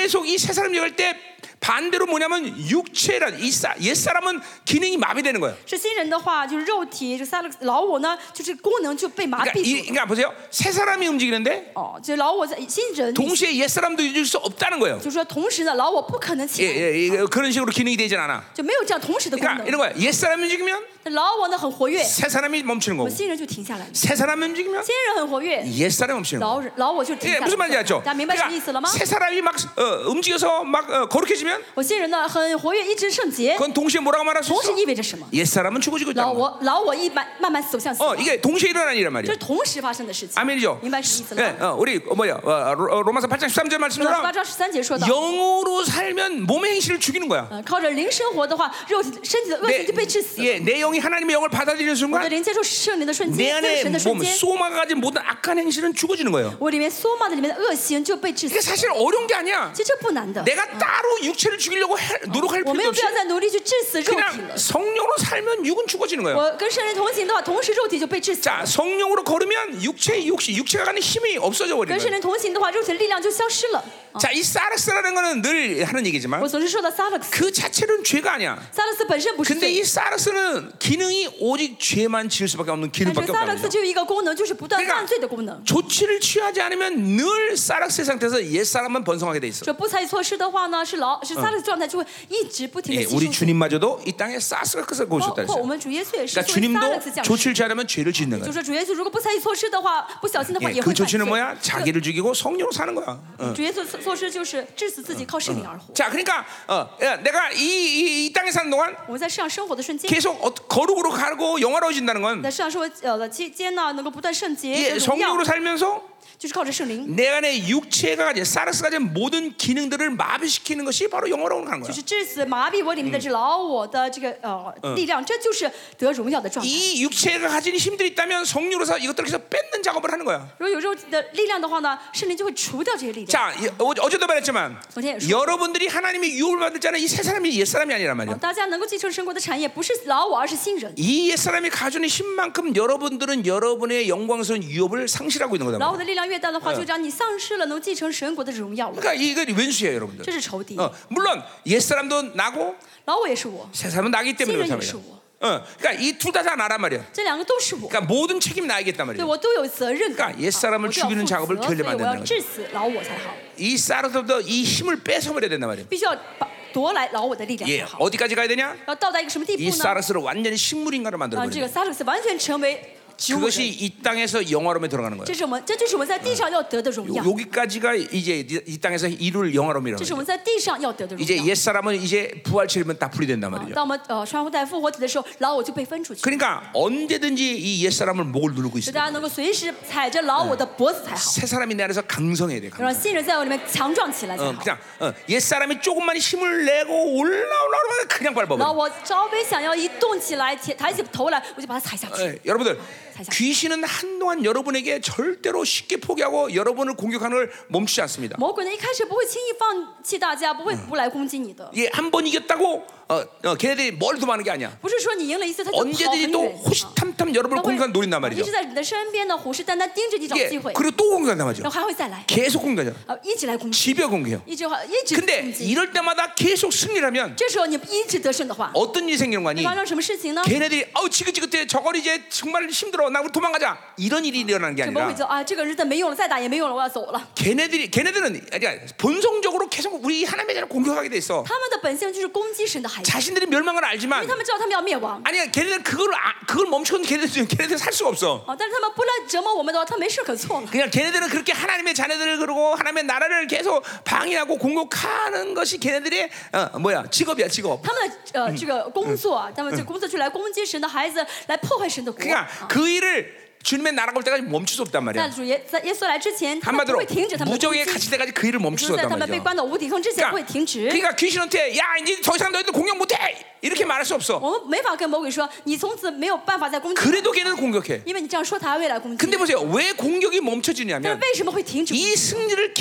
S1: 계속 이 새 사람 얘기할 때 반대로 뭐냐면 육체란 이옛 사람은 기능이 마비되는 거예요.
S2: 是新人的话，就是肉体这三个老我呢，就是功能就被麻
S1: 그러니까,
S2: 痹
S1: 이,
S2: 住了。
S1: 그러니까 보세요, 새 사람이 움직이는데
S2: 哦，这老我在新人，
S1: 동시에 옛 사람도 움직일 수 없다는 거예요.
S2: 就是说同时呢，老我不可能
S1: 예,
S2: 起来，
S1: 예, 예, 그런 식으로 기능이 되진 않아.
S2: 就没有这样同时的功
S1: 그러니까
S2: 能。
S1: 이런 거야. 옛 사람이 움직이면
S2: 那老我呢很活跃，
S1: 새 사람이 멈추는
S2: 我
S1: 거고,
S2: 们新人就停下来了。
S1: 새 사람이 움직이면
S2: 新人很活跃，
S1: 옛 사람이 멈추는 거고.
S2: 老人老我就停
S1: 예,
S2: 下来
S1: 무슨
S2: 了
S1: 말인지 。 알죠? 그러니까
S2: 大家明白什么意思了吗？
S1: 새 사람이 막 어, 움직여서 막 어, 거룩해지면
S2: 我新人呢很活跃，一直圣洁，
S1: 그건 동시에 뭐라고 말할 수
S2: 同时
S1: 있어?
S2: 意味着什么？
S1: 옛 사람은 죽어지고
S2: 老
S1: 있다는 거야.
S2: 我老我一慢慢慢走向死亡，
S1: 어, 이게 동시에 일어나는 일이란
S2: 这
S1: 말이야.
S2: 是同时发生的事情。
S1: 아멘이죠?
S2: 明白什么意思了
S1: 예,
S2: 吗？
S1: 어, 우리 어, 뭐야 어, 로- 어, 로마서 8장 13절
S2: 八
S1: 말씀처럼
S2: 章十三节说到，
S1: 영으로 살면 몸의 행실을 죽이는 거야.
S2: 嗯，靠着灵生活的话，肉体身体的恶行就被治死。
S1: 예, 내 영이 하나님의 영을 받아들이는
S2: 我的
S1: 순간
S2: 灵接受圣灵的瞬
S1: 내
S2: 间，对
S1: 안에
S2: 神的瞬
S1: 몸
S2: 间，
S1: 소마가 가진 모든 악한 행실은 죽어지는 거예요.
S2: 我里面索玛的里面的恶行就被治死
S1: 이게 。 사실 어려운 게 아니야.
S2: 其实这不难的，
S1: 내가 따로 육체를 죽이려고 해- 노력할
S2: 我没
S1: 필요도
S2: 有必
S1: 없이
S2: 要再努力去治死肉体
S1: 그냥
S2: 了。
S1: 성령으로 살면 육은 죽어지는 거예요.
S2: 我跟圣灵同行的话，同时肉体就被治死。
S1: 자, 성령으로 걸으면 육체의 욕심, 육체가 가는 힘이 없어져
S2: 跟
S1: 버리는
S2: 圣
S1: 거예요.
S2: 灵同行的话，肉体的力量就消失了。
S1: 자, 이 사르스라는 거는 늘 하는
S2: 我
S1: 얘기지만
S2: 总是说到萨勒斯，
S1: 그 자체는 죄가 아니야.
S2: 萨勒斯本身不是
S1: 근데
S2: 罪，
S1: 이 사르스는 기능이 오직 죄만 지을 수밖에 없는
S2: 但是
S1: 기능밖에
S2: 萨勒
S1: 없다는
S2: 斯
S1: 거죠.
S2: 只有一个功能，就是不断
S1: 그러니까
S2: 犯罪的功能。
S1: 조치를 취하지 않으면 늘 사르스의 상태에서 옛 사람만 번성하게 돼 있어.
S2: 这不采取措施的话呢，是老是萨勒斯状态就会一直不停
S1: 예,
S2: 的
S1: 우리
S2: 吸收。
S1: 주님마저도 이 땅에 사르스가 끝을 보셨다
S2: 包括我
S1: 했어요.
S2: 们主耶稣也是
S1: 그러니까
S2: 作为萨勒
S1: 주님도
S2: 斯降世。
S1: 조치를 취하려면 죄를 짓는
S2: 就
S1: 거예요.
S2: 是主耶稣如果不采取措施的话，不小心的话
S1: 예,
S2: 也会
S1: 그
S2: 犯罪。
S1: 조치는 뭐야? 자기를 죽이고 성령으로 사는 거야.
S2: 这主耶稣措施就是致死自己，靠圣灵而活。
S1: 자, 그러니까 어, 예, 내가 이, 이, 이 땅에 사는 동안
S2: 我们在世上生活的瞬间，
S1: 계속 어- 거룩으로 가고 영화로워진다는 건
S2: 在世上生活呃的期间呢，能够不断圣洁
S1: 예,
S2: 得荣
S1: 성령으로
S2: 耀，
S1: 살면서
S2: 就是靠着圣灵。
S1: 내 안에 육체가 가진 사르스가 가진 모든 기능들을 마비시키는 것이 바로 영화로운 가는
S2: 就
S1: 거야.
S2: 是致死麻痹我里面的这老我的这个呃力量，这就是得荣耀的状态。
S1: 이 육체가 가진 힘들이 있다면 성령으로 서 이것들을 계속 뺏는 작업을 하는 거야.
S2: 如果有肉体的力量的话呢，圣灵就会除掉这些力量。
S1: 자, 이- 어- 어제도 말했지만
S2: 어제 수-
S1: 여러분들이 하나님의 유혹을 받을 자는 이 새 사람이 옛 사람이 아니란
S2: 哦
S1: 말이야.
S2: 大家能够继承神国的产业，不是老我，而是新人。
S1: 이 옛 사람이 가진 힘만큼 여러분들은 여러분의 영광스러운 유업을 상실하고 있는 거다.
S2: 老我
S1: 말이야.
S2: 的力量越大的话，就让你丧失了能继承神国的荣耀了。
S1: 그러니까 이건 왼수예요, 여러분들.
S2: 这是仇敌，
S1: 어, 물론 옛 사람도 나고
S2: 老我也是我，
S1: 새 사람은 나기 때문에
S2: 신은
S1: 그렇단 말이야.
S2: 예수고.
S1: 어, 그러니까 이 둘 다 다 나란 말이야.
S2: 这两个都是我。
S1: 그러니까 모든 책임 나에겠단
S2: 对
S1: 말이야.
S2: 我都有责任感。
S1: 그러니까옛사람을
S2: 啊我就要
S1: 죽이는작업을
S2: 负责
S1: 결례받는다는
S2: 所以我要
S1: 거죠
S2: 致死老我才好，
S1: 이 사르스도 이 힘을 뺏어버려야 된단 말이에요.
S2: 必须要把夺来老我的力量
S1: 예,
S2: 才好。
S1: 어디까지 가야 되냐?
S2: 要到达一个什么地
S1: 이
S2: 步呢？啊
S1: 사르스를 완전히 식물인간으로 만들어
S2: 让这
S1: 버려.
S2: 个萨鲁斯完全成为植物
S1: 그것이
S2: 人。
S1: 이 땅에서 영화로움에 들어가는 거예요.
S2: 这是我们，这就是我们在地上要得的荣耀
S1: 요- ， 여기까지가 이제 이- 이 땅에서 이룰 영화로움이라는
S2: 这是
S1: 거예요.
S2: 我们在地上要得的荣
S1: 이제
S2: 耀。
S1: 옛사람은 이제 부활체면 다 분리된단
S2: 啊
S1: 말이죠.
S2: 当我们呃穿红带复活体的时候，老我就被分出去，
S1: 그러니까 언제든지 이 옛사람을 목을 누르고
S2: 所以
S1: 있습니다.
S2: 大家能够随时踩着老我的脖子才好，
S1: 새 사람이 내 안에서 강성해야 돼.
S2: 要让
S1: 강성.
S2: 新人在我里面强壮起来才
S1: 어,
S2: 好。
S1: 그냥 어, 옛사람이 조금만 힘을 내고 올라올라오면 라 그냥 밟아버려.
S2: 老我稍微想要一动起来，抬抬起头来，我就把它踩下去。
S1: 예, 여러분들
S2: 살짝.
S1: 귀신은 한동안 여러분에게 절대로 쉽게 포기하고 여러분을 공격하는 걸 멈추지 않습니다.
S2: 魔鬼呢，一开始不会轻易放弃大家，不会不来攻击你的，
S1: 이게 예, 한 번 이겼다고 어, 어, 걔네들이 뭘 도망하는 게 아니야.
S2: 不是说你赢了一次
S1: 哦
S2: 他就跑很
S1: 언제든지 또
S2: 远。啊
S1: 호시탐탐 어. 여러분을
S2: 他
S1: 공격한 노린단
S2: 会一
S1: 말이죠.
S2: 直在你的身边呢，虎视眈眈盯着你找
S1: 이게
S2: 机会，
S1: 그리고 또 공격한단
S2: 然
S1: 말이죠.
S2: 后还会再来，
S1: 계속 공격하죠.
S2: 啊，一直来攻击，
S1: 집에 공격해요.
S2: 一直一直
S1: 근데
S2: 攻击。
S1: 이럴 때마다 계속 승리하면
S2: 这时候你一直得胜的话，
S1: 어떤 일이 생기는 거니?
S2: 发生什么事情呢？
S1: 걔네들이 아우 지긋지긋해 저걸 이제 정말 힘들어 나 우리 도망가자 이런 일이 일어나는 게
S2: 这魔鬼
S1: 아니라
S2: 就啊，这个日子没用了，再打也没用了，我要走了。
S1: 걔네들이 걔네들은 아니 본성적으로 계속 우리 하나님의 자를 공격하게 돼 있어
S2: 他们的本性就是攻击神的 孩子，
S1: 자신들이 멸망을
S2: 因为
S1: 알지만
S2: 他们知道他们要灭亡
S1: 아니야 걔네들 그걸 아, 그걸 멈추는 걔네들 걔네들 살 수가 없어
S2: 啊，但是他们不来折磨我们的话，他没事可做了。
S1: 그냥 걔네들은 그렇게 하나님의 자녀들을 그러고 하나님의 나라를 계속 방해하고 공격하는 것이 걔네들의 어, 뭐야 직업이야 직업
S2: 他们的呃这个工作啊，他们这工作就是来攻击神的孩子，来破坏神的国。
S1: 그러니까
S2: 啊
S1: 그 일을 주님의 나라가 올 때까지 멈출 수 없단
S2: 在
S1: 말이야
S2: 主耶在耶稣来之前，他们不
S1: 한마디로
S2: 会停止他们的攻
S1: 무적에
S2: 击，
S1: 갇힐 때까지 그 일을 멈출
S2: 就
S1: 수
S2: 是在
S1: 없단
S2: 他们被
S1: 말이죠
S2: 关到无底坑之前不会停止。
S1: 그러니까 귀신한테 야 이제 더 이상 너희들 공격 못해 이렇게 말할 수 없어
S2: 我们没法跟魔鬼说，你从此没有办法再攻击，
S1: 그래도 걔는 공격해
S2: 因为你这样说他会来攻击
S1: 근데 。 보세요 왜 공격이
S2: 但是
S1: 멈춰지냐면
S2: 为什么会停止？
S1: 이 승리를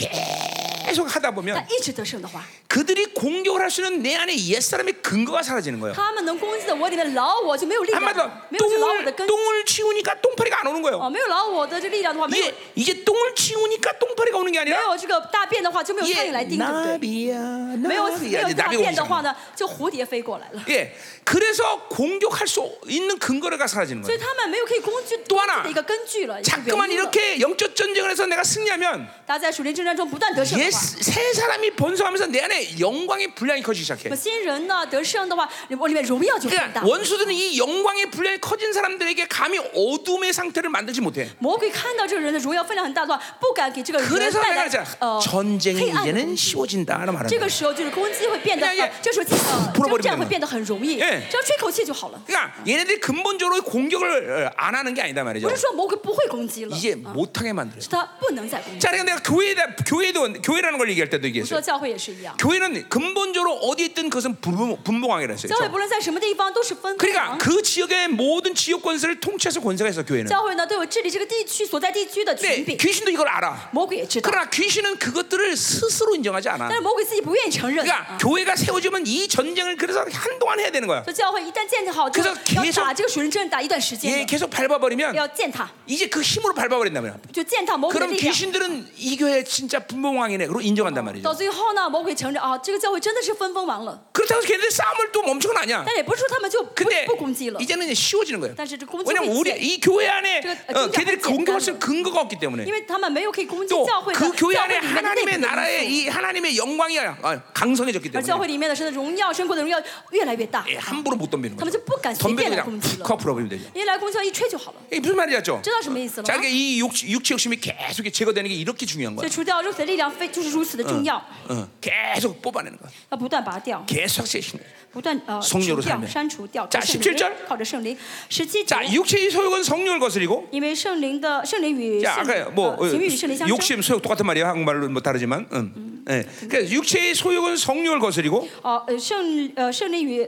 S1: 계속 하다
S2: 他
S1: 보면
S2: 一直得胜的话，
S1: 그들이 공격을 할 수 있는 내 안에 옛사람의 근거가 사라지는 거예요
S2: 他们能攻击的我里面老我就没有力量
S1: 그러니까 한마디로
S2: 了，没有这老我的
S1: 똥을, 어,
S2: 根。
S1: 똥을 치우니까 똥파리가 안 오는 거예요
S2: 哦，没有老我的这力量的话，没有
S1: 이게, 이게 똥을 치우니까 똥파리가 오는 게
S2: 没
S1: 아니라
S2: 有这个大便的话，就没有苍蝇
S1: 이게
S2: 来叮，对不对？
S1: 나비야
S2: 没有没
S1: 나비야
S2: 有
S1: 이제
S2: 大
S1: 나비가 오기
S2: 便的
S1: 시작하는 거예요
S2: 话呢，就蝴蝶飞过来了。
S1: 예, 그래서 공격할 수 있는 근거를 사라지는
S2: 所以
S1: 거예요
S2: 他们没有可以工具
S1: 또
S2: 攻
S1: 하나
S2: 击的一个根据了。一个原
S1: 자꾸만
S2: 因了
S1: 이렇게 영적 전쟁을 해서 내가 승리하면
S2: 大家在属灵征战中不断得胜的话，
S1: 예스, 세 사람이 번성하면서 내 안에 영광의 분량이 커지기
S2: 那
S1: 시작해.
S2: 么新人呢得胜的话，我里面荣耀就很大
S1: 그러니까 。 원수들은 이 영광의 분량이 커진 사람들에게 감히 어둠의 상태를 만들지 못해.
S2: 魔鬼看到这个人的荣耀分量很大的话，不敢给这个人
S1: 그래서
S2: 带
S1: 내가
S2: 来
S1: 하자.
S2: 呃黑
S1: 전쟁이
S2: 暗的东
S1: 이제는
S2: 西。
S1: 쉬워진다라고
S2: 这
S1: 말하는
S2: 个
S1: 거야.
S2: 时候就是攻击会变得，
S1: 그냥이게
S2: 呃这时候呃
S1: 풀어버리면
S2: 征
S1: 되는
S2: 战会
S1: 거야
S2: 变得很容易，
S1: 예
S2: 只要吹口气就好了。
S1: 그러니까 얘네들이 근본적으로 공격을 어, 안 하는 게 아니다
S2: 不
S1: 말이죠.
S2: 是说魔鬼不会攻击了，
S1: 이제
S2: 啊
S1: 못하게 만들어.
S2: 是他不能再攻击。
S1: 자, 그러니까 내가 교회에 대한- 교회도 교회라는 걸 얘기할 때도
S2: 我说
S1: 얘기했어요.
S2: 教会也是一样，
S1: 교회는 근본적으로 어디에 있든 그것은 분봉- 분봉왕이라 했어요.
S2: 教会
S1: 그렇죠?
S2: 不论在什么地方都是分开
S1: 그러니까 그 지역의 모든 지역 권세를 통치해서 권세가 있어 교회는.
S2: 教会呢，对我治理这个地区所在地区的权
S1: 근데
S2: 柄，
S1: 귀신도 이걸 알아.
S2: 魔鬼也知道，
S1: 그러나 귀신은 그것들을 스스로 인정하지
S2: 但
S1: 않아.
S2: 是魔鬼自己不愿意承认。
S1: 그러니까
S2: 啊
S1: 교회가 세워지면 이 전쟁을 그래서 한동안 해야 되는 거야.
S2: 所以教会一旦建立好，就
S1: 그래서계속
S2: 要打这个属灵阵打一段时
S1: 얘
S2: 间的，
S1: 계속 밟아버리면
S2: 要践踏，
S1: 이제 그 힘으로 밟아버린단 말이야.
S2: 就践踏魔鬼的
S1: 어, 그럼
S2: 力量。
S1: 귀신들은 이 교회 진짜 분봉왕이네. 그리고 인정한단
S2: 到
S1: 말이죠.
S2: 最后呢，魔鬼承认啊，这个教会真的是分封王了，
S1: 그렇다고 해서 걔네들 싸움을 또 멈춘 건 아니야.
S2: 但也不是说他们就不
S1: 근데
S2: 不攻击了，
S1: 이제는 이제 쉬워지는 거야.
S2: 但是这攻击
S1: 왜냐면
S2: 会
S1: 우리
S2: 减
S1: 이 교회 안에
S2: 저-
S1: 어,
S2: 진짜
S1: 걔들이
S2: 한
S1: 공격할 수
S2: 간.
S1: 있는 근거가 없기 때문에
S2: 因为他们没有可以攻击教
S1: 또
S2: 会的教
S1: 그 교회
S2: 会
S1: 안에
S2: 里面的内部
S1: 하나님의
S2: 的
S1: 나라의
S2: 因素，
S1: 이 하나님의 영광이 아, 강성해졌기
S2: 而教
S1: 때문에
S2: 会里面的神的荣耀、神国的荣耀越来越大，
S1: 예, 함부로 못 덤비는
S2: 다만
S1: 거죠.
S2: 좀 뿌까,
S1: 덤비는
S2: 세게
S1: 그냥
S2: 공격을.
S1: 푹 풀어버리면 되죠.
S2: 一来攻击一吹就好了，
S1: 이게 무슨 말이죠?
S2: 知道什么意思了吗？
S1: 자기가 이 욕, 육체 욕심이 계속 제거되는 게 이렇게 중요한
S2: 所
S1: 거야.
S2: 以除掉肉体的力嗯量非就是如此的重要，
S1: 어, 계속 뽑아내는 거야.
S2: 要不断拔掉，
S1: 계속 세신 거야.
S2: 不断呃除
S1: 성령으로살
S2: 掉、
S1: 면
S2: 删除掉。
S1: 자
S2: 圣
S1: 17
S2: 灵
S1: 절
S2: 靠着圣灵，十七节
S1: 자, 이 육체의 소욕은 성령을 거스리고.
S2: 因为圣灵的圣灵与
S1: 자,
S2: 圣灵
S1: 아까 뭐
S2: 呃
S1: 어,
S2: 情欲与圣灵相争。
S1: 욕심 소욕 똑같은 말이야. 한국말로 뭐 다르지만. 음. 예. 그러니까 육체의 소욕은 성령을 거스리고.
S2: 哦，呃，圣呃圣灵与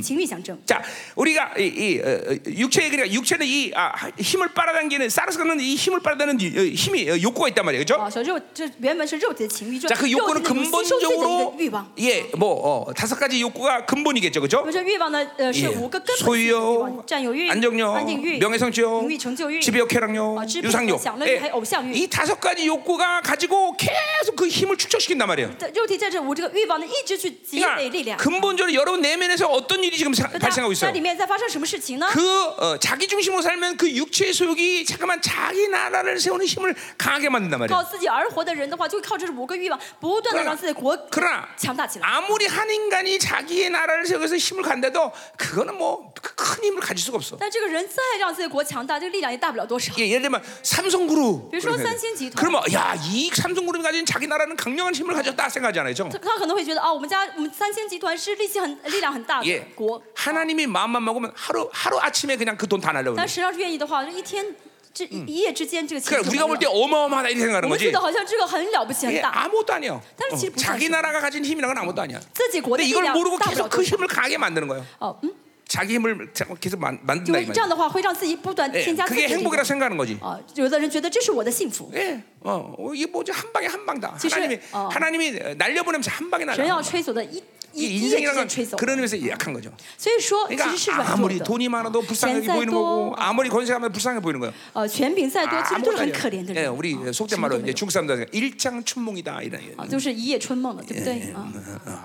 S2: 情欲相争。
S1: 자, 우리가 이, 이 어, 어, 육체의 그러니까 육체는 이 아, 힘을 빨아당기는 사르스가는 이 힘을 빨아당기는 이, 어, 힘이 어, 욕구가 있단 말이에요. 그죠?
S2: 啊，小肉这原本是肉体的情欲，就
S1: 자, 그
S2: 肉体
S1: 욕구는
S2: 的那种吸收罪的一
S1: 근본적으로
S2: 个欲望。
S1: 예, 뭐 어, 다섯 가지 욕구가 근본이겠죠. 그렇죠. 그죠?
S2: 那么这欲望呢，呃，是
S1: 예.
S2: 五个根本性的欲
S1: 소유욕,
S2: 望：占有欲、
S1: 안정욕,
S2: 定欲、
S1: 명예성취욕,
S2: 名誉成就欲、
S1: 지배욕, 쾌락욕,
S2: 아, 지배욕,
S1: 유상욕.
S2: 享乐欲,
S1: 예.
S2: 还有偶像欲.
S1: 이 다섯 가지 욕구가 가지고 계속 그 힘을 축적시킨단 말이에요.
S2: 这肉体在这五这个欲望呢，一直去积累力
S1: 그러니까
S2: 量。
S1: 근본적으로 여러분 내면에서 어떤 일이 지금 사-
S2: 在
S1: 발생하고
S2: 在
S1: 있어요?
S2: 里面在发生什么事情呢？
S1: 그 어, 자기 중심으로 살면 그 육체의 소욕이 잠깐만 자기 나라를 세우는 힘을 강하게 만든단
S2: 靠
S1: 말이에요.
S2: 自己而活的人的话，就靠这五个欲望，不断的让自己的国
S1: 그러나
S2: 强大起来。
S1: 아무리 한 인간이 자기의 나라를 세워서 힘을 간대도 그거는 뭐 큰 힘을 가질 수가 없어.
S2: 但这个人再让自己的国强大，这个力量也大不了多少。
S1: 예, 예를 들면 삼성그룹.
S2: 그래서
S1: 그러면
S2: 삼성지도.
S1: 그러면 야이 삼성그룹이 가진 자기 나라는 강력한 힘을 가졌다 생각하잖아요, 죠
S2: 他他可能会觉得啊，我们家我们三星集团是力气很力量很大的
S1: 예.
S2: 国，
S1: 하나님이 마음만 먹으면 하루 하루 아침에 그냥 그 돈 다 날려.
S2: 但实际上是愿意的话，这一天这一一夜之间这个钱
S1: 그러니까
S2: 就
S1: 우리가
S2: 没
S1: 볼 때
S2: 了。
S1: 어마어마하다 이렇게
S2: 我
S1: 생각하는
S2: 们觉
S1: 거지.
S2: 得好像这个很了不起
S1: 예,
S2: 很大，
S1: 아무것도 아니야.
S2: 다른 집은
S1: 자기
S2: 무슨
S1: 나라가 가진 힘이랑은 아무것도 아니야.
S2: 自己国的
S1: 근데
S2: 力
S1: 이걸
S2: 量
S1: 모르고
S2: 大不了
S1: 계속
S2: 多
S1: 그
S2: 少。
S1: 힘을 강하게 만드는 거예요.
S2: 哦，嗯，
S1: 자기 힘을 자꾸 계속 만,
S2: 就
S1: 만든다 이
S2: 会这样
S1: 말이야.
S2: 的话，会让自己不断
S1: 예,
S2: 添加自己
S1: 그게
S2: 的力
S1: 哎 행복이라 어. 哎
S2: 量。
S1: 생각하는 거지.
S2: 啊，有的人觉得这是我的幸福。
S1: 예, 어, 어, 이게 뭐지 한 방에 한 방다.
S2: 지수야,
S1: 하나님이
S2: 어.
S1: 하나님이 날려보내면서 한 방에
S2: 人
S1: 날려.
S2: 要吹走的一
S1: 이
S2: 一一夜之
S1: 哎 인생이라는
S2: 间
S1: 건
S2: 吹走。
S1: 그런 의미에서 어, 약한 거죠.
S2: 所以说，其实是
S1: 그러니까
S2: 软弱
S1: 아무리
S2: 的。
S1: 돈이 많아도 불쌍하게
S2: 钱再
S1: 보이는
S2: 多
S1: 거고 아무리 권세하면 불쌍해 보이는 거예요.
S2: 呃，权柄
S1: 아,
S2: 再多，其实都是很可怜的
S1: 예,
S2: 人。
S1: 哎 우리
S2: 啊
S1: 속된
S2: 什么都
S1: 말로 이제
S2: 没有
S1: 중국 사람들 일장 춘몽이다 이런. 이런.
S2: 啊，就是一夜春梦了，对不对啊？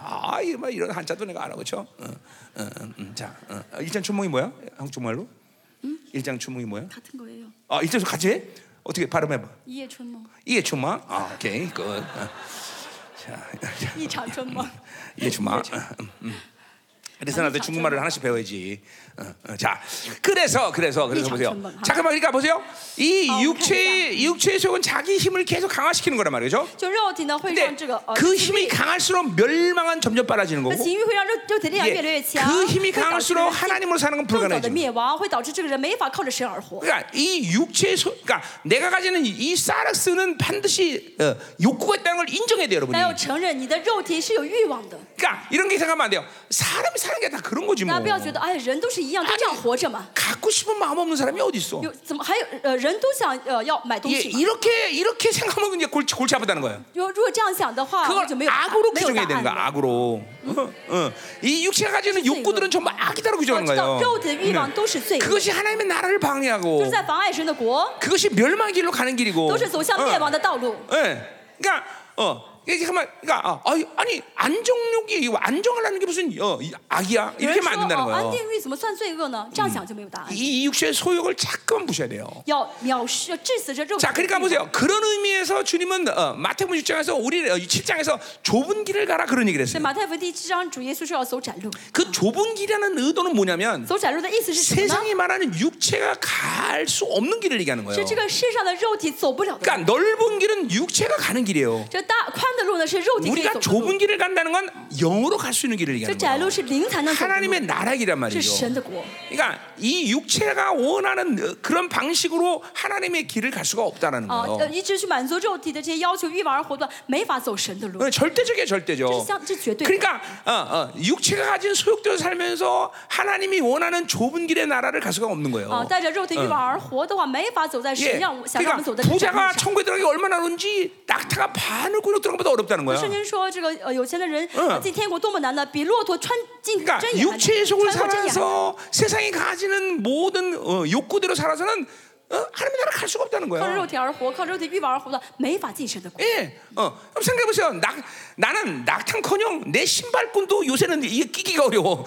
S1: 아, 이뭐 이런 한자도 내가 알아, 그렇죠? 어, 어, 음, 음, 자, 어, 어, 일장 춘몽이 뭐야? 한국 말로? 일장 춘몽이 뭐야?
S2: 같은 거예요.
S1: 아, 일장 같이 해? 어떻게 발음해봐?
S2: 一夜春梦，
S1: 이게 춘마? 아, 오케이, 굿. 어, 자,
S2: 一场春
S1: 嗯
S2: 梦。
S1: 이게 춘마.
S2: 그렇죠.
S1: 어, 음, 음. 그래서 나도 중국말을 하나씩 배워야지. 어, 어, 자, 그래서 그래서 그래서
S2: 이
S1: 보세요.
S2: 장춘몽.
S1: 잠깐만, 그러니까 보세요. 이
S2: 어,
S1: 육체 육체의 속은 자기 힘을 계속 강화시키는 거란 말이죠.
S2: 就肉体呢会让
S1: 근데
S2: 这个呃
S1: 그
S2: 情欲
S1: 힘이 강할수록 멸망한 점점 빨라지는
S2: 那
S1: 거고.
S2: 情欲会让肉肉体的力量越来越
S1: 예,
S2: 强，
S1: 그 힘이
S2: 会导致
S1: 강할수록
S2: 人
S1: 하나님으로 사는 건
S2: 更早的
S1: 불가능해지는
S2: 灭亡，会导致这个人没法靠着神而活。
S1: 그러니까 이 육체의 소, 그러니까 내가 가지는 이 사락스는 반드시 어, 욕구가 있다는 걸 인정해야 돼요,
S2: 但
S1: 여러분이.
S2: 要承认你的肉体是有欲望的，
S1: 그러니까 이런 게 생각하면 안 돼요. 사람이 사는 게 다 그런 거지 뭐.
S2: 大家不要觉得哎，人都是一样，都这样活着嘛。
S1: 갖고 싶은 마음 없는 사람이 어디 있어?
S2: 有怎么还有呃，人都想呃要买东
S1: 예,
S2: 西嘛。
S1: 이렇게 이렇게 생각하면 이제 골치, 골치 아프다는 거예요.
S2: 如如果这样想的话，
S1: 아,
S2: 那
S1: 그걸
S2: 就没有答
S1: 그렇죠. 악으로
S2: 没有
S1: 규정해야
S2: 答
S1: 되는
S2: 案
S1: 거야.
S2: 了。
S1: 악으로. 어, 어. 이 육체가 가지는
S2: 그래서
S1: 욕구들은
S2: 이거는-
S1: 전부 악이라고
S2: 我
S1: 규정하는
S2: 知道
S1: 거예요.
S2: 肉体的欲望
S1: 네.
S2: 都是罪恶，就
S1: 그것이 하나님의 나라를
S2: 是
S1: 방해하고
S2: 在妨碍神的国，
S1: 그것이 멸망의 길로 가는 길이고
S2: 都是走向灭
S1: 어.
S2: 亡的道路。
S1: 예. 그러니까 어. 이게 한번 그러니까 아, 아니, 아니 안정욕이 이거 안정하려는 게 무슨 어, 이 악이야?
S2: 有
S1: 이렇게
S2: 人
S1: 만
S2: 说
S1: 안 된다는
S2: 哦，安
S1: 거예요.
S2: 定欲怎么算罪恶呢？这样想就没有答案。
S1: 이 육체의 소욕을 자꾸만 부셔야 돼요.
S2: 要藐视，要致死这肉体的欲
S1: 자,
S2: 望。
S1: 그러니까 보세요. 그런 의미에서 주님은 어, 마태복음 6장에서 우리 어, 7장에서 좁은 길을 가라 그런 얘기를
S2: 对
S1: 했어요.
S2: 马太福第七章，主耶稣说要走窄路。
S1: 그 좁은 길이라는 의도는 뭐냐면
S2: 走窄路的意思是什么呢？
S1: 세상이 말하는 육체가 갈 수 없는 길을 얘기하는
S2: 是
S1: 거예요.
S2: 这个世上的肉体走不了的路。
S1: 그러니까 넓은 길은 육체가 가는 길이에요.
S2: 这大宽的路呢是肉体可以
S1: 우리가
S2: 走的
S1: 좁은
S2: 路，
S1: 길을 간다는 건 영으로 갈 수 있는 길을
S2: 这
S1: 얘기하는
S2: 窄
S1: 거예요.
S2: 路是灵才能走的路
S1: 하나님의 ， 나라 길이란
S2: 是
S1: 말이죠.
S2: 神的国。
S1: 그러니까 이 육체가 원하는 어, 그런 방식으로 하나님의 길을 갈 수가 없다라는
S2: 啊，呃，
S1: 거예요.
S2: 一直去满足肉体的这些要求、欲望而活的，没法走神的路。
S1: 어, 절대적이야
S2: 这
S1: 절대죠.
S2: 像这绝对的。
S1: 그러니까 어, 어, 육체가 가진 소욕대로 살면서 하나님이 원하는 좁은 길의 나라를 갈 수가 없는
S2: 啊，
S1: 거예요.
S2: 带着肉体欲望而活的话，没法走在
S1: 예,
S2: 神让我想让
S1: 그러니까
S2: 我们走嗯的这条路
S1: 부자가
S2: 上。
S1: 천국에 들어가기 얼마나 어려운지 낙타가 바늘 굴러 들어가는 것보다 어렵다는 거야.
S2: 圣经说，这个呃有钱的人
S1: 嗯
S2: 呃进天国多么难呢？比骆驼穿进
S1: 그러니까
S2: 针眼还难，
S1: 육체의 속을
S2: 穿过针眼还难。
S1: 살아서 세상이 가지는 모든 어, 욕구대로 살아서는 어, 하나님의 나라 갈 수가 없다는
S2: 靠着
S1: 거예요.
S2: 肉体而活，靠着肉体欲望而活的，没法进神的国。
S1: 예, 어, 그럼 생각해 보세요. 낙 나는 낙탕커녕 내 신발끈도 요새는 이게 끼기가 어려워.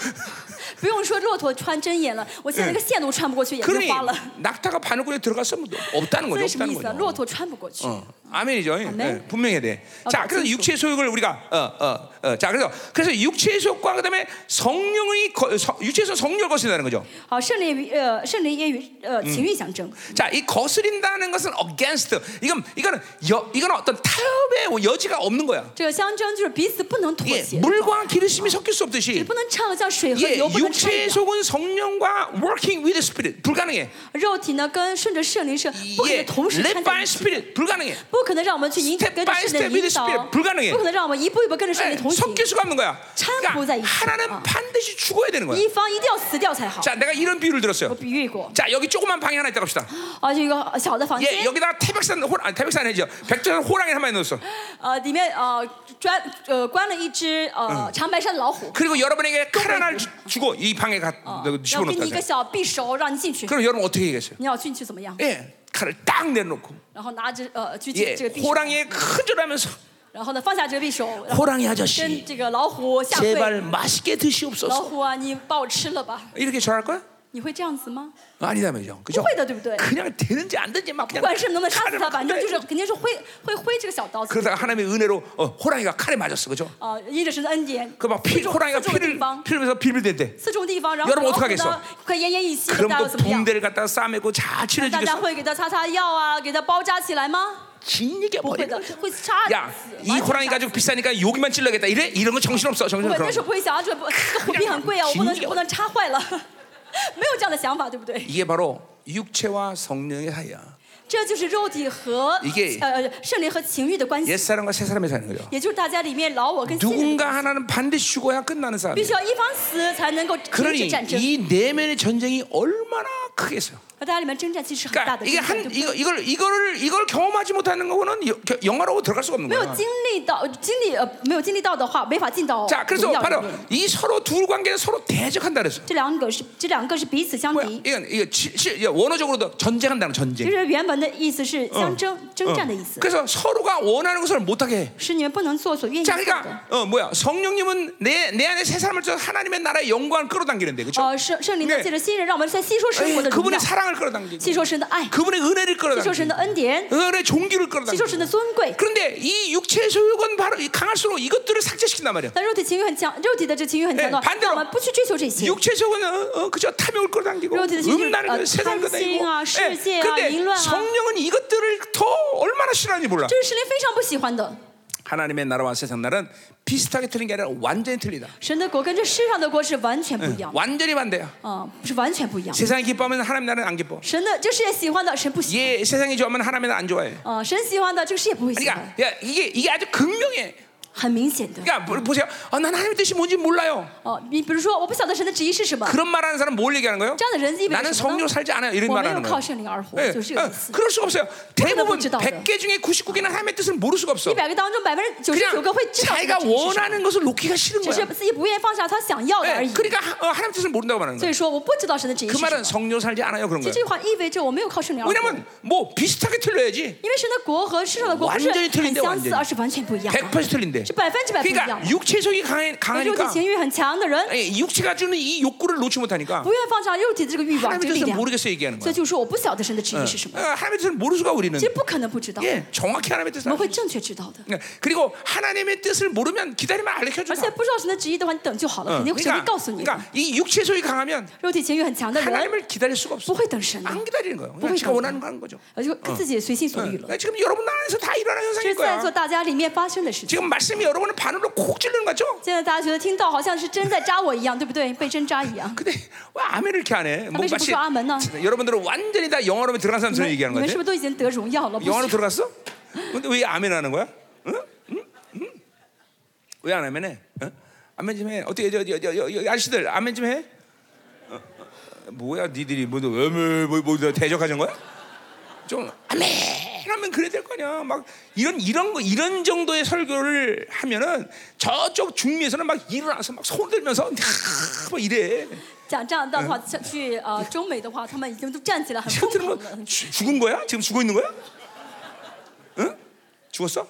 S2: 不用说骆驼穿针眼了，我现在那个线都穿不过去，眼睛
S1: 그러니
S2: 花了。
S1: 낙타가 바늘구에 들어갔으면 없다는
S2: 所
S1: 거죠.
S2: 以什么
S1: 없다는
S2: 意思啊？
S1: 거죠.
S2: 骆驼穿不过去。
S1: 어, 아멘이죠. 예,
S2: 아멘.
S1: 예, 분명해야 돼.
S2: 어,
S1: 자, 그래서
S2: 그렇죠.
S1: 육체의 소욕을 우리가 어, 어, 어, 자, 그래서 그래서 육체의 소욕과 그다음에 성령의 거- 성- 육체에서 성령을 거스린다는 거죠.
S2: 好，圣灵与呃圣灵也与呃情欲相争。
S1: 자, 이 거스린다는 것은 against. 이건 이거는 여, 이건 어떤 타협의 여지가 없는 거야.
S2: 这个相争就是彼此不能妥
S1: 예,
S2: 协，
S1: 물과 기름심이 섞일 수
S2: 也
S1: 없듯이
S2: 不能唱像水和
S1: 예,
S2: 油不能掺
S1: 육체의
S2: 一样。
S1: 속은 성령과 working with spirit 불가능해.
S2: 肉体呢跟顺着圣灵是不可
S1: 예,
S2: 能同时掺
S1: led
S2: 在
S1: by
S2: 一起，
S1: spirit 불가능해.
S2: 不可能让我们去引
S1: Step
S2: 跟着
S1: by
S2: 圣
S1: step
S2: 灵
S1: with
S2: 引导，
S1: spirit 불가능해.
S2: 不可能让我们一步一步跟着圣灵
S1: 예,
S2: 同行。
S1: 섞일 수가 없는 거야. 그러니까
S2: 참고자 있어.
S1: 하나는
S2: 어.
S1: 반드시 죽어야 되는 거야.
S2: 一方一定要死掉才好。
S1: 자, 내가 이런 비유를
S2: 我
S1: 들었어요.
S2: 比喻过，
S1: 자, 여기 조그만 방이 하나 있다고 합시다.
S2: 啊，就一个小的房
S1: 예,
S2: 间，
S1: 여기다 태백산 호 아니 태백산 아니죠. 백두산 호랑이 한 마리 넣었어.
S2: 呃，里面呃专呃关了一只呃
S1: 嗯
S2: 长白山老虎，
S1: 그리고 여러분에게
S2: 뭐
S1: 칼 하나를 주- 주고 이 방에 가
S2: 啊
S1: 집어
S2: 要给你一个
S1: 넣었다.
S2: 小匕首让你进去，
S1: 그럼 여러분 어떻게 얘기했어요?
S2: 你要进去怎么样？
S1: 예, 칼을 딱 내놓고
S2: 然后拿着呃举起
S1: 예,
S2: 这个匕首，
S1: 호랑이에 큰절하면서
S2: 然后呢，放下这个匕首，然后
S1: 호랑이
S2: 跟
S1: 아저씨
S2: 这个老虎下跪，
S1: 제발 맛있게
S2: 老
S1: 드시옵소서
S2: 虎啊，你把我吃了吧？
S1: 이렇게 절할 거야?
S2: 你会这样子吗？
S1: 아니다 말이죠
S2: 不
S1: 그죠?
S2: 会的，对不对？
S1: 그냥 되는지 안 되는지 막
S2: 不
S1: 그냥
S2: 管是能不能杀死
S1: 칼을
S2: 他，
S1: 막
S2: 反正就是
S1: 그냥
S2: 肯定是挥会挥这个小刀子。
S1: 그러다가 하나님의 은혜로 어, 호랑이가 칼에 맞았어 그죠?
S2: 啊，因着神的恩典，
S1: 그 막 피, 호랑이가
S2: 刺中的地
S1: 피를
S2: 方，
S1: 피면서 빌빌댄대
S2: 刺中地方，然后
S1: 여러분어떡하겠
S2: 老虎
S1: 어
S2: 呢，快奄奄一息，大
S1: 그럼
S2: 家又
S1: 그
S2: 怎么样？
S1: 붕대를 갖다가 싸매고 잘
S2: 大家
S1: 치료해주겠어
S2: 会给他擦擦药啊，给他包扎起来吗？
S1: 진 얘기야
S2: 不会
S1: 버려
S2: 的，会杀死。
S1: 야이
S2: 完全
S1: 호랑이
S2: 杀死
S1: 가지고 비싸니까 여기만 찔러야겠다 이래? 이런 거 정신없어
S2: 不
S1: 정신없어
S2: 会，但
S1: 그럼.
S2: 是不会想啊，这不这个虎皮很贵啊，我不能
S1: 진짜
S2: 不能插坏了， 没有这样的想法，对不对？
S1: 이게 바로 육체와 성령의 사이야
S2: 这就是肉体和
S1: 이게
S2: 呃圣灵和情欲的关系，
S1: 옛사람과 새사람의 사는 거죠
S2: 也就是大家里面老我跟新人，
S1: 누군가 하나는 반드시 죽어야 끝나는
S2: 必
S1: 사람이에요
S2: 须要一方死才能够停止
S1: 그러니
S2: 战争。
S1: 이 내면의 전쟁이 얼마나 크겠어요
S2: 和大家里面征战其实很
S1: 그러니까
S2: 大的征
S1: 이게
S2: 战，对
S1: 한
S2: 不对
S1: 이거 이걸 이걸 이걸 경험하지 못하는 거는 여- 겨- 영화로 들어갈 수가 없는
S2: 没有
S1: 거야.
S2: 经历到经历呃没有经历到的话，没法进到
S1: 자,
S2: 荣
S1: 그래서
S2: 耀里
S1: 바로
S2: 面。
S1: 이 서로 둘 관계는 서로 대적한다 그랬어.
S2: 这两个是这两个是彼此相
S1: 뭐야?
S2: 敌，
S1: 이건 이거 치- 치- 이거 원어적으로도 전쟁한다는
S2: 就
S1: 전쟁.
S2: 是原本的意思是相争、征
S1: 어.
S2: 战的意思，
S1: 그래서 서로가 원하는 것을 못하게 해.
S2: 使你们不能做所愿意做
S1: 자,
S2: 的。
S1: 그러니까 어 뭐야? 성령님은 내 내 안에 새 사람을 줘 하나님의 나라의 영광을 끌어당기는데 그렇죠?
S2: 呃，圣圣灵
S1: 네
S2: 呢，借着新人，让我们在吸收神国的荣耀
S1: 그분의 ， 사랑을 끌어당기고
S2: 吸收神的爱，
S1: 그분의 은혜를
S2: 吸收
S1: 끌어당기고
S2: 神的恩典，
S1: 은혜의 종기를
S2: 吸收神
S1: 끌어당기고
S2: 的尊贵。
S1: 그런데 이 육체의 소욕은 바로 이 강할수록 이것들을 삭제시킨단 말이야.
S2: 但肉体情欲很强，肉体的这情欲很强的
S1: 네， ，반대로
S2: 让我们不去追求这些。
S1: 육체적은 어, 어, 네. 그저 탐욕을 끌어당기고
S2: 그렇지, 그렇지.
S1: 음란을
S2: 어,
S1: 끌어- 세상을 끌어당기고
S2: 탐심아, 실제아,
S1: 그런데
S2: 淫乱아.
S1: 성령은 이것들을 더 얼마나 싫어하는지 몰라
S2: 这是神灵非常不喜欢的。
S1: 하나님의 나라와 세상 나라는 비슷하게 틀린 게 아니라 완전히 틀리다
S2: 神的国跟这世上的国是完全不一样，
S1: 완전히 반대야
S2: 啊，是完全不一样。
S1: 세상이 기뻐하면 하나님 나라는 안 기뻐
S2: 神的这世界喜欢的，神不喜
S1: 얘 세상이 좋아하면 하나님 나라 안 좋아해
S2: 欢，啊，神喜欢的这个世界不会喜
S1: 그러니까
S2: 欢，
S1: 야, 이게, 이게 아주 극명해
S2: 很明显的。
S1: 그러니까 보- 보세요 아, 난 하나님의 뜻이 뭔지 몰라요
S2: 哦，你比如说，我不晓得神的旨意是什么，
S1: 그런 말 하는 사람 뭘 얘기하는 거예요?
S2: 这样的人意味着
S1: 나는
S2: 什么
S1: 성령으로 ？
S2: 呢
S1: 살지 않아요 이런
S2: 我
S1: 말
S2: 没有
S1: 하는
S2: 靠
S1: 거예요
S2: 圣灵而活，
S1: 예,
S2: 就是这个
S1: 어,
S2: 意思。
S1: 그럴 수가 없어요. 대부분
S2: 못 지나가요.
S1: 100개 중에 99개는 하나님의 뜻을 모를 수가 없어.
S2: 一百个当中，百分之九十九个
S1: 그냥
S2: 会知道神的
S1: 자기가
S2: 旨意是什么
S1: 원하는 것을 놓기가 싫은
S2: 只
S1: 거야.
S2: 是自己不愿意放下他想要的而
S1: 예,
S2: 已。
S1: 그러니까 하- 어, 하나님 뜻을 모른다고 말하는
S2: 所
S1: 거야.
S2: 以说，我不知道神的旨意
S1: 그
S2: 是什
S1: 말은
S2: 么。
S1: 성령 살지 않아요 그런
S2: 其
S1: 거야.
S2: 实这句话意味着我没有靠圣灵而活，
S1: 왜냐면 뭐 비슷하게 틀려야지.
S2: 因为神的国和世上的国不是
S1: 완전히틀린
S2: 很
S1: 데완
S2: 相
S1: 전히
S2: 似，而是完全不一样的，啊哎
S1: 100% 틀린데.
S2: 是百分之百不一样
S1: 그러니까
S2: 的。
S1: 육체적이 강해,
S2: 肉体
S1: 강하니까
S2: 情欲很强的人，
S1: 예, 육체가 주는 이 욕구를 놓지 못하니까
S2: 不愿放下肉体的这个欲望、
S1: 하나님의
S2: 这个力嗯
S1: 뜻을
S2: 量，
S1: 모르겠어 얘기하는
S2: 所
S1: 거야.
S2: 以就说我不晓得神的旨意是什
S1: 어,
S2: 么。
S1: 하나님의 뜻을 모르 수가 우리는.
S2: 其实不可能不知道，我
S1: 예, 정확히 하나님의 뜻을.
S2: 们
S1: 알죠.
S2: 会正确知道的。
S1: 예, 그리고 하나님의 뜻을 모르면 기다리면
S2: 而
S1: 알려줘라.
S2: 且不知道神的旨意的话，你等就好了，肯定会神会告诉嗯你的。
S1: 그러니까 이 육체 소위 강하면
S2: 肉体情欲很强的人
S1: 하나님을 기다릴 수가 없어.
S2: 不会等神的，
S1: 안 기다리는 거예요. 뭐 그냥
S2: 뭐가
S1: 자기가
S2: 있다고요?
S1: 원하는 거 하는 거죠.
S2: 而就自己随心所欲
S1: 응.
S2: 了。
S1: 예. 그러니까 지금 여러분 안에서 다 일어나는
S2: 这
S1: 현상일
S2: 是在做
S1: 거야.
S2: 大家里面发生的事情。
S1: 지금 말씀이 여러분을 바늘로 콕 찌르는 거죠.
S2: 现在大家觉得听到好像是针在扎我一样，对不 对？被针扎一样。
S1: 근데 왜 아멘을 이렇게 안 해? 뭔가
S2: 무슨 아멘이나.
S1: 진짜 여러분들은 완전히 다 영어로 들어간
S2: 你
S1: 사람처럼
S2: 们你
S1: 얘기하는
S2: 们是
S1: 거지.
S2: 不是都已经得荣耀了？不
S1: 영어로
S2: 是，
S1: 들어갔어? 근데 왜 아멘 하는 거야? 응? 응? 응? 왜안 아멘 해? 응? 아멘 좀 해. 어떻게 저, 저, 저, 저, 저 아저씨들 아멘 좀 해? 어, 어, 뭐야 니들이 뭐, 뭐, 뭐, 뭐, 뭐 대적하는 거야? 좀 아멘 하면 그래야 될 거냐. 막 이런 이런 거 이런 정도의 설교를 하면은 저쪽 중미에서는 막 일어나서 막 손 들면서 막 이래.
S2: 讲这样的话，像去呃中美的话，他们已经都站起来，很疯
S1: 쟤들은
S2: 狂
S1: 뭐
S2: 了。很
S1: 죽- 죽은 거야? 지금 죽어 있는 거야? 응? 죽었어?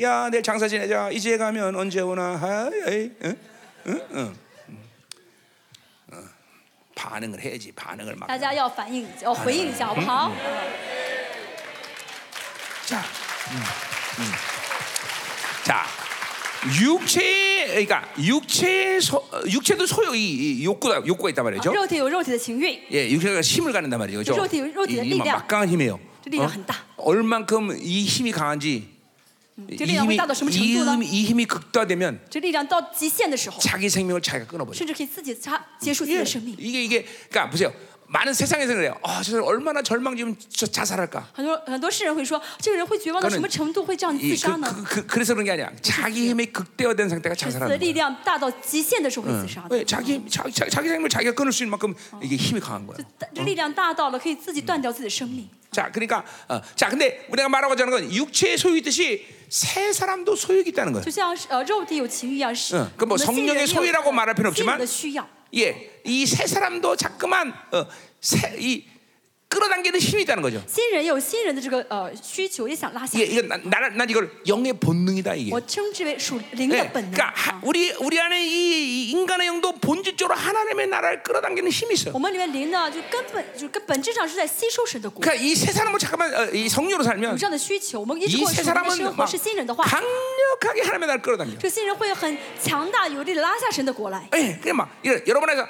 S1: 야, 내일 장사 지내자. 이제 가면 언제 오나? 하이, 응? 응? 응. 어. 반응을 해야지. 반응을 막.
S2: 大家要反应，要回应一下，好不好？
S1: 자, 음, 음. 자, 육체, 그러니까 육체, 소, 육체도 소유 이, 이 욕구다, 욕구가 있단 말이죠.
S2: 肉体有肉体的情欲，
S1: 예, 육체가 힘을 갖는단 말이죠. 그죠?
S2: 로티, 로티의
S1: 이- 이막
S2: 리량.
S1: 막강한 힘이에요. 어?
S2: 这力量很大。
S1: 얼만큼 이 힘이 강한지 이
S2: 这力量会
S1: 힘이,
S2: 大到什么程
S1: 이
S2: 度呢？
S1: 힘이, 이 힘이 극대화되면
S2: 这力量到极限的时候，
S1: 자기 생명을 자기가 끊어버려.
S2: 甚至可以自己插结束自己
S1: 예,
S2: 的生命。
S1: 이게 이게 그러니까 보세요. 많은 세상에서 그래요. 아, 저 사람 얼마나 절망지면 저 자살할까?
S2: 很多很多世人会说，这个人会绝望到
S1: 그거는
S2: 什么程度，会这样自
S1: 이
S2: 杀
S1: 그,
S2: 呢？
S1: 그, 그, 그래서 그런 게 아니야. 자기 힘이 극대화된 상태가
S2: 自己的
S1: 자살하는
S2: 力
S1: 거야.
S2: 量大到极限的时候会自杀的。
S1: 왜? 자기 자기 자기 자기 생명을 자기가 끊을 수 있는 만큼
S2: 어.
S1: 이게 힘이 강한 거야.
S2: 但这力量大到了可以自己断掉自己的生命。
S1: 자, 그러니까 어, 자, 근데 우리가 말하고자 하는 건 육체의 소유이 듯이 새 사람도 소유이 있다는 거예요.
S2: 就像是呃肉体有情欲一样，是
S1: 嗯그뭐
S2: 我们
S1: 성령
S2: 信
S1: 의
S2: 人
S1: 소유라고말할필요없지만
S2: 信人的需要。
S1: 예, 이 세 사람도 자꾸만 어, 세, 이 끌어당기는 힘이 있다는 거죠.
S2: 新人有新人的这个呃需求，也想拉下
S1: 이게 。 이거 나- 나를 난 이걸 영의 본능이다 이게.
S2: 我称之为属灵的
S1: 예,
S2: 本
S1: 그러니까
S2: 能。
S1: 하-
S2: 啊
S1: 우리 우리 안에 이, 이 인간의 영도 본질적으로 하나님의 나라를 끌어당기는 힘이 있어.
S2: 我们里面灵呢，就根本就根本质上是在吸收神的果。
S1: 그러니까 이 세 사람은 잠깐만 어, 이 성료로
S2: 有
S1: 살면
S2: 这样的需求，我们一直
S1: 이
S2: 过
S1: 세
S2: 属灵的生
S1: 사람은
S2: 活
S1: 막
S2: 是新人的话，
S1: 강력하게 하나님의 나라를 끌어당겨.
S2: 这个新人会很强大有力的拉下神的果来。
S1: 예, 그냥 막 이런 여러분 안에서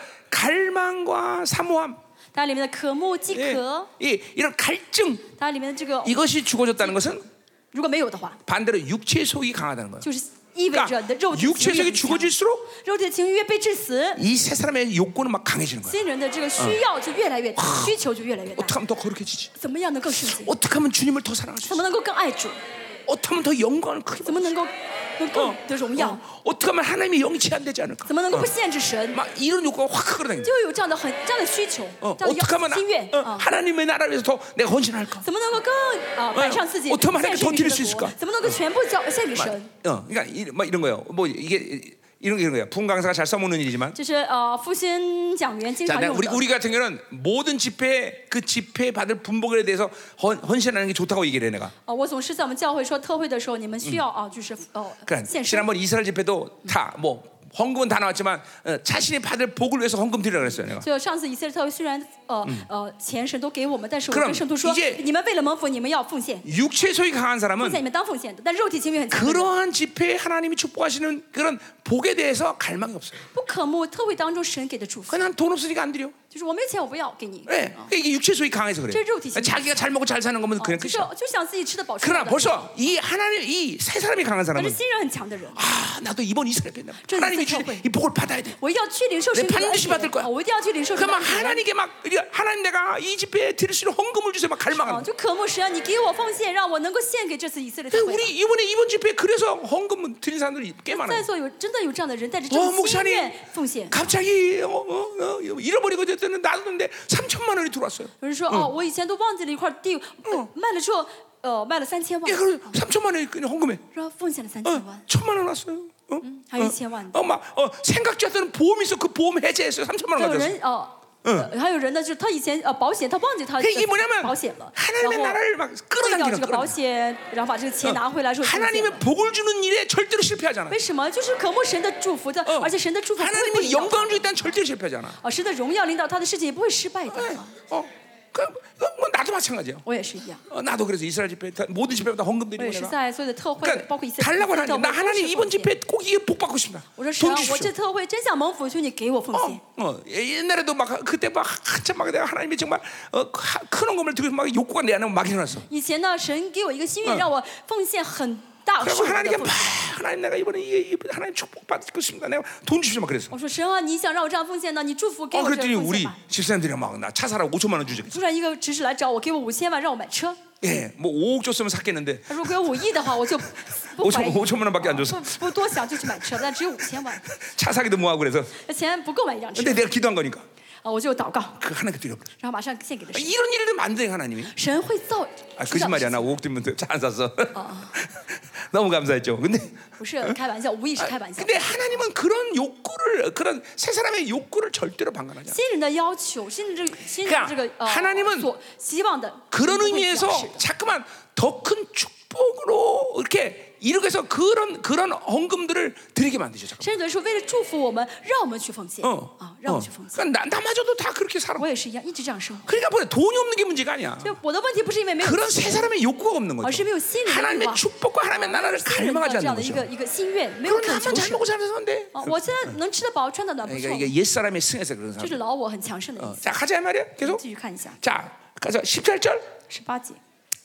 S1: 갈망과 사모함,
S2: 大家里面的渴慕、饥
S1: 예,
S2: 渴，
S1: 이 이런 갈증
S2: 大家里面的这个
S1: 이것이 죽어졌다는 것은
S2: 如果没有的话，
S1: 반대로 육체의 속이 강하다는 거예요.
S2: 就是意味着你的
S1: 그러니까
S2: 肉体情
S1: 육체의
S2: 欲
S1: 속이
S2: 很强
S1: 죽어질수록
S2: 肉体的情欲越被致死，
S1: 이 세 사람의 욕구는 막 강해지는 거야.
S2: 新人的这个
S1: 嗯
S2: 需要就越来越大，需求就越来越大。
S1: 어떻게 하면 더 거룩해지지?
S2: 怎么样能更圣洁？
S1: 어떻게 하면 주님을 더 사랑할 수 있어?
S2: 怎么能够更爱主？
S1: 어떻게 하면 더 영광을 크게
S2: 怎么能够能
S1: 어,
S2: 更的荣耀？
S1: 어, 어떻게 하면 하나님이 영이 제한되지 않을까?
S2: 怎么能够
S1: 어.
S2: 不限制神？
S1: 막 이런 욕구가 확 끌어당겨.
S2: 就有这样的很这样的需求，
S1: 어,
S2: 这样的
S1: 어떻게
S2: 要
S1: 하면
S2: 心愿
S1: 하- 어,
S2: 啊。
S1: 하나님의 나라를 위해서 더 내가 헌신할까?
S2: 怎么能够更啊摆上自己
S1: 嗯我他妈还
S2: 献
S1: 给
S2: 给
S1: 偷听
S2: 神
S1: 是
S2: 的
S1: 是个
S2: 国？怎么能够全部交献给
S1: 막,
S2: 神？
S1: 어, 그러니까 이, 막 이런 거예요. 뭐 이게 이런 게 이런 거예요. 부흥 강사가 잘 써먹는 일이지만.
S2: 就是呃，复兴讲员经
S1: 자,
S2: 常
S1: 나
S2: 用
S1: 우리
S2: 的。
S1: 우리 같은 경우는 모든 집회 그 집회 받을 분복에 대해서 헌, 헌신하는 게 좋다고 얘기를 해 내가.
S2: 哦，我总是在我们教会说特会的时候，你们
S1: 嗯
S2: 需要啊，就是哦
S1: 그러니까
S2: 献身。
S1: 지난번 이스라엘 집회도 다 뭐 헌금은 다 나왔지만 어, 자신이 받을 복을 위해서 헌금 드리라 그랬어요 내가.
S2: 就上次以色列特会虽然呃呃钱神都给我们，但是我
S1: 그럼
S2: 跟圣徒说
S1: 이제 ，
S2: 你们为了蒙福，你们要奉献，
S1: 육체 소위 강한
S2: 奉
S1: 사람은
S2: 献你们当奉献的，但肉体情欲很强的人，
S1: 그러한 집회에 하나님이 축복하시는 그런 복에 대해서 갈망이 없어요.
S2: 不可慕特会当中神给的祝福，
S1: 그냥 돈 없으니까 안 드려.
S2: 就是我没钱我不要给你，
S1: 예. 그러니까 이게 육체 소위 강해서 그래.
S2: 저肉体
S1: 자기가 잘 먹고 잘 사는 거면
S2: 哦
S1: 그냥
S2: 就是
S1: 끝이야.
S2: 就想自己吃得饱穿得
S1: 그러나
S2: 暖
S1: 벌써 이 하나님 이 세 사람이 강한
S2: 但是
S1: 사람은
S2: 新人很强的人，
S1: 아 나도 이번 이스라엘 때
S2: 저
S1: 하나님이
S2: 이스라엘
S1: 주신
S2: 때
S1: 이 복을 받아야 돼.
S2: 我一定要去领受神
S1: 내
S2: 给的
S1: 반드시
S2: 恩
S1: 받을
S2: 典
S1: 거야 ，
S2: 哦我一定要去领受神的
S1: 그러니까 막
S2: 恩典。
S1: 하나님께 막 이게 하나님 내가 이 집회에 드릴 수 있는 헌금을 주세요 막
S2: 哦
S1: 갈망하는.
S2: 就渴慕神，你给我奉献，让我能够献给这次以色列特
S1: 거예요.
S2: 会吧。
S1: 우리 이번에 이번 집회에 그래서 헌금 드린 사람들이 꽤
S2: 在
S1: 많아요.
S2: 座有真的有这样的人带着
S1: 어
S2: 真心
S1: 목사님
S2: 愿奉献。
S1: 갑자기 어, 어, 어, 잃어버리고 됐더니 놔뒀는데 3천만 원이 들어왔어요.
S2: 有人说、哦，我以前都忘记了一块地，呃卖了之后，呃，卖了三千
S1: 예,
S2: 万，
S1: 그럼 3천만 원이 그냥 헌금해.
S2: 然后奉献了三
S1: 어,
S2: 千万，
S1: 천만 원 왔어요. 어?
S2: 한 이천 원.
S1: 어, 막 어, 생각 좋았던 보험이 있어. 그 보험 해제했어요. 3천만
S2: 还
S1: 원
S2: 有
S1: 가져왔어요.
S2: 人哦。呃还有人呢，就是他以前呃保险，他忘记他
S1: 그러니까 이게
S2: 保
S1: 뭐냐면
S2: 险了，然
S1: 하나님의
S2: 后
S1: 나라를 막
S2: 退掉
S1: 끌어당기는
S2: 这个保
S1: 거예요.
S2: 险，然后把这个钱拿回来之后奉献
S1: 하나님의
S2: 了。
S1: 복을 주는 일에 절대로 실패하지 않아.
S2: 为什么？就是渴慕神的祝福的，
S1: 어.
S2: 而且神的祝福不会不
S1: 하나님의
S2: 一样。
S1: 영광 주일 땐 절대로 실패하지 않아.
S2: 啊，神的荣耀领导他的事情也不会失败的。啊
S1: 네. 어, 그, 그, 뭐 나도 마찬가지예요.
S2: 我也是一样，
S1: 어, 나도 그래서 이스라엘 집회 다- 모든 집회보다 헌금
S2: 我
S1: 드리고
S2: 也是
S1: 내가
S2: 在所有的特会，包
S1: 그러니까
S2: 括以色列
S1: 달라고
S2: 的特
S1: 하나님
S2: 会
S1: 나
S2: 都是
S1: 하나님
S2: 奉
S1: 이번
S2: 献。
S1: 집회 꼭 이게 복 받고 싶다.
S2: 我说哦神
S1: 돈
S2: 啊，我这
S1: 주십시오.
S2: 特会真想蒙福，求你给我奉献。
S1: 어, 어, 옛날에도 막 그때 막 한참 막 내가 하나님이 정말 어, 하- 큰 헌금을 들고 막 욕구가 내 안에 막 일어났어.
S2: 以前呢，神给我一个心愿，
S1: 嗯
S2: 让我奉献很大数
S1: 그리고
S2: 额的
S1: 하나님께
S2: 奉
S1: 막
S2: 献。
S1: 하나님 내가 이번에 이게 이번에 하나님 축복 받고 싶다. 내가 돈 주십시오 막 그랬어.
S2: 我说神啊，你想让我这样奉献呢？你祝福给
S1: 어
S2: 哦我这
S1: 그랬더니
S2: 样奉献
S1: 우리
S2: 吧。
S1: 집사람들이랑 막 나 차 사라고 5천만 원 주지.
S2: 突然一个执事来找我，给我五千万让我买车。
S1: 예, 뭐 5억 줬으면 샀겠는데
S2: 他如果有五亿的 话，我就不怀
S1: 5천
S2: 疑。
S1: 5천만 원밖에 안 줬어.
S2: 不不多想就去买车，但只有五千万，
S1: 차 사기도 뭐하고 그래서.
S2: 那钱不够买一辆车
S1: 근데 내가 기도한 거니까
S2: 啊！我就祷告，
S1: 그 하나님께 드려버렸어.
S2: 然后马上献给了
S1: 아,
S2: 神。
S1: 이런 일을 만드는 하나님이.
S2: 神会造
S1: 아,
S2: 知道的
S1: 거짓말이야.
S2: 事
S1: 나 5억 드면 차안 샀어. 너무 감사했죠. 근데
S2: 不是开玩笑，无意是开玩笑。
S1: 근데 하나님은 그런 욕구를 그런 세 사람의 욕구를 절대로 방관하지 않아.
S2: 新人的要求，新人这个新
S1: 그러니까
S2: 人这个呃
S1: 하나님은
S2: 所希望的，
S1: 그런
S2: 神不会表示
S1: 의미에서
S2: 的
S1: 자꾸만 더 큰 축복으로 이렇게 이룩해서 그런 그런 헌금들을 드리게 만드죠. 자꾸.
S2: 神只是为了祝福我们，让我们去奉献啊，让
S1: 어.
S2: 我们去奉献。
S1: 그러니까 나, 나마저도 다 그렇게 살아.
S2: 我也是一样，一直这样生活。
S1: 그러니까 뭐야 돈이 없는 게 문제가 아니야.
S2: 就我的问题不是因为没有
S1: 그런 세 사람의 욕구가 없는
S2: 어,
S1: 거죠.
S2: 심히 욕심이
S1: 하나님의
S2: 있는 거야.
S1: 축복과 하나님의 나라를
S2: 新人的
S1: 갈망하지
S2: 这样
S1: 않는
S2: 的一个
S1: 거죠.
S2: 一个心愿，没有
S1: 그럼
S2: 恳求
S1: 나만 잘
S2: 神
S1: 먹고 잘 사는데.
S2: 啊！我现在能吃得饱，穿得暖，不错
S1: 그러니까 ， 이게 옛 사람의 승에서 그런
S2: 这
S1: 사람.
S2: 是老我很强盛的意
S1: 어.
S2: 思。
S1: 자 가자 이 말이야. 계속.
S2: 继续看一下
S1: 자 가서 18절.
S2: 十八节，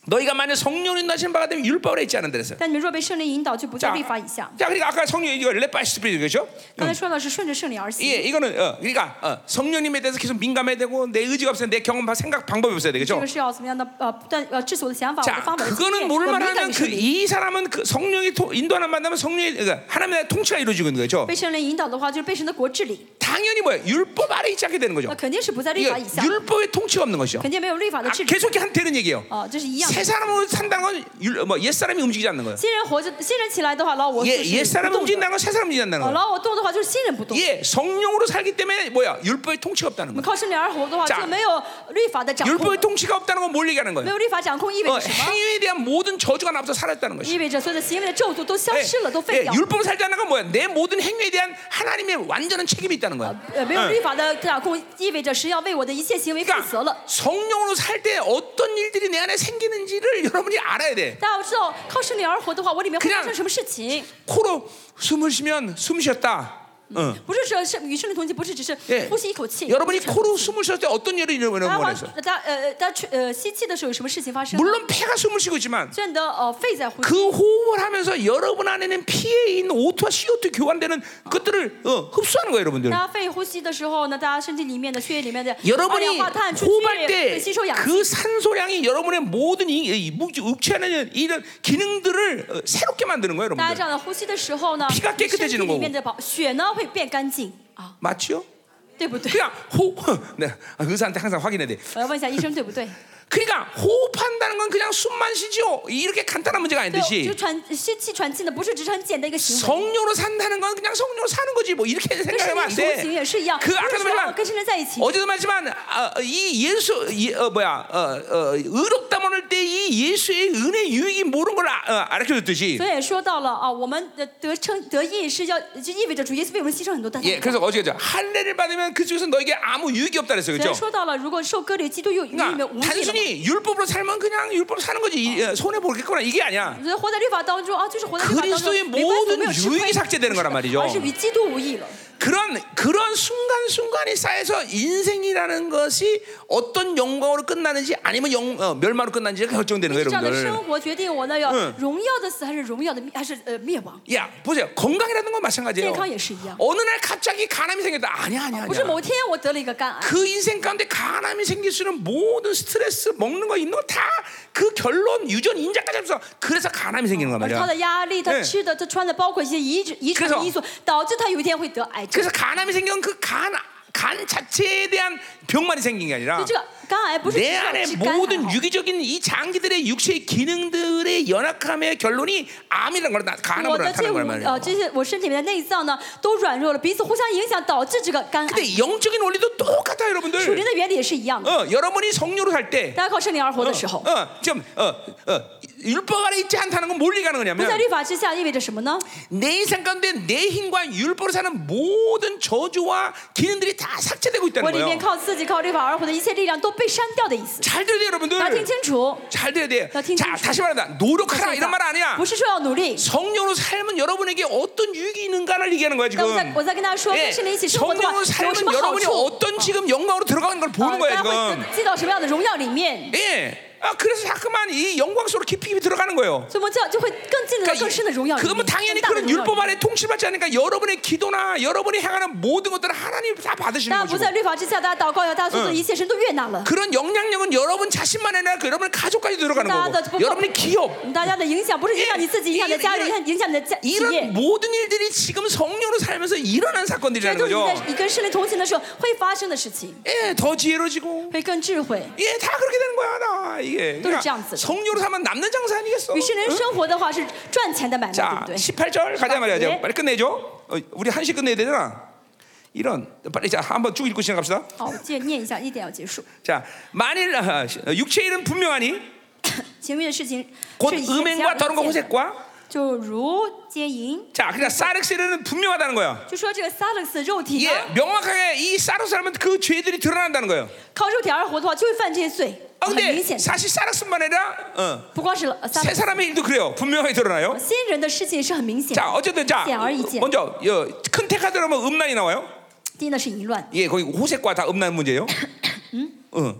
S1: 너희가 만약 성령을 나신 바가 되면 율법을 잊지 않는다 그랬어요.
S2: 但你们若被圣灵引导，就不在
S1: 자,
S2: 律法以下。
S1: 자, 그러니까 아까 성령 이거 레바이 스피드 그죠?
S2: 刚才说到是顺着圣灵而
S1: 예,
S2: 行，
S1: 이거는 어, 그러니까 어, 성령님에 대해서 계속 민감해야 되고 내 의지가 없어야 내 경험 생각 방법이 없어야 되겠죠?
S2: 这个是要怎么样的？呃，不断呃治所的想法，我
S1: 자,
S2: 的方法，我的经
S1: 그렇죠. 그거는
S2: 验，
S1: 모를
S2: 我敏感
S1: 만하면
S2: 于圣
S1: 그
S2: 灵。
S1: 이 사람은 그 성령이 통- 인도 하나 만나면 성령의 그러니까 하나님의 통치가 이루어지고 있는 거죠.
S2: 被圣灵引导的话，就是被神的国治理，
S1: 당연히 뭐야 율법 아래 있지 않게 되는 거죠.
S2: 那肯定是不在律法以
S1: 이게
S2: 下，
S1: 율법의 통치가 없는 것이죠.
S2: 肯定没有律法的
S1: 아,
S2: 治理。
S1: 계속 이게 한 되는 얘기예요.
S2: 哦，这是一样
S1: 새 사람으로 산다는 건 율- 뭐, 옛사람이 움직이지 않는 거예요.
S2: 新人活着，新人起来的话，老我
S1: 예,
S2: 就是不
S1: 옛사람이
S2: 动的
S1: 움직인다는 건 새 사람이 움직인다는
S2: 啊，
S1: 거예요.
S2: 老我动的话就是新人不动。
S1: 예, 성령으로 살기 때문에 뭐야? 율법의 통치가 없다는
S2: 我们
S1: 거예요.
S2: 靠圣灵而活的话，
S1: 자
S2: 就没有律法的掌控
S1: 율법의 ， 통치가 없다는 건 뭘 얘기하는
S2: 没
S1: 거예요?
S2: 有律法掌控意味
S1: 어,
S2: 着什么？
S1: 행위에 대한 모든 저주가 나부터 사라졌다는 것이죠.
S2: 意味着所有的行为的咒诅都消
S1: 예,
S2: 失了，都
S1: 예,
S2: 废掉。
S1: 율법을 살지 않는 건 뭐야? 내 모든 행위에 대한 하나님의 완전한 책임이 있다는 아, 거야. 예.
S2: 呃，没有
S1: 嗯
S2: 律法的掌控，意味着神要为我的一切行为负责
S1: 그러니까
S2: 了。
S1: 성령으로 살 때 어떤 일들이 내 안에 생기는지를 여러분이 알아야 돼.
S2: 大家要知道，靠圣灵而活的话，我里面会
S1: 그냥
S2: 发生什么事情？
S1: 코로 숨을 쉬면 숨 쉬었다. 응.
S2: 不是说是与圣灵同行，不是只是
S1: 예.
S2: 呼吸一口气。
S1: 여러분이
S2: 不是
S1: 코로 숨을 쉬었을 때 어떤 일이 일어나는 거
S2: 大家
S1: 어
S2: 往大家呃大家去呃吸气的时候有什么事情发生？
S1: 물론 폐가 숨을 쉬고 있지만
S2: 虽然你的呃肺在呼吸，
S1: 그 호흡을 하면서 여러분 안에는 피에 있는 O2와 CO2 교환되는 것들을 어, 흡수하는 거예요, 여러분들.
S2: 大家肺呼吸的时候呢，大家身体里面的血液里面的二
S1: 여러분이
S2: 氧化碳出去
S1: 호흡할
S2: 会吸收氧
S1: 때
S2: 气。
S1: 그 산소량이 여러분의 모든 이, 이 묵- 육체 안에 있는 이런 기능들을 어, 새롭게 만드는 거예요,
S2: 大家
S1: 여러분들.
S2: 这样的呼吸的时候呢，
S1: 피가깨끗해지는
S2: 身体
S1: 거고
S2: 里面的宝血呢会变干净啊，
S1: 맞죠?
S2: 对不对？
S1: 그냥 호, 네, 아, 의사한테 항상 확인해야 돼.
S2: 我要问一下医生对不对？
S1: 그러니까 호흡한다는 건 그냥 숨만 쉬죠. 이렇게 간단한 문제가
S2: 对，就
S1: 아니듯이
S2: 喘吸气喘气呢，不是只是很简单一个行为。
S1: 성령으로 산다는 건 그냥 성령으로 사는 거지 뭐 이렇게
S2: 跟神
S1: 생각하면
S2: 灵
S1: 안
S2: 同行也
S1: 돼.
S2: 是一样，
S1: 그
S2: 不
S1: 아까도
S2: 是说哦
S1: 말했지만
S2: 跟圣灵在一起。
S1: 어제도 말했지만 아, 어, 이 예수 이, 어, 뭐야 어, 어, 의롭다 먹을 때 이 예수의 은혜 유익이 모른 걸 아, 어, 알려줬듯이
S2: 所以也说到了啊，我们的得称得益是要就意味着主耶稣为我们牺牲很多代价。
S1: 예, 그래서 어제 그죠 할례를 받으면 그 중에서 너에게 아무 유익이 없다 그랬어요,
S2: 所以
S1: 그렇죠?
S2: 说到了，如果受割礼，基督又与你们
S1: 그러니까
S2: 无益了嘛。
S1: 단순히 율법으로 살면 그냥 율법 사는 거지 어, 손해 보겠구나 이게 아니야.
S2: 所以活在律法当中啊，就是活在律法当
S1: 음,
S2: 中，
S1: 그리스도의
S2: 没关系，
S1: 모든
S2: 没有吃
S1: 유익이
S2: 亏，
S1: 삭제되는 거란 말이죠.
S2: 而是与基督无益了。
S1: 그런 그런 순간 순간이 쌓여서 인생이라는 것이 어떤 영광으로 끝나는지 아니면 영, 어, 멸망으로 끝나는지 가 결정되는
S2: 这
S1: 거예요,
S2: 样的生
S1: 여러분들.
S2: 活决定我呢，要
S1: 嗯
S2: 荣耀的死还是荣耀的灭还是呃灭亡？
S1: 야, 보세요. 건강이라는 건 마찬가지예요.
S2: 健康也是一样 뭐-
S1: 어느 날 갑자기 간암이 생겼다. 아니야, 아니야,
S2: 不是
S1: 아니야.
S2: 某天我得了一个肝癌，
S1: 그 인생 가운데 간암이 생길 수 있는 모든 스트레스, 먹는 거, 있는 거 다 그 결론, 유전, 인자까지 합쳐서 그래서 간암이 생기는 거란
S2: 而是他
S1: 말이야.
S2: 的压力、他
S1: 嗯
S2: 吃的、他穿的，包括一些遗传遗传的因素，导致他有一天会得癌症。
S1: 그래서 간암이 생기면 그간간 자체에 대한 병만이 생긴 게 아니라
S2: 就这个肝癌不是只
S1: 내
S2: 是
S1: 안에
S2: 治肝癌
S1: 모든
S2: 好
S1: 유기적인 이 장기들의 육체의 기능들의 연약함의 결론이 암이라는 걸 나-
S2: 我
S1: 간암으로
S2: 的这
S1: 나타나는
S2: 五
S1: 걸
S2: 呃
S1: 말이에요.
S2: 这些我身体里面的内脏呢都软弱了，彼此互相影响，导致这个肝癌。
S1: 근데 영적인 원리도 똑같아
S2: 属灵
S1: 여러분들.
S2: 的原理也是一样的。
S1: 어, 여러분이 성료로 살 때,
S2: 大家靠圣灵而活的时候，
S1: 어, 좀, 어, 어, 율법 아래 있지 않다는 건 뭘 얘기하는
S2: 不在
S1: 거냐면
S2: 律法之下意味着什么呢？
S1: 내 인생 가운데 내 힘과 율법으로 사는 모든 저주와 기능들이 다 삭제되고
S2: 我
S1: 있다는
S2: 里面
S1: 거예요.
S2: 靠自己靠律法而活的一切力量都被删掉的意思。
S1: 잘 들어야 돼요
S2: 大家听
S1: 여러분들.
S2: 清楚，
S1: 잘 들어야 돼요.
S2: 나 팅팅
S1: 자,
S2: 중.
S1: 다시 말한다. 노력하라 이런 말 아니야.
S2: 不是说要努力。
S1: 성령으로 살면 여러분에게 어떤 유익이 있는가를 얘기하는 거야
S2: 那我再
S1: 지금.
S2: 我再跟大家说，跟
S1: 예,
S2: 圣灵一起生活的话，
S1: 성령으로
S2: 有什
S1: 살면
S2: 么好
S1: 여러분이
S2: 处？
S1: 어떤 지금 영광으로 들어가는 걸
S2: 啊
S1: 보는
S2: 大
S1: 거야
S2: 家会
S1: 지금.
S2: 进到什么样的荣耀里面？
S1: 예. 아 그래서 자꾸만 이 영광 속으로 깊이 깊이 들어가는 거예요.
S2: 所以我们就就会更进入到更深的荣耀里面。
S1: 그러니까 그러면 당연히
S2: 更大的
S1: 그런
S2: 荣耀里面
S1: 율법 안에 통치받지 않으니까 여러분의 기도나 여러분이 행하는 모든 것들은 하나님 다
S2: 大
S1: 받으시는
S2: 家不
S1: 거죠.
S2: 在律法之下，大家祷告呀，大家所做的一切，神都悦纳了。
S1: 그런 영향력은 여러분 자신만 아니라 그 여러분의 가족까지 들어가는
S2: 大家的
S1: 거고 여러분의 기업
S2: 大家的影响不是影响你自己，影响你的家人，影响影响你的家企业
S1: 이런 。 모든 일들이 지금 성령으로 살면서 일어난
S2: 这
S1: 사건들이라는
S2: 都是你
S1: 거죠.
S2: 在你跟圣灵同行的时候会发生的事情，
S1: 예, 더 지혜로지고
S2: 会更智慧。
S1: 예, 다 그렇게 되는 거야, 나 이게. 그러니까
S2: 또这样子的。
S1: 성료로 사면 남는 장사 아니겠어?
S2: 与圣灵
S1: 응?
S2: 生活的话是赚钱的买卖，对
S1: 자,
S2: 不对？
S1: 18절 가자 말이야, 이제
S2: 네.
S1: 빨리 끝내죠. 어, 우리 한시 끝내야 되잖아. 이런 빨리 자 한번 쭉 읽고 시작합시다.
S2: 好，我借念一下，一点要结束。
S1: 자, 만일 아, 육체 일은 분명하니
S2: 前面的事情
S1: 곧
S2: 是以前
S1: 음행과
S2: 加
S1: 더러운 것
S2: 入见的
S1: 호색과
S2: 就如奸淫，
S1: 자, 그러니까 사르세르는 분명하다는 거야.
S2: 就说这个萨勒斯肉体呢
S1: 예, 명확하게 이 사르세르면 그 죄들이 드러난다는 거예요.
S2: 靠肉体而活的话，就会犯这些罪，
S1: 아,
S2: 很明
S1: 근데
S2: 显的。
S1: 사실 사르스만 아니라 어,
S2: 不光是呃萨勒
S1: 세
S2: 斯
S1: 사람의 일도 그래요. 분명하게 드러나요.
S2: 新人的事情是很明显的。
S1: 자, 어쨌든 자,
S2: 显而易见。
S1: 먼저 어, 큰 테카드로 하면 음란이 나와요.
S2: 第一呢是淫乱，
S1: 예, 거기 호색과 다 음란 문제예요. 응, 응,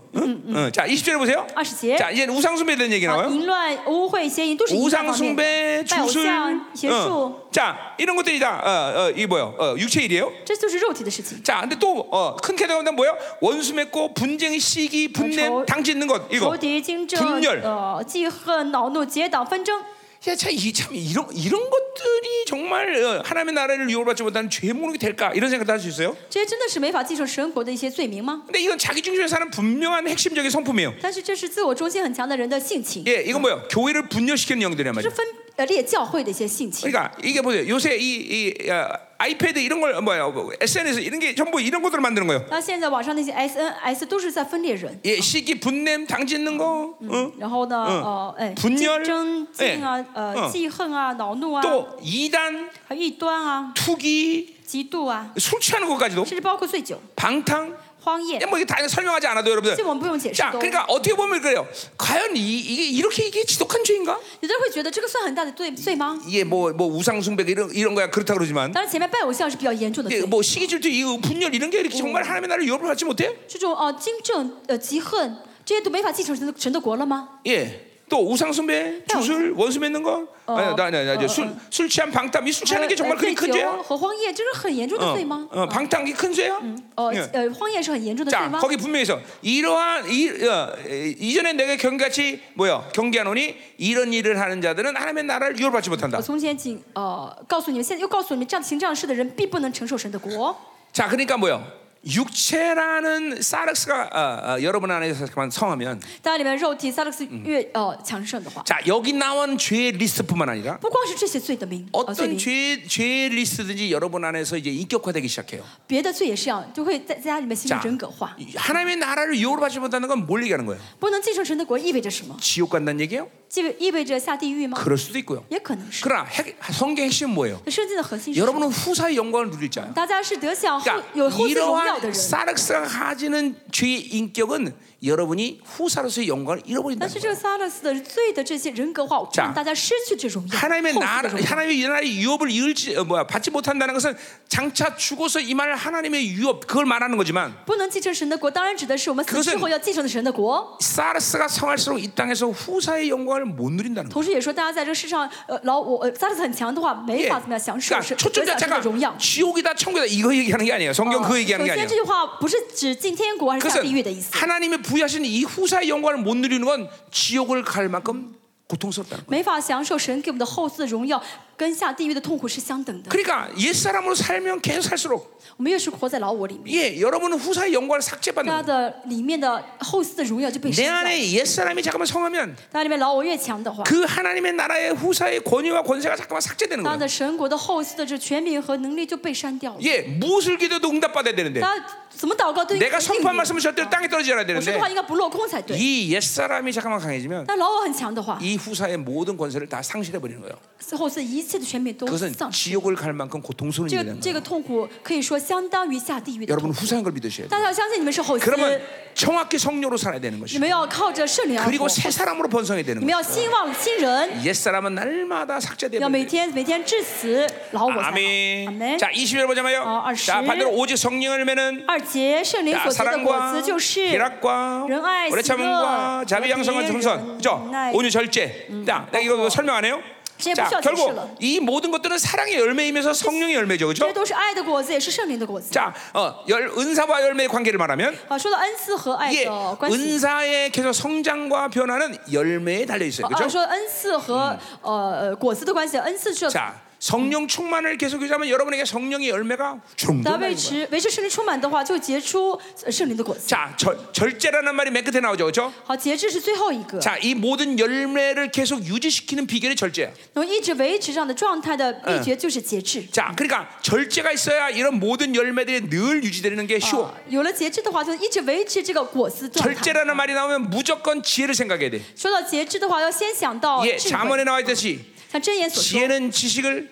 S1: 응. 아, 예? 자, 20절에 보세요.
S2: 20절.
S1: 자, 이제 우상 숭배에 대한 얘기
S2: 啊
S1: 나와요.
S2: 淫乱、污秽、邪淫都是淫
S1: 우상
S2: 乱方面的
S1: 숭배,
S2: 拜偶
S1: 주술.
S2: 像、邪
S1: 응.
S2: 术，
S1: 자, 이런 것들이 다 어, 어, 이 뭐요? 어, 육체 일이에요.
S2: 这就是肉体的事情。
S1: 자, 근데 또큰 캐릭터가 면 뭐예요? 원수 맺고 분쟁, 시기, 분냄,
S2: 저-
S1: 당짓는 것 이거.
S2: 仇敌、惊
S1: 분열
S2: 争、呃记恨、恼怒、结党、纷争，
S1: 야, 참, 이, 참, 이런, 이런 것들이 정말 어, 하나님의 나라를 유월받지 못하는 죄 목록이 될까? 이런 생각도 할 수 있어요.
S2: 这些真的是没法继承神国的一些罪名吗？
S1: 근데 이건 자기 중심에 사는 분명한 핵심적인 성품이에요.
S2: 但是这是自我中心很强的人的性情，
S1: 예, 이건 뭐예요? 교회를 분열시키는 영들이란
S2: 这是
S1: 말이에요.
S2: 分呃裂教会的一些性情。
S1: 그러니까 이게 보세요. 요새 이, 이 어, 아이패드 이런 걸 뭐야, 뭐, SNS 이런 게 전부 이런 것들을 만드는 거예요.
S2: 那现在网上那些 SNS 都是在分裂人，
S1: 예, 시기 분냄 당짓는 거, 어?
S2: 然后呢，
S1: 嗯
S2: 呃，哎，
S1: 분열
S2: 竞争、竞啊，
S1: 嗯
S2: 呃，记恨啊，恼怒啊，
S1: 또 이단,
S2: 还有异端啊，
S1: 투기,
S2: 嫉妒啊，
S1: 술 취하는 것까지도
S2: 甚至包括醉酒、
S1: 방탕.
S2: 荒
S1: 예,
S2: 宴，
S1: 뭐 이게 다 설명하지 않아도
S2: 这
S1: 여러분들.
S2: 我们不用解释
S1: 자,
S2: 都。
S1: 그러니까 어떻게 보면 그래요. 과연 이, 이게 이렇게 이게 지독한 죄인가?
S2: 有的人会觉得这个算很大的罪罪吗？
S1: 이게 뭐 뭐 우상 숭배 이런 이런 거야 그렇다 그러지만
S2: 当然，前面拜偶像是比较严重的
S1: 이게
S2: 罪，
S1: 뭐 시기 질투 이 분열 이런 게 이렇게 정말
S2: 어.
S1: 하나님의 나라를 유업을 받지 못해?
S2: 这种呃竞争、呃嫉恨这些都没法继承神的神的国了吗？
S1: 예. 또 우상 숭배, 주술, 원수 맺는 거,
S2: 어,
S1: 아니 나나나
S2: 어,
S1: 술
S2: 어. 그렇죠.
S1: 술 취한 방탕 이 술
S2: 还
S1: 취하는
S2: 有
S1: 게
S2: 呃
S1: 정말 그게
S2: 醉
S1: 큰
S2: 酒
S1: 죄야?
S2: 和荒宴，这是很严重的
S1: 어,
S2: 罪吗？
S1: 어, 방탕이 큰 죄야?
S2: 呃
S1: 예.
S2: 呃，荒宴是很严重的罪
S1: 자
S2: 吗？
S1: 거기 분명해서 이러한 이, 어, 에, 이전에 내가 경같이 뭐야 경계하노니 이런 일을 하는 자들은 하나님의 나라를 유업받지 못한다.
S2: 我从前警呃告诉你们，现在又告诉你们，这样行这样的事的人必不能承受神的国。
S1: 자 그러니까 뭐요? 육체라는 사르스가 어, 어, 여러분 안에서만 성하면
S2: 大家里面肉体萨勒斯越呃强盛的话，
S1: 자 여기 나온 죄의 리스트뿐만 아니라
S2: 不光是这些罪的名，呃罪
S1: 어떤
S2: 名，
S1: 죄 죄의 리스트든지 여러분 안에서 이제 인격화되기 시작해요.
S2: 别的罪也是一样，就会在在家里面形成
S1: 자,
S2: 人格化。
S1: 이- 하나님의 나라를 유혹을 받지 못하는 건 뭘 얘기하는 거예요?
S2: 不能继承神的国意味着什么？
S1: 지옥 간다는 얘기예요?
S2: 意味意味着下地狱吗？
S1: 그럴 수도 있고요.
S2: 也可能是。
S1: 그러나 핵- 성경 핵심은 뭐예요?
S2: 那圣经的核心是什么，
S1: 여러분은 후사의 영광을 누릴 자예요.
S2: 大家是得享后
S1: 그러니까
S2: 有后世荣耀的
S1: 이러한
S2: 人，
S1: 사르스가 가지는 죄의 인격은 여러분이 후사로서의 영광을
S2: 但
S1: 잃어버린다는
S2: 是
S1: 거예요.
S2: 这个萨勒斯的罪的这些人格化，
S1: 자
S2: 让大家失去这荣耀，后世
S1: 하나님의
S2: 的
S1: 나라
S2: 荣耀。
S1: 하나님의 나라의 유업을 이을지 어, 뭐야 받지 못한다는 것은 장차 죽어서 임할 하나님의 유업 그걸 말하는 거지만
S2: 不能继承神的国，当然指的是我们死之
S1: 그것은
S2: 后要继承的神的国。
S1: 사르스가 성할수록 이 땅에서 후사의 영광을 못 누린다는 거예요.
S2: 同时也说，大家在这世上，呃，老我呃，萨勒斯很强的话，没
S1: 예.
S2: 法怎么样享受
S1: 그러니까
S2: 是
S1: 초점
S2: 享受的
S1: 자체가
S2: 荣耀。
S1: 지옥이다 천국이다 이거 얘기하는 게 아니에요. 성경
S2: 呃
S1: 그 얘기하는
S2: 首
S1: 게
S2: 先
S1: 아니에요.
S2: 这句话不是指进天国还是下地狱的意
S1: 그것은
S2: 思，
S1: 하나님의 부여하신 이 후사의 영광을 못 누리는 건 지옥을 갈 만큼 고통스럽다는 거예요.
S2: 没法享受神给我们的后世的荣耀，跟下地狱的痛苦是相等的。
S1: 그러니까 옛 사람으로 살면 계속 살수록
S2: 我们越是活在老我里面，
S1: 예, 여러분은 후사의 영광을
S2: 大
S1: 삭제받는
S2: 家
S1: 거예요.
S2: 的里面的后世的荣耀就被
S1: 내
S2: 删掉。
S1: 안에 옛 사람이 잠깐만 성하면
S2: 大家里面老我越强的话，
S1: 그 하나님의 나라의 후사의 권위와 권세가 잠깐만 삭제되는
S2: 大家
S1: 거예요.
S2: 的神国的后世的这权柄和能力就被删掉了。
S1: 예, 무엇을 기도도 응답받아야 되는데
S2: 大家怎么祷告都应该
S1: 내가
S2: 应
S1: 선포한
S2: 允
S1: 말씀은 절대로 땅에 떨어지지 않아야
S2: 我说的
S1: 되는데
S2: 话应该不落空才对。
S1: 이 옛사람이 잠깐만 강해지면
S2: 但老我很强的话，
S1: 이 후사의 모든 권세를 다 상실해 버리는 거예요.
S2: 后世一切的权柄都
S1: 그것은
S2: 丧失。
S1: 지옥을 갈 만큼 고통스러운
S2: 这
S1: 일이라는
S2: 个
S1: 거예요.
S2: 这个痛苦可以说相当于下地狱的痛
S1: 여러분
S2: 苦。
S1: 후사인 걸 믿으셔야 돼요.
S2: 大家要相信你们是后期，
S1: 그러면 정확히 성령으로 살아야 되는
S2: 你
S1: 것이죠.
S2: 们要靠着圣灵而活
S1: 고 ，새 사람으로 번성해야 되는
S2: 你们
S1: 거예요.
S2: 要兴旺新人，
S1: 옛사람은 날마다 삭제되는
S2: 要每
S1: 거예요.
S2: 天每天致死老我才好。
S1: 아멘.
S2: 阿门。
S1: 자 20절
S2: 어,
S1: 보자마요.
S2: 알씨.
S1: 자 반대로 오직 성령을 매는
S2: 二节圣灵
S1: 자,
S2: 所结的果
S1: 사랑과
S2: 子就是，
S1: 계략과
S2: 仁爱,
S1: 오래 참음과
S2: 시력,
S1: 자비 양성과
S2: 연애,
S1: 등선 그죠?
S2: 연애.
S1: 온유 절제 자, 내가 이거 설명 안 해요?
S2: 이제
S1: 자
S2: 무시하지
S1: 결국
S2: 마실러.
S1: 이 모든 것들은 사랑의 열매이면서 성령의 열매죠
S2: 这
S1: 그죠?
S2: 都是爱的果子，也是圣灵的果子。
S1: 자, 어, 열, 은사와 열매의 관계를 말하면
S2: 好，说到恩赐和爱
S1: 이게
S2: 的关系，
S1: 은사의 계속 성장과 변화는 열매에 달려 있어요.
S2: 啊，
S1: 그렇죠?
S2: 说恩赐和呃果子的关系，恩赐是
S1: 자, 성령 충만을 계속 유지하면 여러분에게 성령의 열매가
S2: 大家
S1: 충분한
S2: 维
S1: 거예요.
S2: 持维持圣灵充满的话，就结出呃圣灵的果子。
S1: 자, 절, 절제라는 말이 맨 끝에 나오죠. 그렇죠?
S2: 好，节制是最后一个，
S1: 자, 이 모든 열매를 계속 유지시키는 비결이 절제야.
S2: 能一直维持这样的状态的秘诀就是节制。
S1: 자, 그러니까 절제가 있어야 이런 모든 열매들이 늘 유지되는 게 쉬워.
S2: 啊有了节制的话，就一直维持这个果子状态。
S1: 절제라는 말이 나오면 무조건 지혜를 생각해야 돼.
S2: 说到节制的话，要先想到
S1: 예,
S2: 智慧
S1: 자문에 。 나와 있듯이
S2: 像箴言所说，
S1: 지혜는 지식을,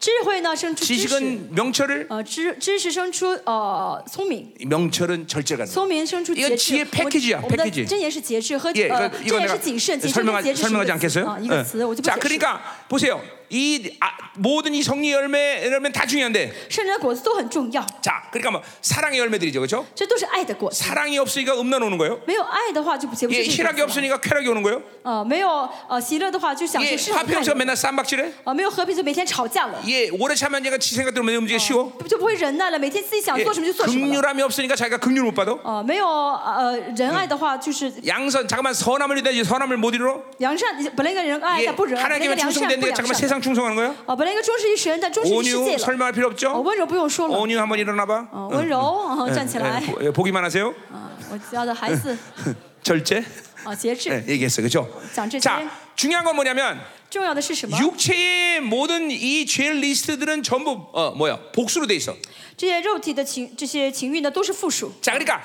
S2: 智慧呢生出知识，
S1: 지식은 명철을,
S2: 呃，知知识生出呃聪明，
S1: 명철은 절제가.
S2: 聪明生出
S1: 이건
S2: 节
S1: 지혜
S2: 制。我们
S1: 패키지야
S2: 我们的
S1: 패키지
S2: 箴言是节制和
S1: 예,
S2: 呃
S1: 이거-
S2: 箴
S1: 이거
S2: 言
S1: 내가
S2: 是谨慎，谨慎跟节
S1: 설명하,
S2: 制是一
S1: 설명하지
S2: 个词
S1: 않겠어요? 예.
S2: 啊一个词，我就
S1: 자,
S2: 不解释。
S1: 그러니까 보세요. 이 아, 모든 이 성리 열매 열매 다 중요한데.
S2: 圣灵的果子都很重要，
S1: 자, 그러니까 뭐 사랑의 열매들이죠, 그렇죠?
S2: 这都是爱的果子。
S1: 사랑이 없으니까 음란 오는 거예요.
S2: 没有爱的话就不结不
S1: 예,
S2: 出这个
S1: 희락이
S2: 果子了。
S1: 없으니까 쾌락이 오는 거예요.
S2: 呃，没有呃喜乐的话就想
S1: 예,
S2: 去世上
S1: 화평
S2: 看
S1: 가 。 맨날 쌈박질해.
S2: 呃，没有和平就每天吵架了，
S1: 예, 오래 참으면 얘가 지 생각대로 움직이기 쉬워.
S2: 不就不会忍耐了，每天自己想
S1: 예,
S2: 做什么就做什么了。
S1: 극률함이 없으니까 자기가 극률 못 받아.
S2: 呃，没有呃仁爱的话就是
S1: 양선 잠깐만 선함을 이루지 선함을 못 이루어.
S2: 良善，本来一个人爱
S1: 예,
S2: 但不仁，本来一个
S1: 하나님께
S2: 良善不
S1: 충성되는데
S2: 良
S1: 잠깐만
S2: 善。
S1: 세상 충성하는 거야?
S2: 呃，本来一个忠实于神，但忠实于世
S1: 온유
S2: 界了。
S1: 설명할 필요
S2: 哦，
S1: 없죠.
S2: 温柔不用说了。
S1: 온유 한번 어, 뭐, 일어나 봐.
S2: 哦，温柔，哦站起来。
S1: 예, 보기만 하세요.
S2: 啊，我家的孩 子
S1: 절제.
S2: 啊，节制
S1: 예, 。 얘기했어요. 그죠?
S2: 절제.
S1: 자, 중요한 건 뭐냐면
S2: 重要的是什么？
S1: 육체의 모든 이죄 리스트들은 전부 어, 뭐야? 복수로 돼 있어.
S2: 这些肉体的情，这些情欲呢，都是附属。
S1: 자, 그러니까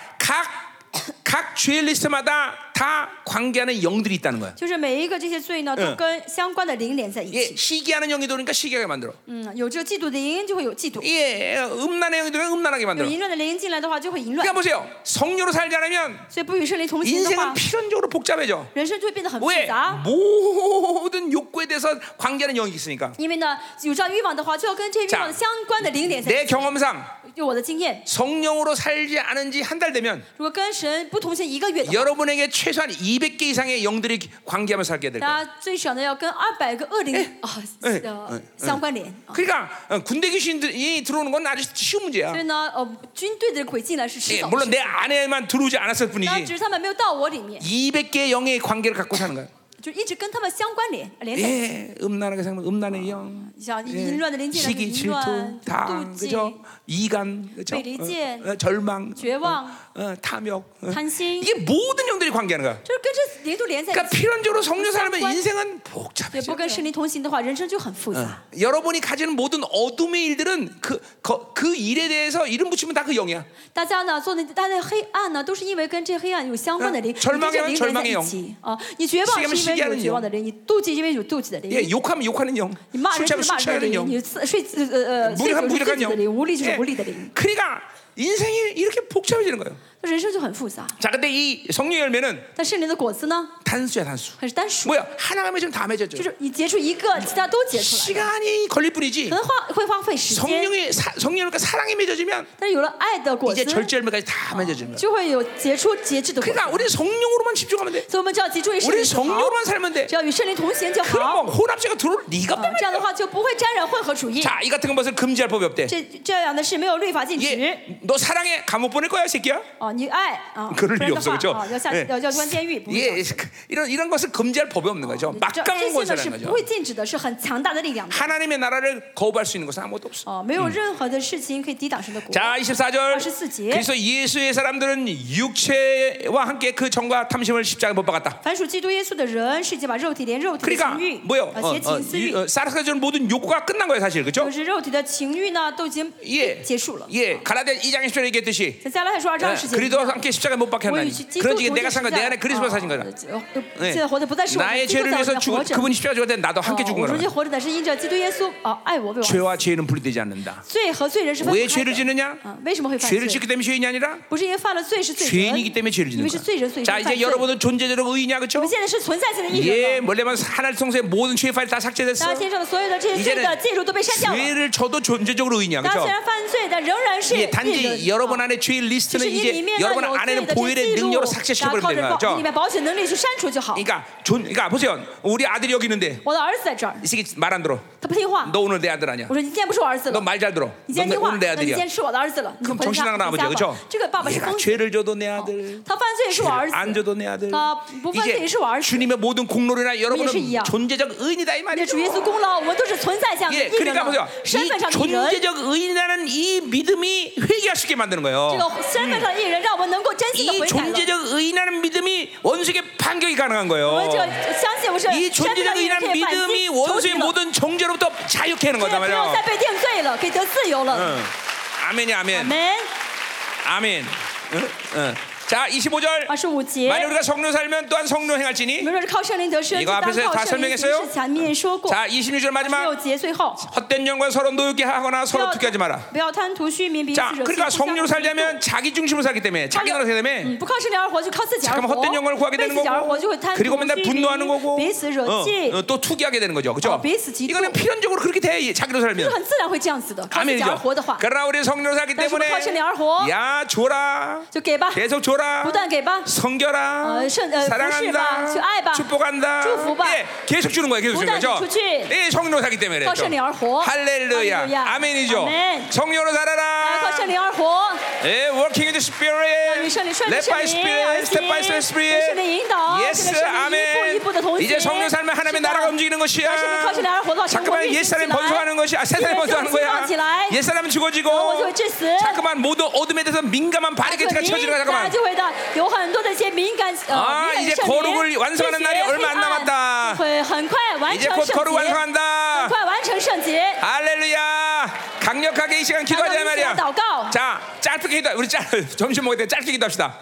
S1: 각각 죄 리스트마다 다 관계하는 영들이 있다는 거야.
S2: 就是每一个这些罪呢，都
S1: 嗯
S2: 跟相关的灵连在一
S1: 예,
S2: 起。
S1: 시기하는 영이 도니까 시기하게 만들어.
S2: 嗯，有这个嫉妒的灵，就会有嫉妒；
S1: 예, 음란의 영이 도니까 음란하게
S2: 有
S1: 만들어.
S2: 淫乱的灵进来的话，就会淫乱
S1: 그러니까 。 보세요. 성녀로 살지 않으면
S2: 所以不与圣灵同行的话
S1: 인생은 ， 필연적으로 복잡해져.
S2: 人生就会变得很复
S1: 왜
S2: 杂。
S1: 모든 욕구에 대해서 관계하는 영이 있으니까.
S2: 因为呢，有这样欲望的话，就要跟这些欲望的
S1: 자
S2: 相关的灵连在一
S1: 내 경험상
S2: 起。就我的经验，
S1: 성령으로 살지 않은 지 한 달 되면
S2: 如果跟神不同行一个月的话，
S1: 여러분에게 최소한 200개 이상의 영들이 관계하면서 살게 될 거야.
S2: 大家最少呢要跟二百个恶灵啊
S1: 哎
S2: 呃
S1: 哎
S2: 相关联。啊
S1: 그러니까 어, 군대 귀신들이 들어오는 건 아주 쉬운 문제야.
S2: 所以呢，呃，军队的鬼进来是
S1: 예,
S2: 迟早的
S1: 물론
S2: 事。
S1: 내 안에만 들어오지 않았을
S2: 那只
S1: 뿐이지.
S2: 是他们没有到我里面，
S1: 200개의 영의 관계를 갖고 사는 거야.
S2: 就一直跟他们相关联联系。
S1: 예, 음란하게 살면 음란의 영.
S2: 像
S1: 예,
S2: 淫乱的灵进来，
S1: 시기,
S2: 淫
S1: 질투,
S2: 乱、
S1: 당,
S2: 妒忌、
S1: 그죠? 이간, 그죠?
S2: 배리진,
S1: 어, 어, 절망,
S2: 绝望、
S1: 어, 탐욕. 어.
S2: 贪心，
S1: 이게 모든 영들이 관계하는 거야.
S2: 就是跟这灵都连在一
S1: 그러니까
S2: 起。
S1: 필연적으로 성령 사람의 인생은 네, 복잡해.
S2: 也不跟圣灵同行的话，人生就很复
S1: 嗯
S2: 杂。
S1: 여러분이 가지는 모든 어둠의 일들은 그, 거- 그 일에 대해서 이름 붙이면 다 그 영이야.
S2: 大家呢，做那大家的黑暗呢，都是因为跟这黑暗有相关的灵，
S1: 嗯절망이면
S2: 你跟这灵连在
S1: 절망의
S2: 一起啊。你绝望是因为有绝望的灵，你妒忌因为有妒忌的
S1: 예,
S2: 灵，
S1: 욕하면 욕하는 영,
S2: 你骂
S1: 술
S2: 人就
S1: 취하면
S2: 是
S1: 술
S2: 骂人
S1: 취하는
S2: 的灵，
S1: 영,
S2: 你自睡自呃呃醉酒
S1: 무력한
S2: 是醉
S1: 무력한
S2: 酒
S1: 영.
S2: 的灵，无力就是无力的灵
S1: 예. ， 그러니까 인생이 이렇게 복잡해지는 거예요.
S2: 那人生就很复杂。
S1: 자, 근데 이 성령 열매는
S2: 但圣灵的果子呢，
S1: 단수야 단수.
S2: 还是单数，
S1: 뭐야? 하나가 맺으면 다
S2: 就
S1: 맺었죠.
S2: 是你结出一个，其他都结出来了，
S1: 시간이 걸릴 뿐이지.
S2: 可能花会花费时间。
S1: 성령이 사, 성령 그러니까 사랑이 맺어지면
S2: 但是有了爱的果
S1: 이제
S2: 子，
S1: 절제 열매까지 다 맺어지는 거야.
S2: 就会有结出节制的果子。
S1: 그러니까 우리 성령으로만 집중하면 돼.
S2: 所以我们只要集中于圣
S1: 우리
S2: 灵就好，
S1: 성령으로만 살면 돼.
S2: 只要与圣灵同行就
S1: 그럼
S2: 好。
S1: 뭐 혼합제가 들어올 리가
S2: 啊
S1: 없단 ，
S2: 这样的
S1: 말이야.
S2: 话就不会沾染混合主义。
S1: 자, 이 같은 것을 금지할 법이 없대.
S2: 这这样的事没有律法禁止。
S1: 예, 너 사랑해 감옥 보낼 거야, 이 새끼야.
S2: 哦，你爱啊，不
S1: 그럴
S2: 然
S1: 일이
S2: 的
S1: 없어그죠
S2: 话啊，要下
S1: 예
S2: 要要关监狱，不会
S1: 예,
S2: 这样
S1: 그- 이런 이런 것을 금지할 법이 없는 거죠.
S2: 这这
S1: 막강한
S2: 些呢是
S1: 권세라는
S2: 不
S1: 거죠.
S2: 会禁止的，是很强大的力量的。
S1: 하나님의 나라를 거부할 수 있는 것은 아무것도 없어.
S2: 哦，没有任何的事情可以抵挡神的国。
S1: 자, 24절.
S2: 24 지.
S1: 그래서 예수의 사람들은 육체와 함께 그 정과 탐심을 십자가에 못 박았다.
S2: 凡属基督耶稣的人，是已经把肉体连肉体的
S1: 그러니까
S2: 情欲、
S1: 뭐요?
S2: 啊邪情私欲，
S1: 어, 사르스가전 모든 욕구가 끝난 거예요, 사실. 그렇죠?
S2: 就是肉体的情欲呢，都已经
S1: 예.
S2: 结束了。
S1: 예. 갈라디아 2장 10절에 얘기했듯이
S2: 在加拉太啊书二章
S1: 예,
S2: 二十节里面
S1: 그리스도와 함께 십자가에 못
S2: 我
S1: 박혔나니
S2: 与基督
S1: 그런지
S2: 同
S1: 내가 산 것 내 안에 그리스도가
S2: 啊
S1: 사신 거다. 예.
S2: 现在活的不再是我，
S1: 나의
S2: 基督
S1: 죄를
S2: 在我
S1: 위해서
S2: 里面
S1: 죽은
S2: 活着。
S1: 그분이 십자가 죽을 때 나도 함께
S2: 哦
S1: 죽은
S2: 我如
S1: 거라.
S2: 今活着乃是因着基督耶稣哦爱我为我。
S1: 죄와 죄는 분리되지 않는다.
S2: 罪和罪人是分
S1: 왜
S2: 不
S1: 죄를
S2: 开的。
S1: 지느냐?
S2: 啊，为什么会犯
S1: 죄를
S2: 罪？
S1: 짓기 때문에 죄인이 아니라
S2: 不是因为犯了罪是罪
S1: 아,
S2: 人，
S1: 죄인이기 때문에 죄를
S2: 因为
S1: 짓는
S2: 是罪人，
S1: 거야.
S2: 所以
S1: 자
S2: 犯罪
S1: 이제 。 여러분은 존재적 의인이야,
S2: 我
S1: 그렇죠?
S2: 们现在是存在性的艺
S1: 예
S2: 人了。
S1: 뭐냐면 하나님 성소의 모든 죄 파일 다
S2: 大
S1: 삭제됐어.
S2: 家天上的所有的这些罪的记录都被删掉了。
S1: 죄를 져도 존재적으로 의인이야,
S2: 大家
S1: 그렇죠?
S2: 虽然犯罪，但仍然是
S1: 예,
S2: 艺
S1: 단지
S2: 人。
S1: 여러분 안에 죄의 리스트는
S2: 就是你里
S1: 이제
S2: 面呢
S1: 여러분
S2: 有罪
S1: 안에는
S2: 的这
S1: 보혈의
S2: 些记录，
S1: 능력으로
S2: 大家
S1: 삭제시켜버리면
S2: 靠
S1: 되는
S2: 着保里
S1: 거죠.
S2: 面保险能力去删除就好。
S1: 그러니까 존, 그러니까 보세요. 우리 아들이 여기 있는데
S2: 我的儿子在这儿，
S1: 이 새끼 말 안 들어.
S2: 他不听话
S1: 너 。 오늘 내 아들 아니야.
S2: 我说你今天不是我儿子了
S1: 너 ，말 잘 들어.
S2: 你今
S1: 너
S2: 天听话，
S1: 오늘 내
S2: 那你
S1: 아들이야.
S2: 今天是我的儿子了，你就
S1: 그럼
S2: 回家
S1: 정신나간
S2: 回家
S1: 아버지야,
S2: 吧
S1: 그렇죠? 。
S2: 这个爸爸是
S1: 얘가
S2: 疯子，
S1: 죄를 줘도 내 아들.
S2: 他犯罪是我儿子，
S1: 안 줘도 내 아들.
S2: 아, 무반대 예수 와 알수.
S1: 주님의 모든 공로나
S2: 예수이야.
S1: 여러분은 존재적 의인이다 이
S2: 这主耶
S1: 말이죠.
S2: 稣功劳，我们都是存在下的
S1: 예,
S2: 艺人
S1: 그러니까
S2: 了
S1: 보세요. ，
S2: 身份上
S1: 이
S2: 的艺人。
S1: 존재적 의인이라는 이 믿음이 회개할 수 있게 만드는
S2: 这
S1: 거예요.
S2: 个身份上的艺人，让我们能够真心的
S1: 이
S2: 悔改了。
S1: 존재적 의인이라는 믿음이 원수에게 반격이 가능한
S2: 我们
S1: 거예요.
S2: 这个相信我是
S1: 이
S2: 身份
S1: 존재적
S2: 上的艺人
S1: 그렇죠. 의인이라는
S2: 可以反击
S1: 믿음이 네,
S2: 仇敌
S1: 원수의
S2: 了，
S1: 모든 정죄로부터 자유케 하는
S2: 这
S1: 거다
S2: 不用再
S1: 말이야.
S2: 被定罪了，可以得自由了。
S1: 응. 아멘이
S2: 阿
S1: 아멘.
S2: 门。
S1: 아멘. 예. 네. 응? 응. 자, 25절.
S2: 二十五节，
S1: 만일 우리가 성로 살면 또한 성로 행할지니.
S2: 我们若是靠圣灵得生，
S1: 이거
S2: 就当
S1: 앞에서다
S2: 靠圣灵
S1: 설명했
S2: 行
S1: 어요
S2: 事。前面说过，
S1: 자, 26절
S2: 六
S1: 마지막.
S2: 节最后，
S1: 헛된 영과 서로 노엽게 하거나
S2: 不
S1: 서로
S2: 要
S1: 특게 하지 마라.
S2: 不要贪图虚名，彼此
S1: 자,
S2: 惹
S1: 그러니까
S2: 气互相
S1: 성료로
S2: 嫉妒
S1: 살려면 자기 중심으로 살기 때문에 자기
S2: 자,
S1: 나라로 살기 때문에
S2: 嗯，不靠圣灵而活，就靠自己而
S1: 잠깐만
S2: 活。
S1: 헛된 영광을 구하게
S2: 为
S1: 되는
S2: 自己而活，就
S1: 거고
S2: 会贪
S1: 그리고
S2: 图
S1: 맨날
S2: 虚
S1: 분노하는
S2: 名，
S1: 거고
S2: 彼此
S1: 어,
S2: 惹气，
S1: 어, 또 투기하게 되는 거죠
S2: 어,
S1: 그죠?
S2: 베이스 기도.
S1: 이거는 필연적으로 그렇게 돼 이- 자기로
S2: 就
S1: 살면
S2: 很自然会这样子的。靠自己而
S1: 아멘이죠
S2: 活的话，
S1: 그러나 우리 성료로 살기
S2: 다시
S1: 때문에
S2: 한번 거실에 알고.
S1: 야 줘라
S2: 就给吧，
S1: 계속 줘라
S2: 不断给吧，
S1: 성겨라
S2: 어, 선- 어, 부시바,
S1: 사랑한다
S2: 주아이바,
S1: 축복한다
S2: 주부바.
S1: 예, 계속 주는 거예요 계속 주는
S2: 부단히
S1: 거죠
S2: 주지.
S1: 예, 성료로 살기 때문에 그래요
S2: 靠圣灵而活。
S1: 할렐루야 아멘이죠
S2: 아멘.
S1: 성료로
S2: 来
S1: 살아라
S2: 靠圣灵而活，
S1: 예, working in the
S2: 与
S1: spirit.
S2: 圣灵顺着
S1: Led
S2: 圣
S1: by
S2: 灵
S1: spirit,
S2: 而
S1: step by
S2: 行，
S1: step
S2: 被圣
S1: spirit.
S2: 灵引导，跟着
S1: Yes,
S2: 圣灵一步一
S1: 아멘.
S2: 步的同行。
S1: 이제 성령 살면
S2: 是
S1: 하나님의
S2: 的
S1: 나라가 움직이는
S2: 当圣灵靠
S1: 것이야.
S2: 圣灵而活的话，成功
S1: 자꾸만
S2: 运行起来
S1: 옛사람이 번성하는 것이 아,
S2: 新
S1: 새사람이
S2: 人就
S1: 번성하는
S2: 兴旺
S1: 거야.
S2: 起来。
S1: 옛사람은
S2: 我就
S1: 죽어지고
S2: 会致死。
S1: 자꾸만 모두 어둠에 대해서 민감한 바리게트가
S2: 很
S1: 쳐지는 거야.
S2: 敏感
S1: 잠깐만.
S2: 就会的，有很多的一些敏感呃
S1: 아
S2: 敏感
S1: 이제
S2: 的圣
S1: 거룩을
S2: 灵，
S1: 완성하는날이얼마안남았다
S2: 会很快完
S1: 이제
S2: 成
S1: 곧
S2: 圣
S1: 거룩
S2: 洁，
S1: 완성한다.
S2: 很快完成圣洁。
S1: 할렐루야. 강력하게 이 시간 기도하자
S2: 祷
S1: 말이야.
S2: 告，
S1: 자, 짧게 기도. 우리 짧 점심 먹을 때 짧게 기도합시다.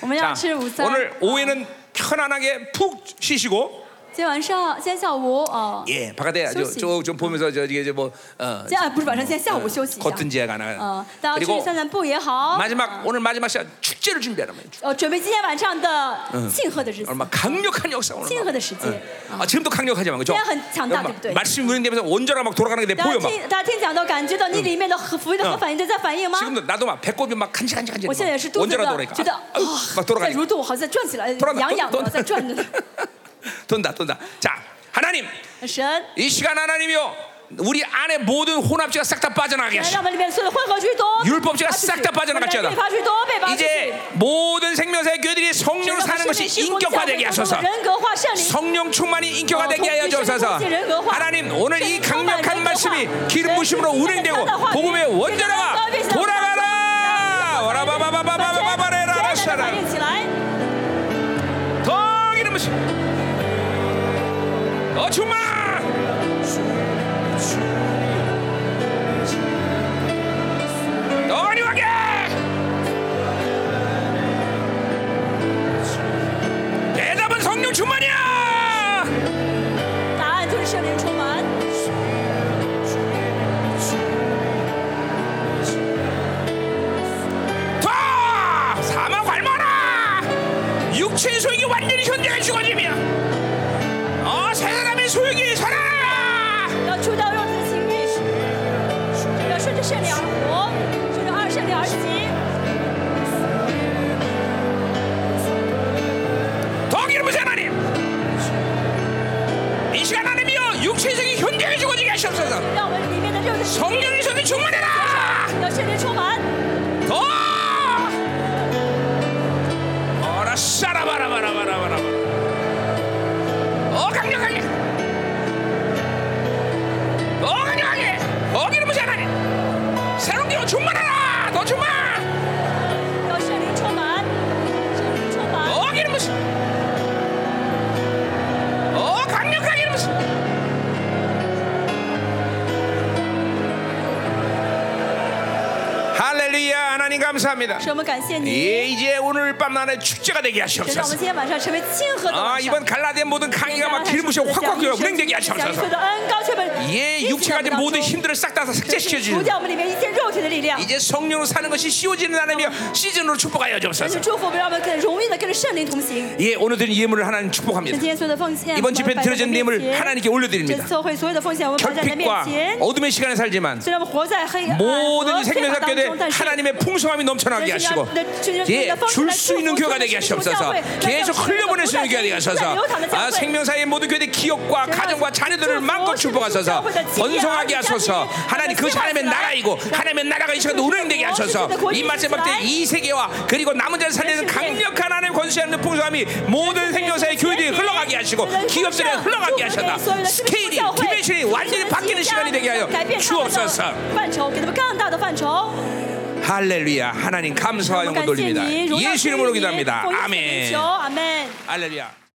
S2: 我们
S1: 자,
S2: 要吃午餐。
S1: 오늘 오후에는 편안하게 푹 쉬시고
S2: 今天晚上，今天下午哦，
S1: 예, 바깥에 아주
S2: 休息。
S1: 쭉좀 보면서 저 이게 이제 뭐 어,
S2: 今天啊不是晚上，今天下午休息一下。
S1: 걷든지 하거나
S2: 嗯，大家去
S1: 그리고
S2: 散散步也好。
S1: 마지막 오늘 마지막 시간 축제를 준비하는 거예요.
S2: 呃，准备今天晚上的庆贺的日子，
S1: 얼마 강력한 역사 오늘. 막.
S2: 庆贺的时间。
S1: 응. 아, 지금도 강력하지만 그죠? 그러니까
S2: 그냥 한- 장담,
S1: 막
S2: 네.
S1: 말씀 운행되면서 원자가 막 돌아가는 게 내
S2: 大家
S1: 보여 막.
S2: 听，大家听讲到，感觉到你里面的核福音的核反应堆在反应吗？
S1: 지금도 나도 막 배꼽이 막 간질간질
S2: 我现在也
S1: 간질.
S2: 是肚子
S1: 원자가
S2: 的，
S1: 돌아니까.
S2: 觉得
S1: 아유,
S2: 啊
S1: 막
S2: 在
S1: 돌아가니까.
S2: 蠕动，好像在转起来，
S1: 돌아가.
S2: 痒痒的，在转着。
S1: 돈다 돈다. 자, 하나님
S2: 神，
S1: 이 시간 하나님이요. 우리 안에 모든 혼합지가 싹 다 빠져나가게
S2: 来
S1: 하시오.
S2: 让我们里面所有的混合居多，
S1: 율법죄가싹
S2: 싹
S1: 다빠져나갈지어다
S2: 律法居多被拔出去
S1: 이제 。 모든 생명사의 교회들이 성령으로 사는 것이 인격화되게 하소서.
S2: 人格化圣灵。
S1: 성령 충만이 인격화되게 하여 주옵소서. 하나님 오늘 이 강력한 말씀이 기름 부심으로 운행되고 복음의 원자라가 돌아가라. 오라바바바바바바바레라라샤라.
S2: 应起来，
S1: 더 기름 부심. 더 충만. 더 기름하게. 대답은 성령 충만이야.
S2: 答案就是圣灵充满。
S1: 더 사망 갈망라 육체의 소욕이 완전히 현재가 죽어지며 어, 새 사람의 소욕이 살아라
S2: 要除掉肉体的情欲，要顺着圣灵而活，顺着二圣灵而行。
S1: 더 기름으세 하나님 이 시간 하나님이여 육체의 소욕이 현재가 죽어지게 하시옵소서
S2: 让我们里面的肉体的
S1: 성령의 소욕이 충만해라
S2: 要圣灵充满。
S1: 더 어라 샤라바라바라바라바라 어 강력하게 더 어, 강력하게 더 기름으세 하나님 새로운 기운 충만하라 더 충만
S2: 要圣灵充满，圣灵充满，
S1: 어, 기름부시. 어, 강력한 기름부시. 할렐루야, 하나님 감사합니다.
S2: 使我们感谢
S1: 예,
S2: 你，
S1: 이제 오늘 밤 안에 축제가 되게
S2: 神让
S1: 하시옵소서.
S2: 我们今天晚上成为庆贺的
S1: 아,
S2: 晚
S1: 이번
S2: 上。
S1: 갈라디아 모든 강의가 막 기름부시 확확 운행되게
S2: 降临
S1: 하시옵소서.
S2: 所有的恩高却被
S1: 예,
S2: 因此
S1: 육체가
S2: 我
S1: 가진
S2: 们当中
S1: 모든 힘들을 싹 다
S2: 除
S1: 삭제시켜주는
S2: 掉我们里面一切肉体的力量，
S1: 이제 성령으로 사는 것이 쉬워지는 하나님이여 시즌으로 축복하여
S2: 但
S1: 주옵소서.
S2: 是祝福我们，让我们更容易的跟着圣灵同行。
S1: 예, 오늘 드린 예물을 하나님
S2: 今
S1: 축복합니다.
S2: 天所有的奉献，
S1: 이번
S2: 我们
S1: 집회
S2: 摆在你
S1: 드려진
S2: 的面
S1: 예물
S2: 前
S1: 하나님께
S2: 这
S1: 올려드립니다.
S2: 次会所有的奉献，我们摆在你的面
S1: 결핍과
S2: 前。
S1: 어둠의 시간에 살지만
S2: 虽然我们活在黑暗和
S1: 모든 아, 뭐
S2: 黑暗
S1: 생명사
S2: 当
S1: 교회
S2: 中，但是
S1: 하나님의 풍성함이 넘쳐나게 하시고 예, 줄 수 있는 교회가 되게 하시옵소서 계속 흘려보낼 수 있는 교회가 되게 하소서 아, 생명사의 모든 교회의 기업과 가정과 자녀들을 마음껏 축복하소서 번성하게 하소서 하나님 그것이 하나님의 나라이고 하나님의 나라가 이 시간도 운행되게 하소서 이 말씀 밖에 이 세계와 그리고 남은 자를 살리는 강력한 하나님의 권세하는 풍성함이 모든 생명사의 교회들이 흘러가게 하시고 기업들에 흘러가게 하셨다 스케일이 디멘션이 완전히 바뀌는 시간이 되게 하여
S2: 改变他们的
S1: 주옵소서
S2: 范畴，给他们更大的范畴。
S1: 할렐루야 하나님 감사와
S2: 我们
S1: 영광
S2: 感谢
S1: 돌립니다
S2: 你，荣耀
S1: 예수
S2: 归于
S1: 이름으로
S2: 你
S1: 기도합니다
S2: 奉耶稣的名
S1: 아멘
S2: 求，阿门。
S1: 할렐루야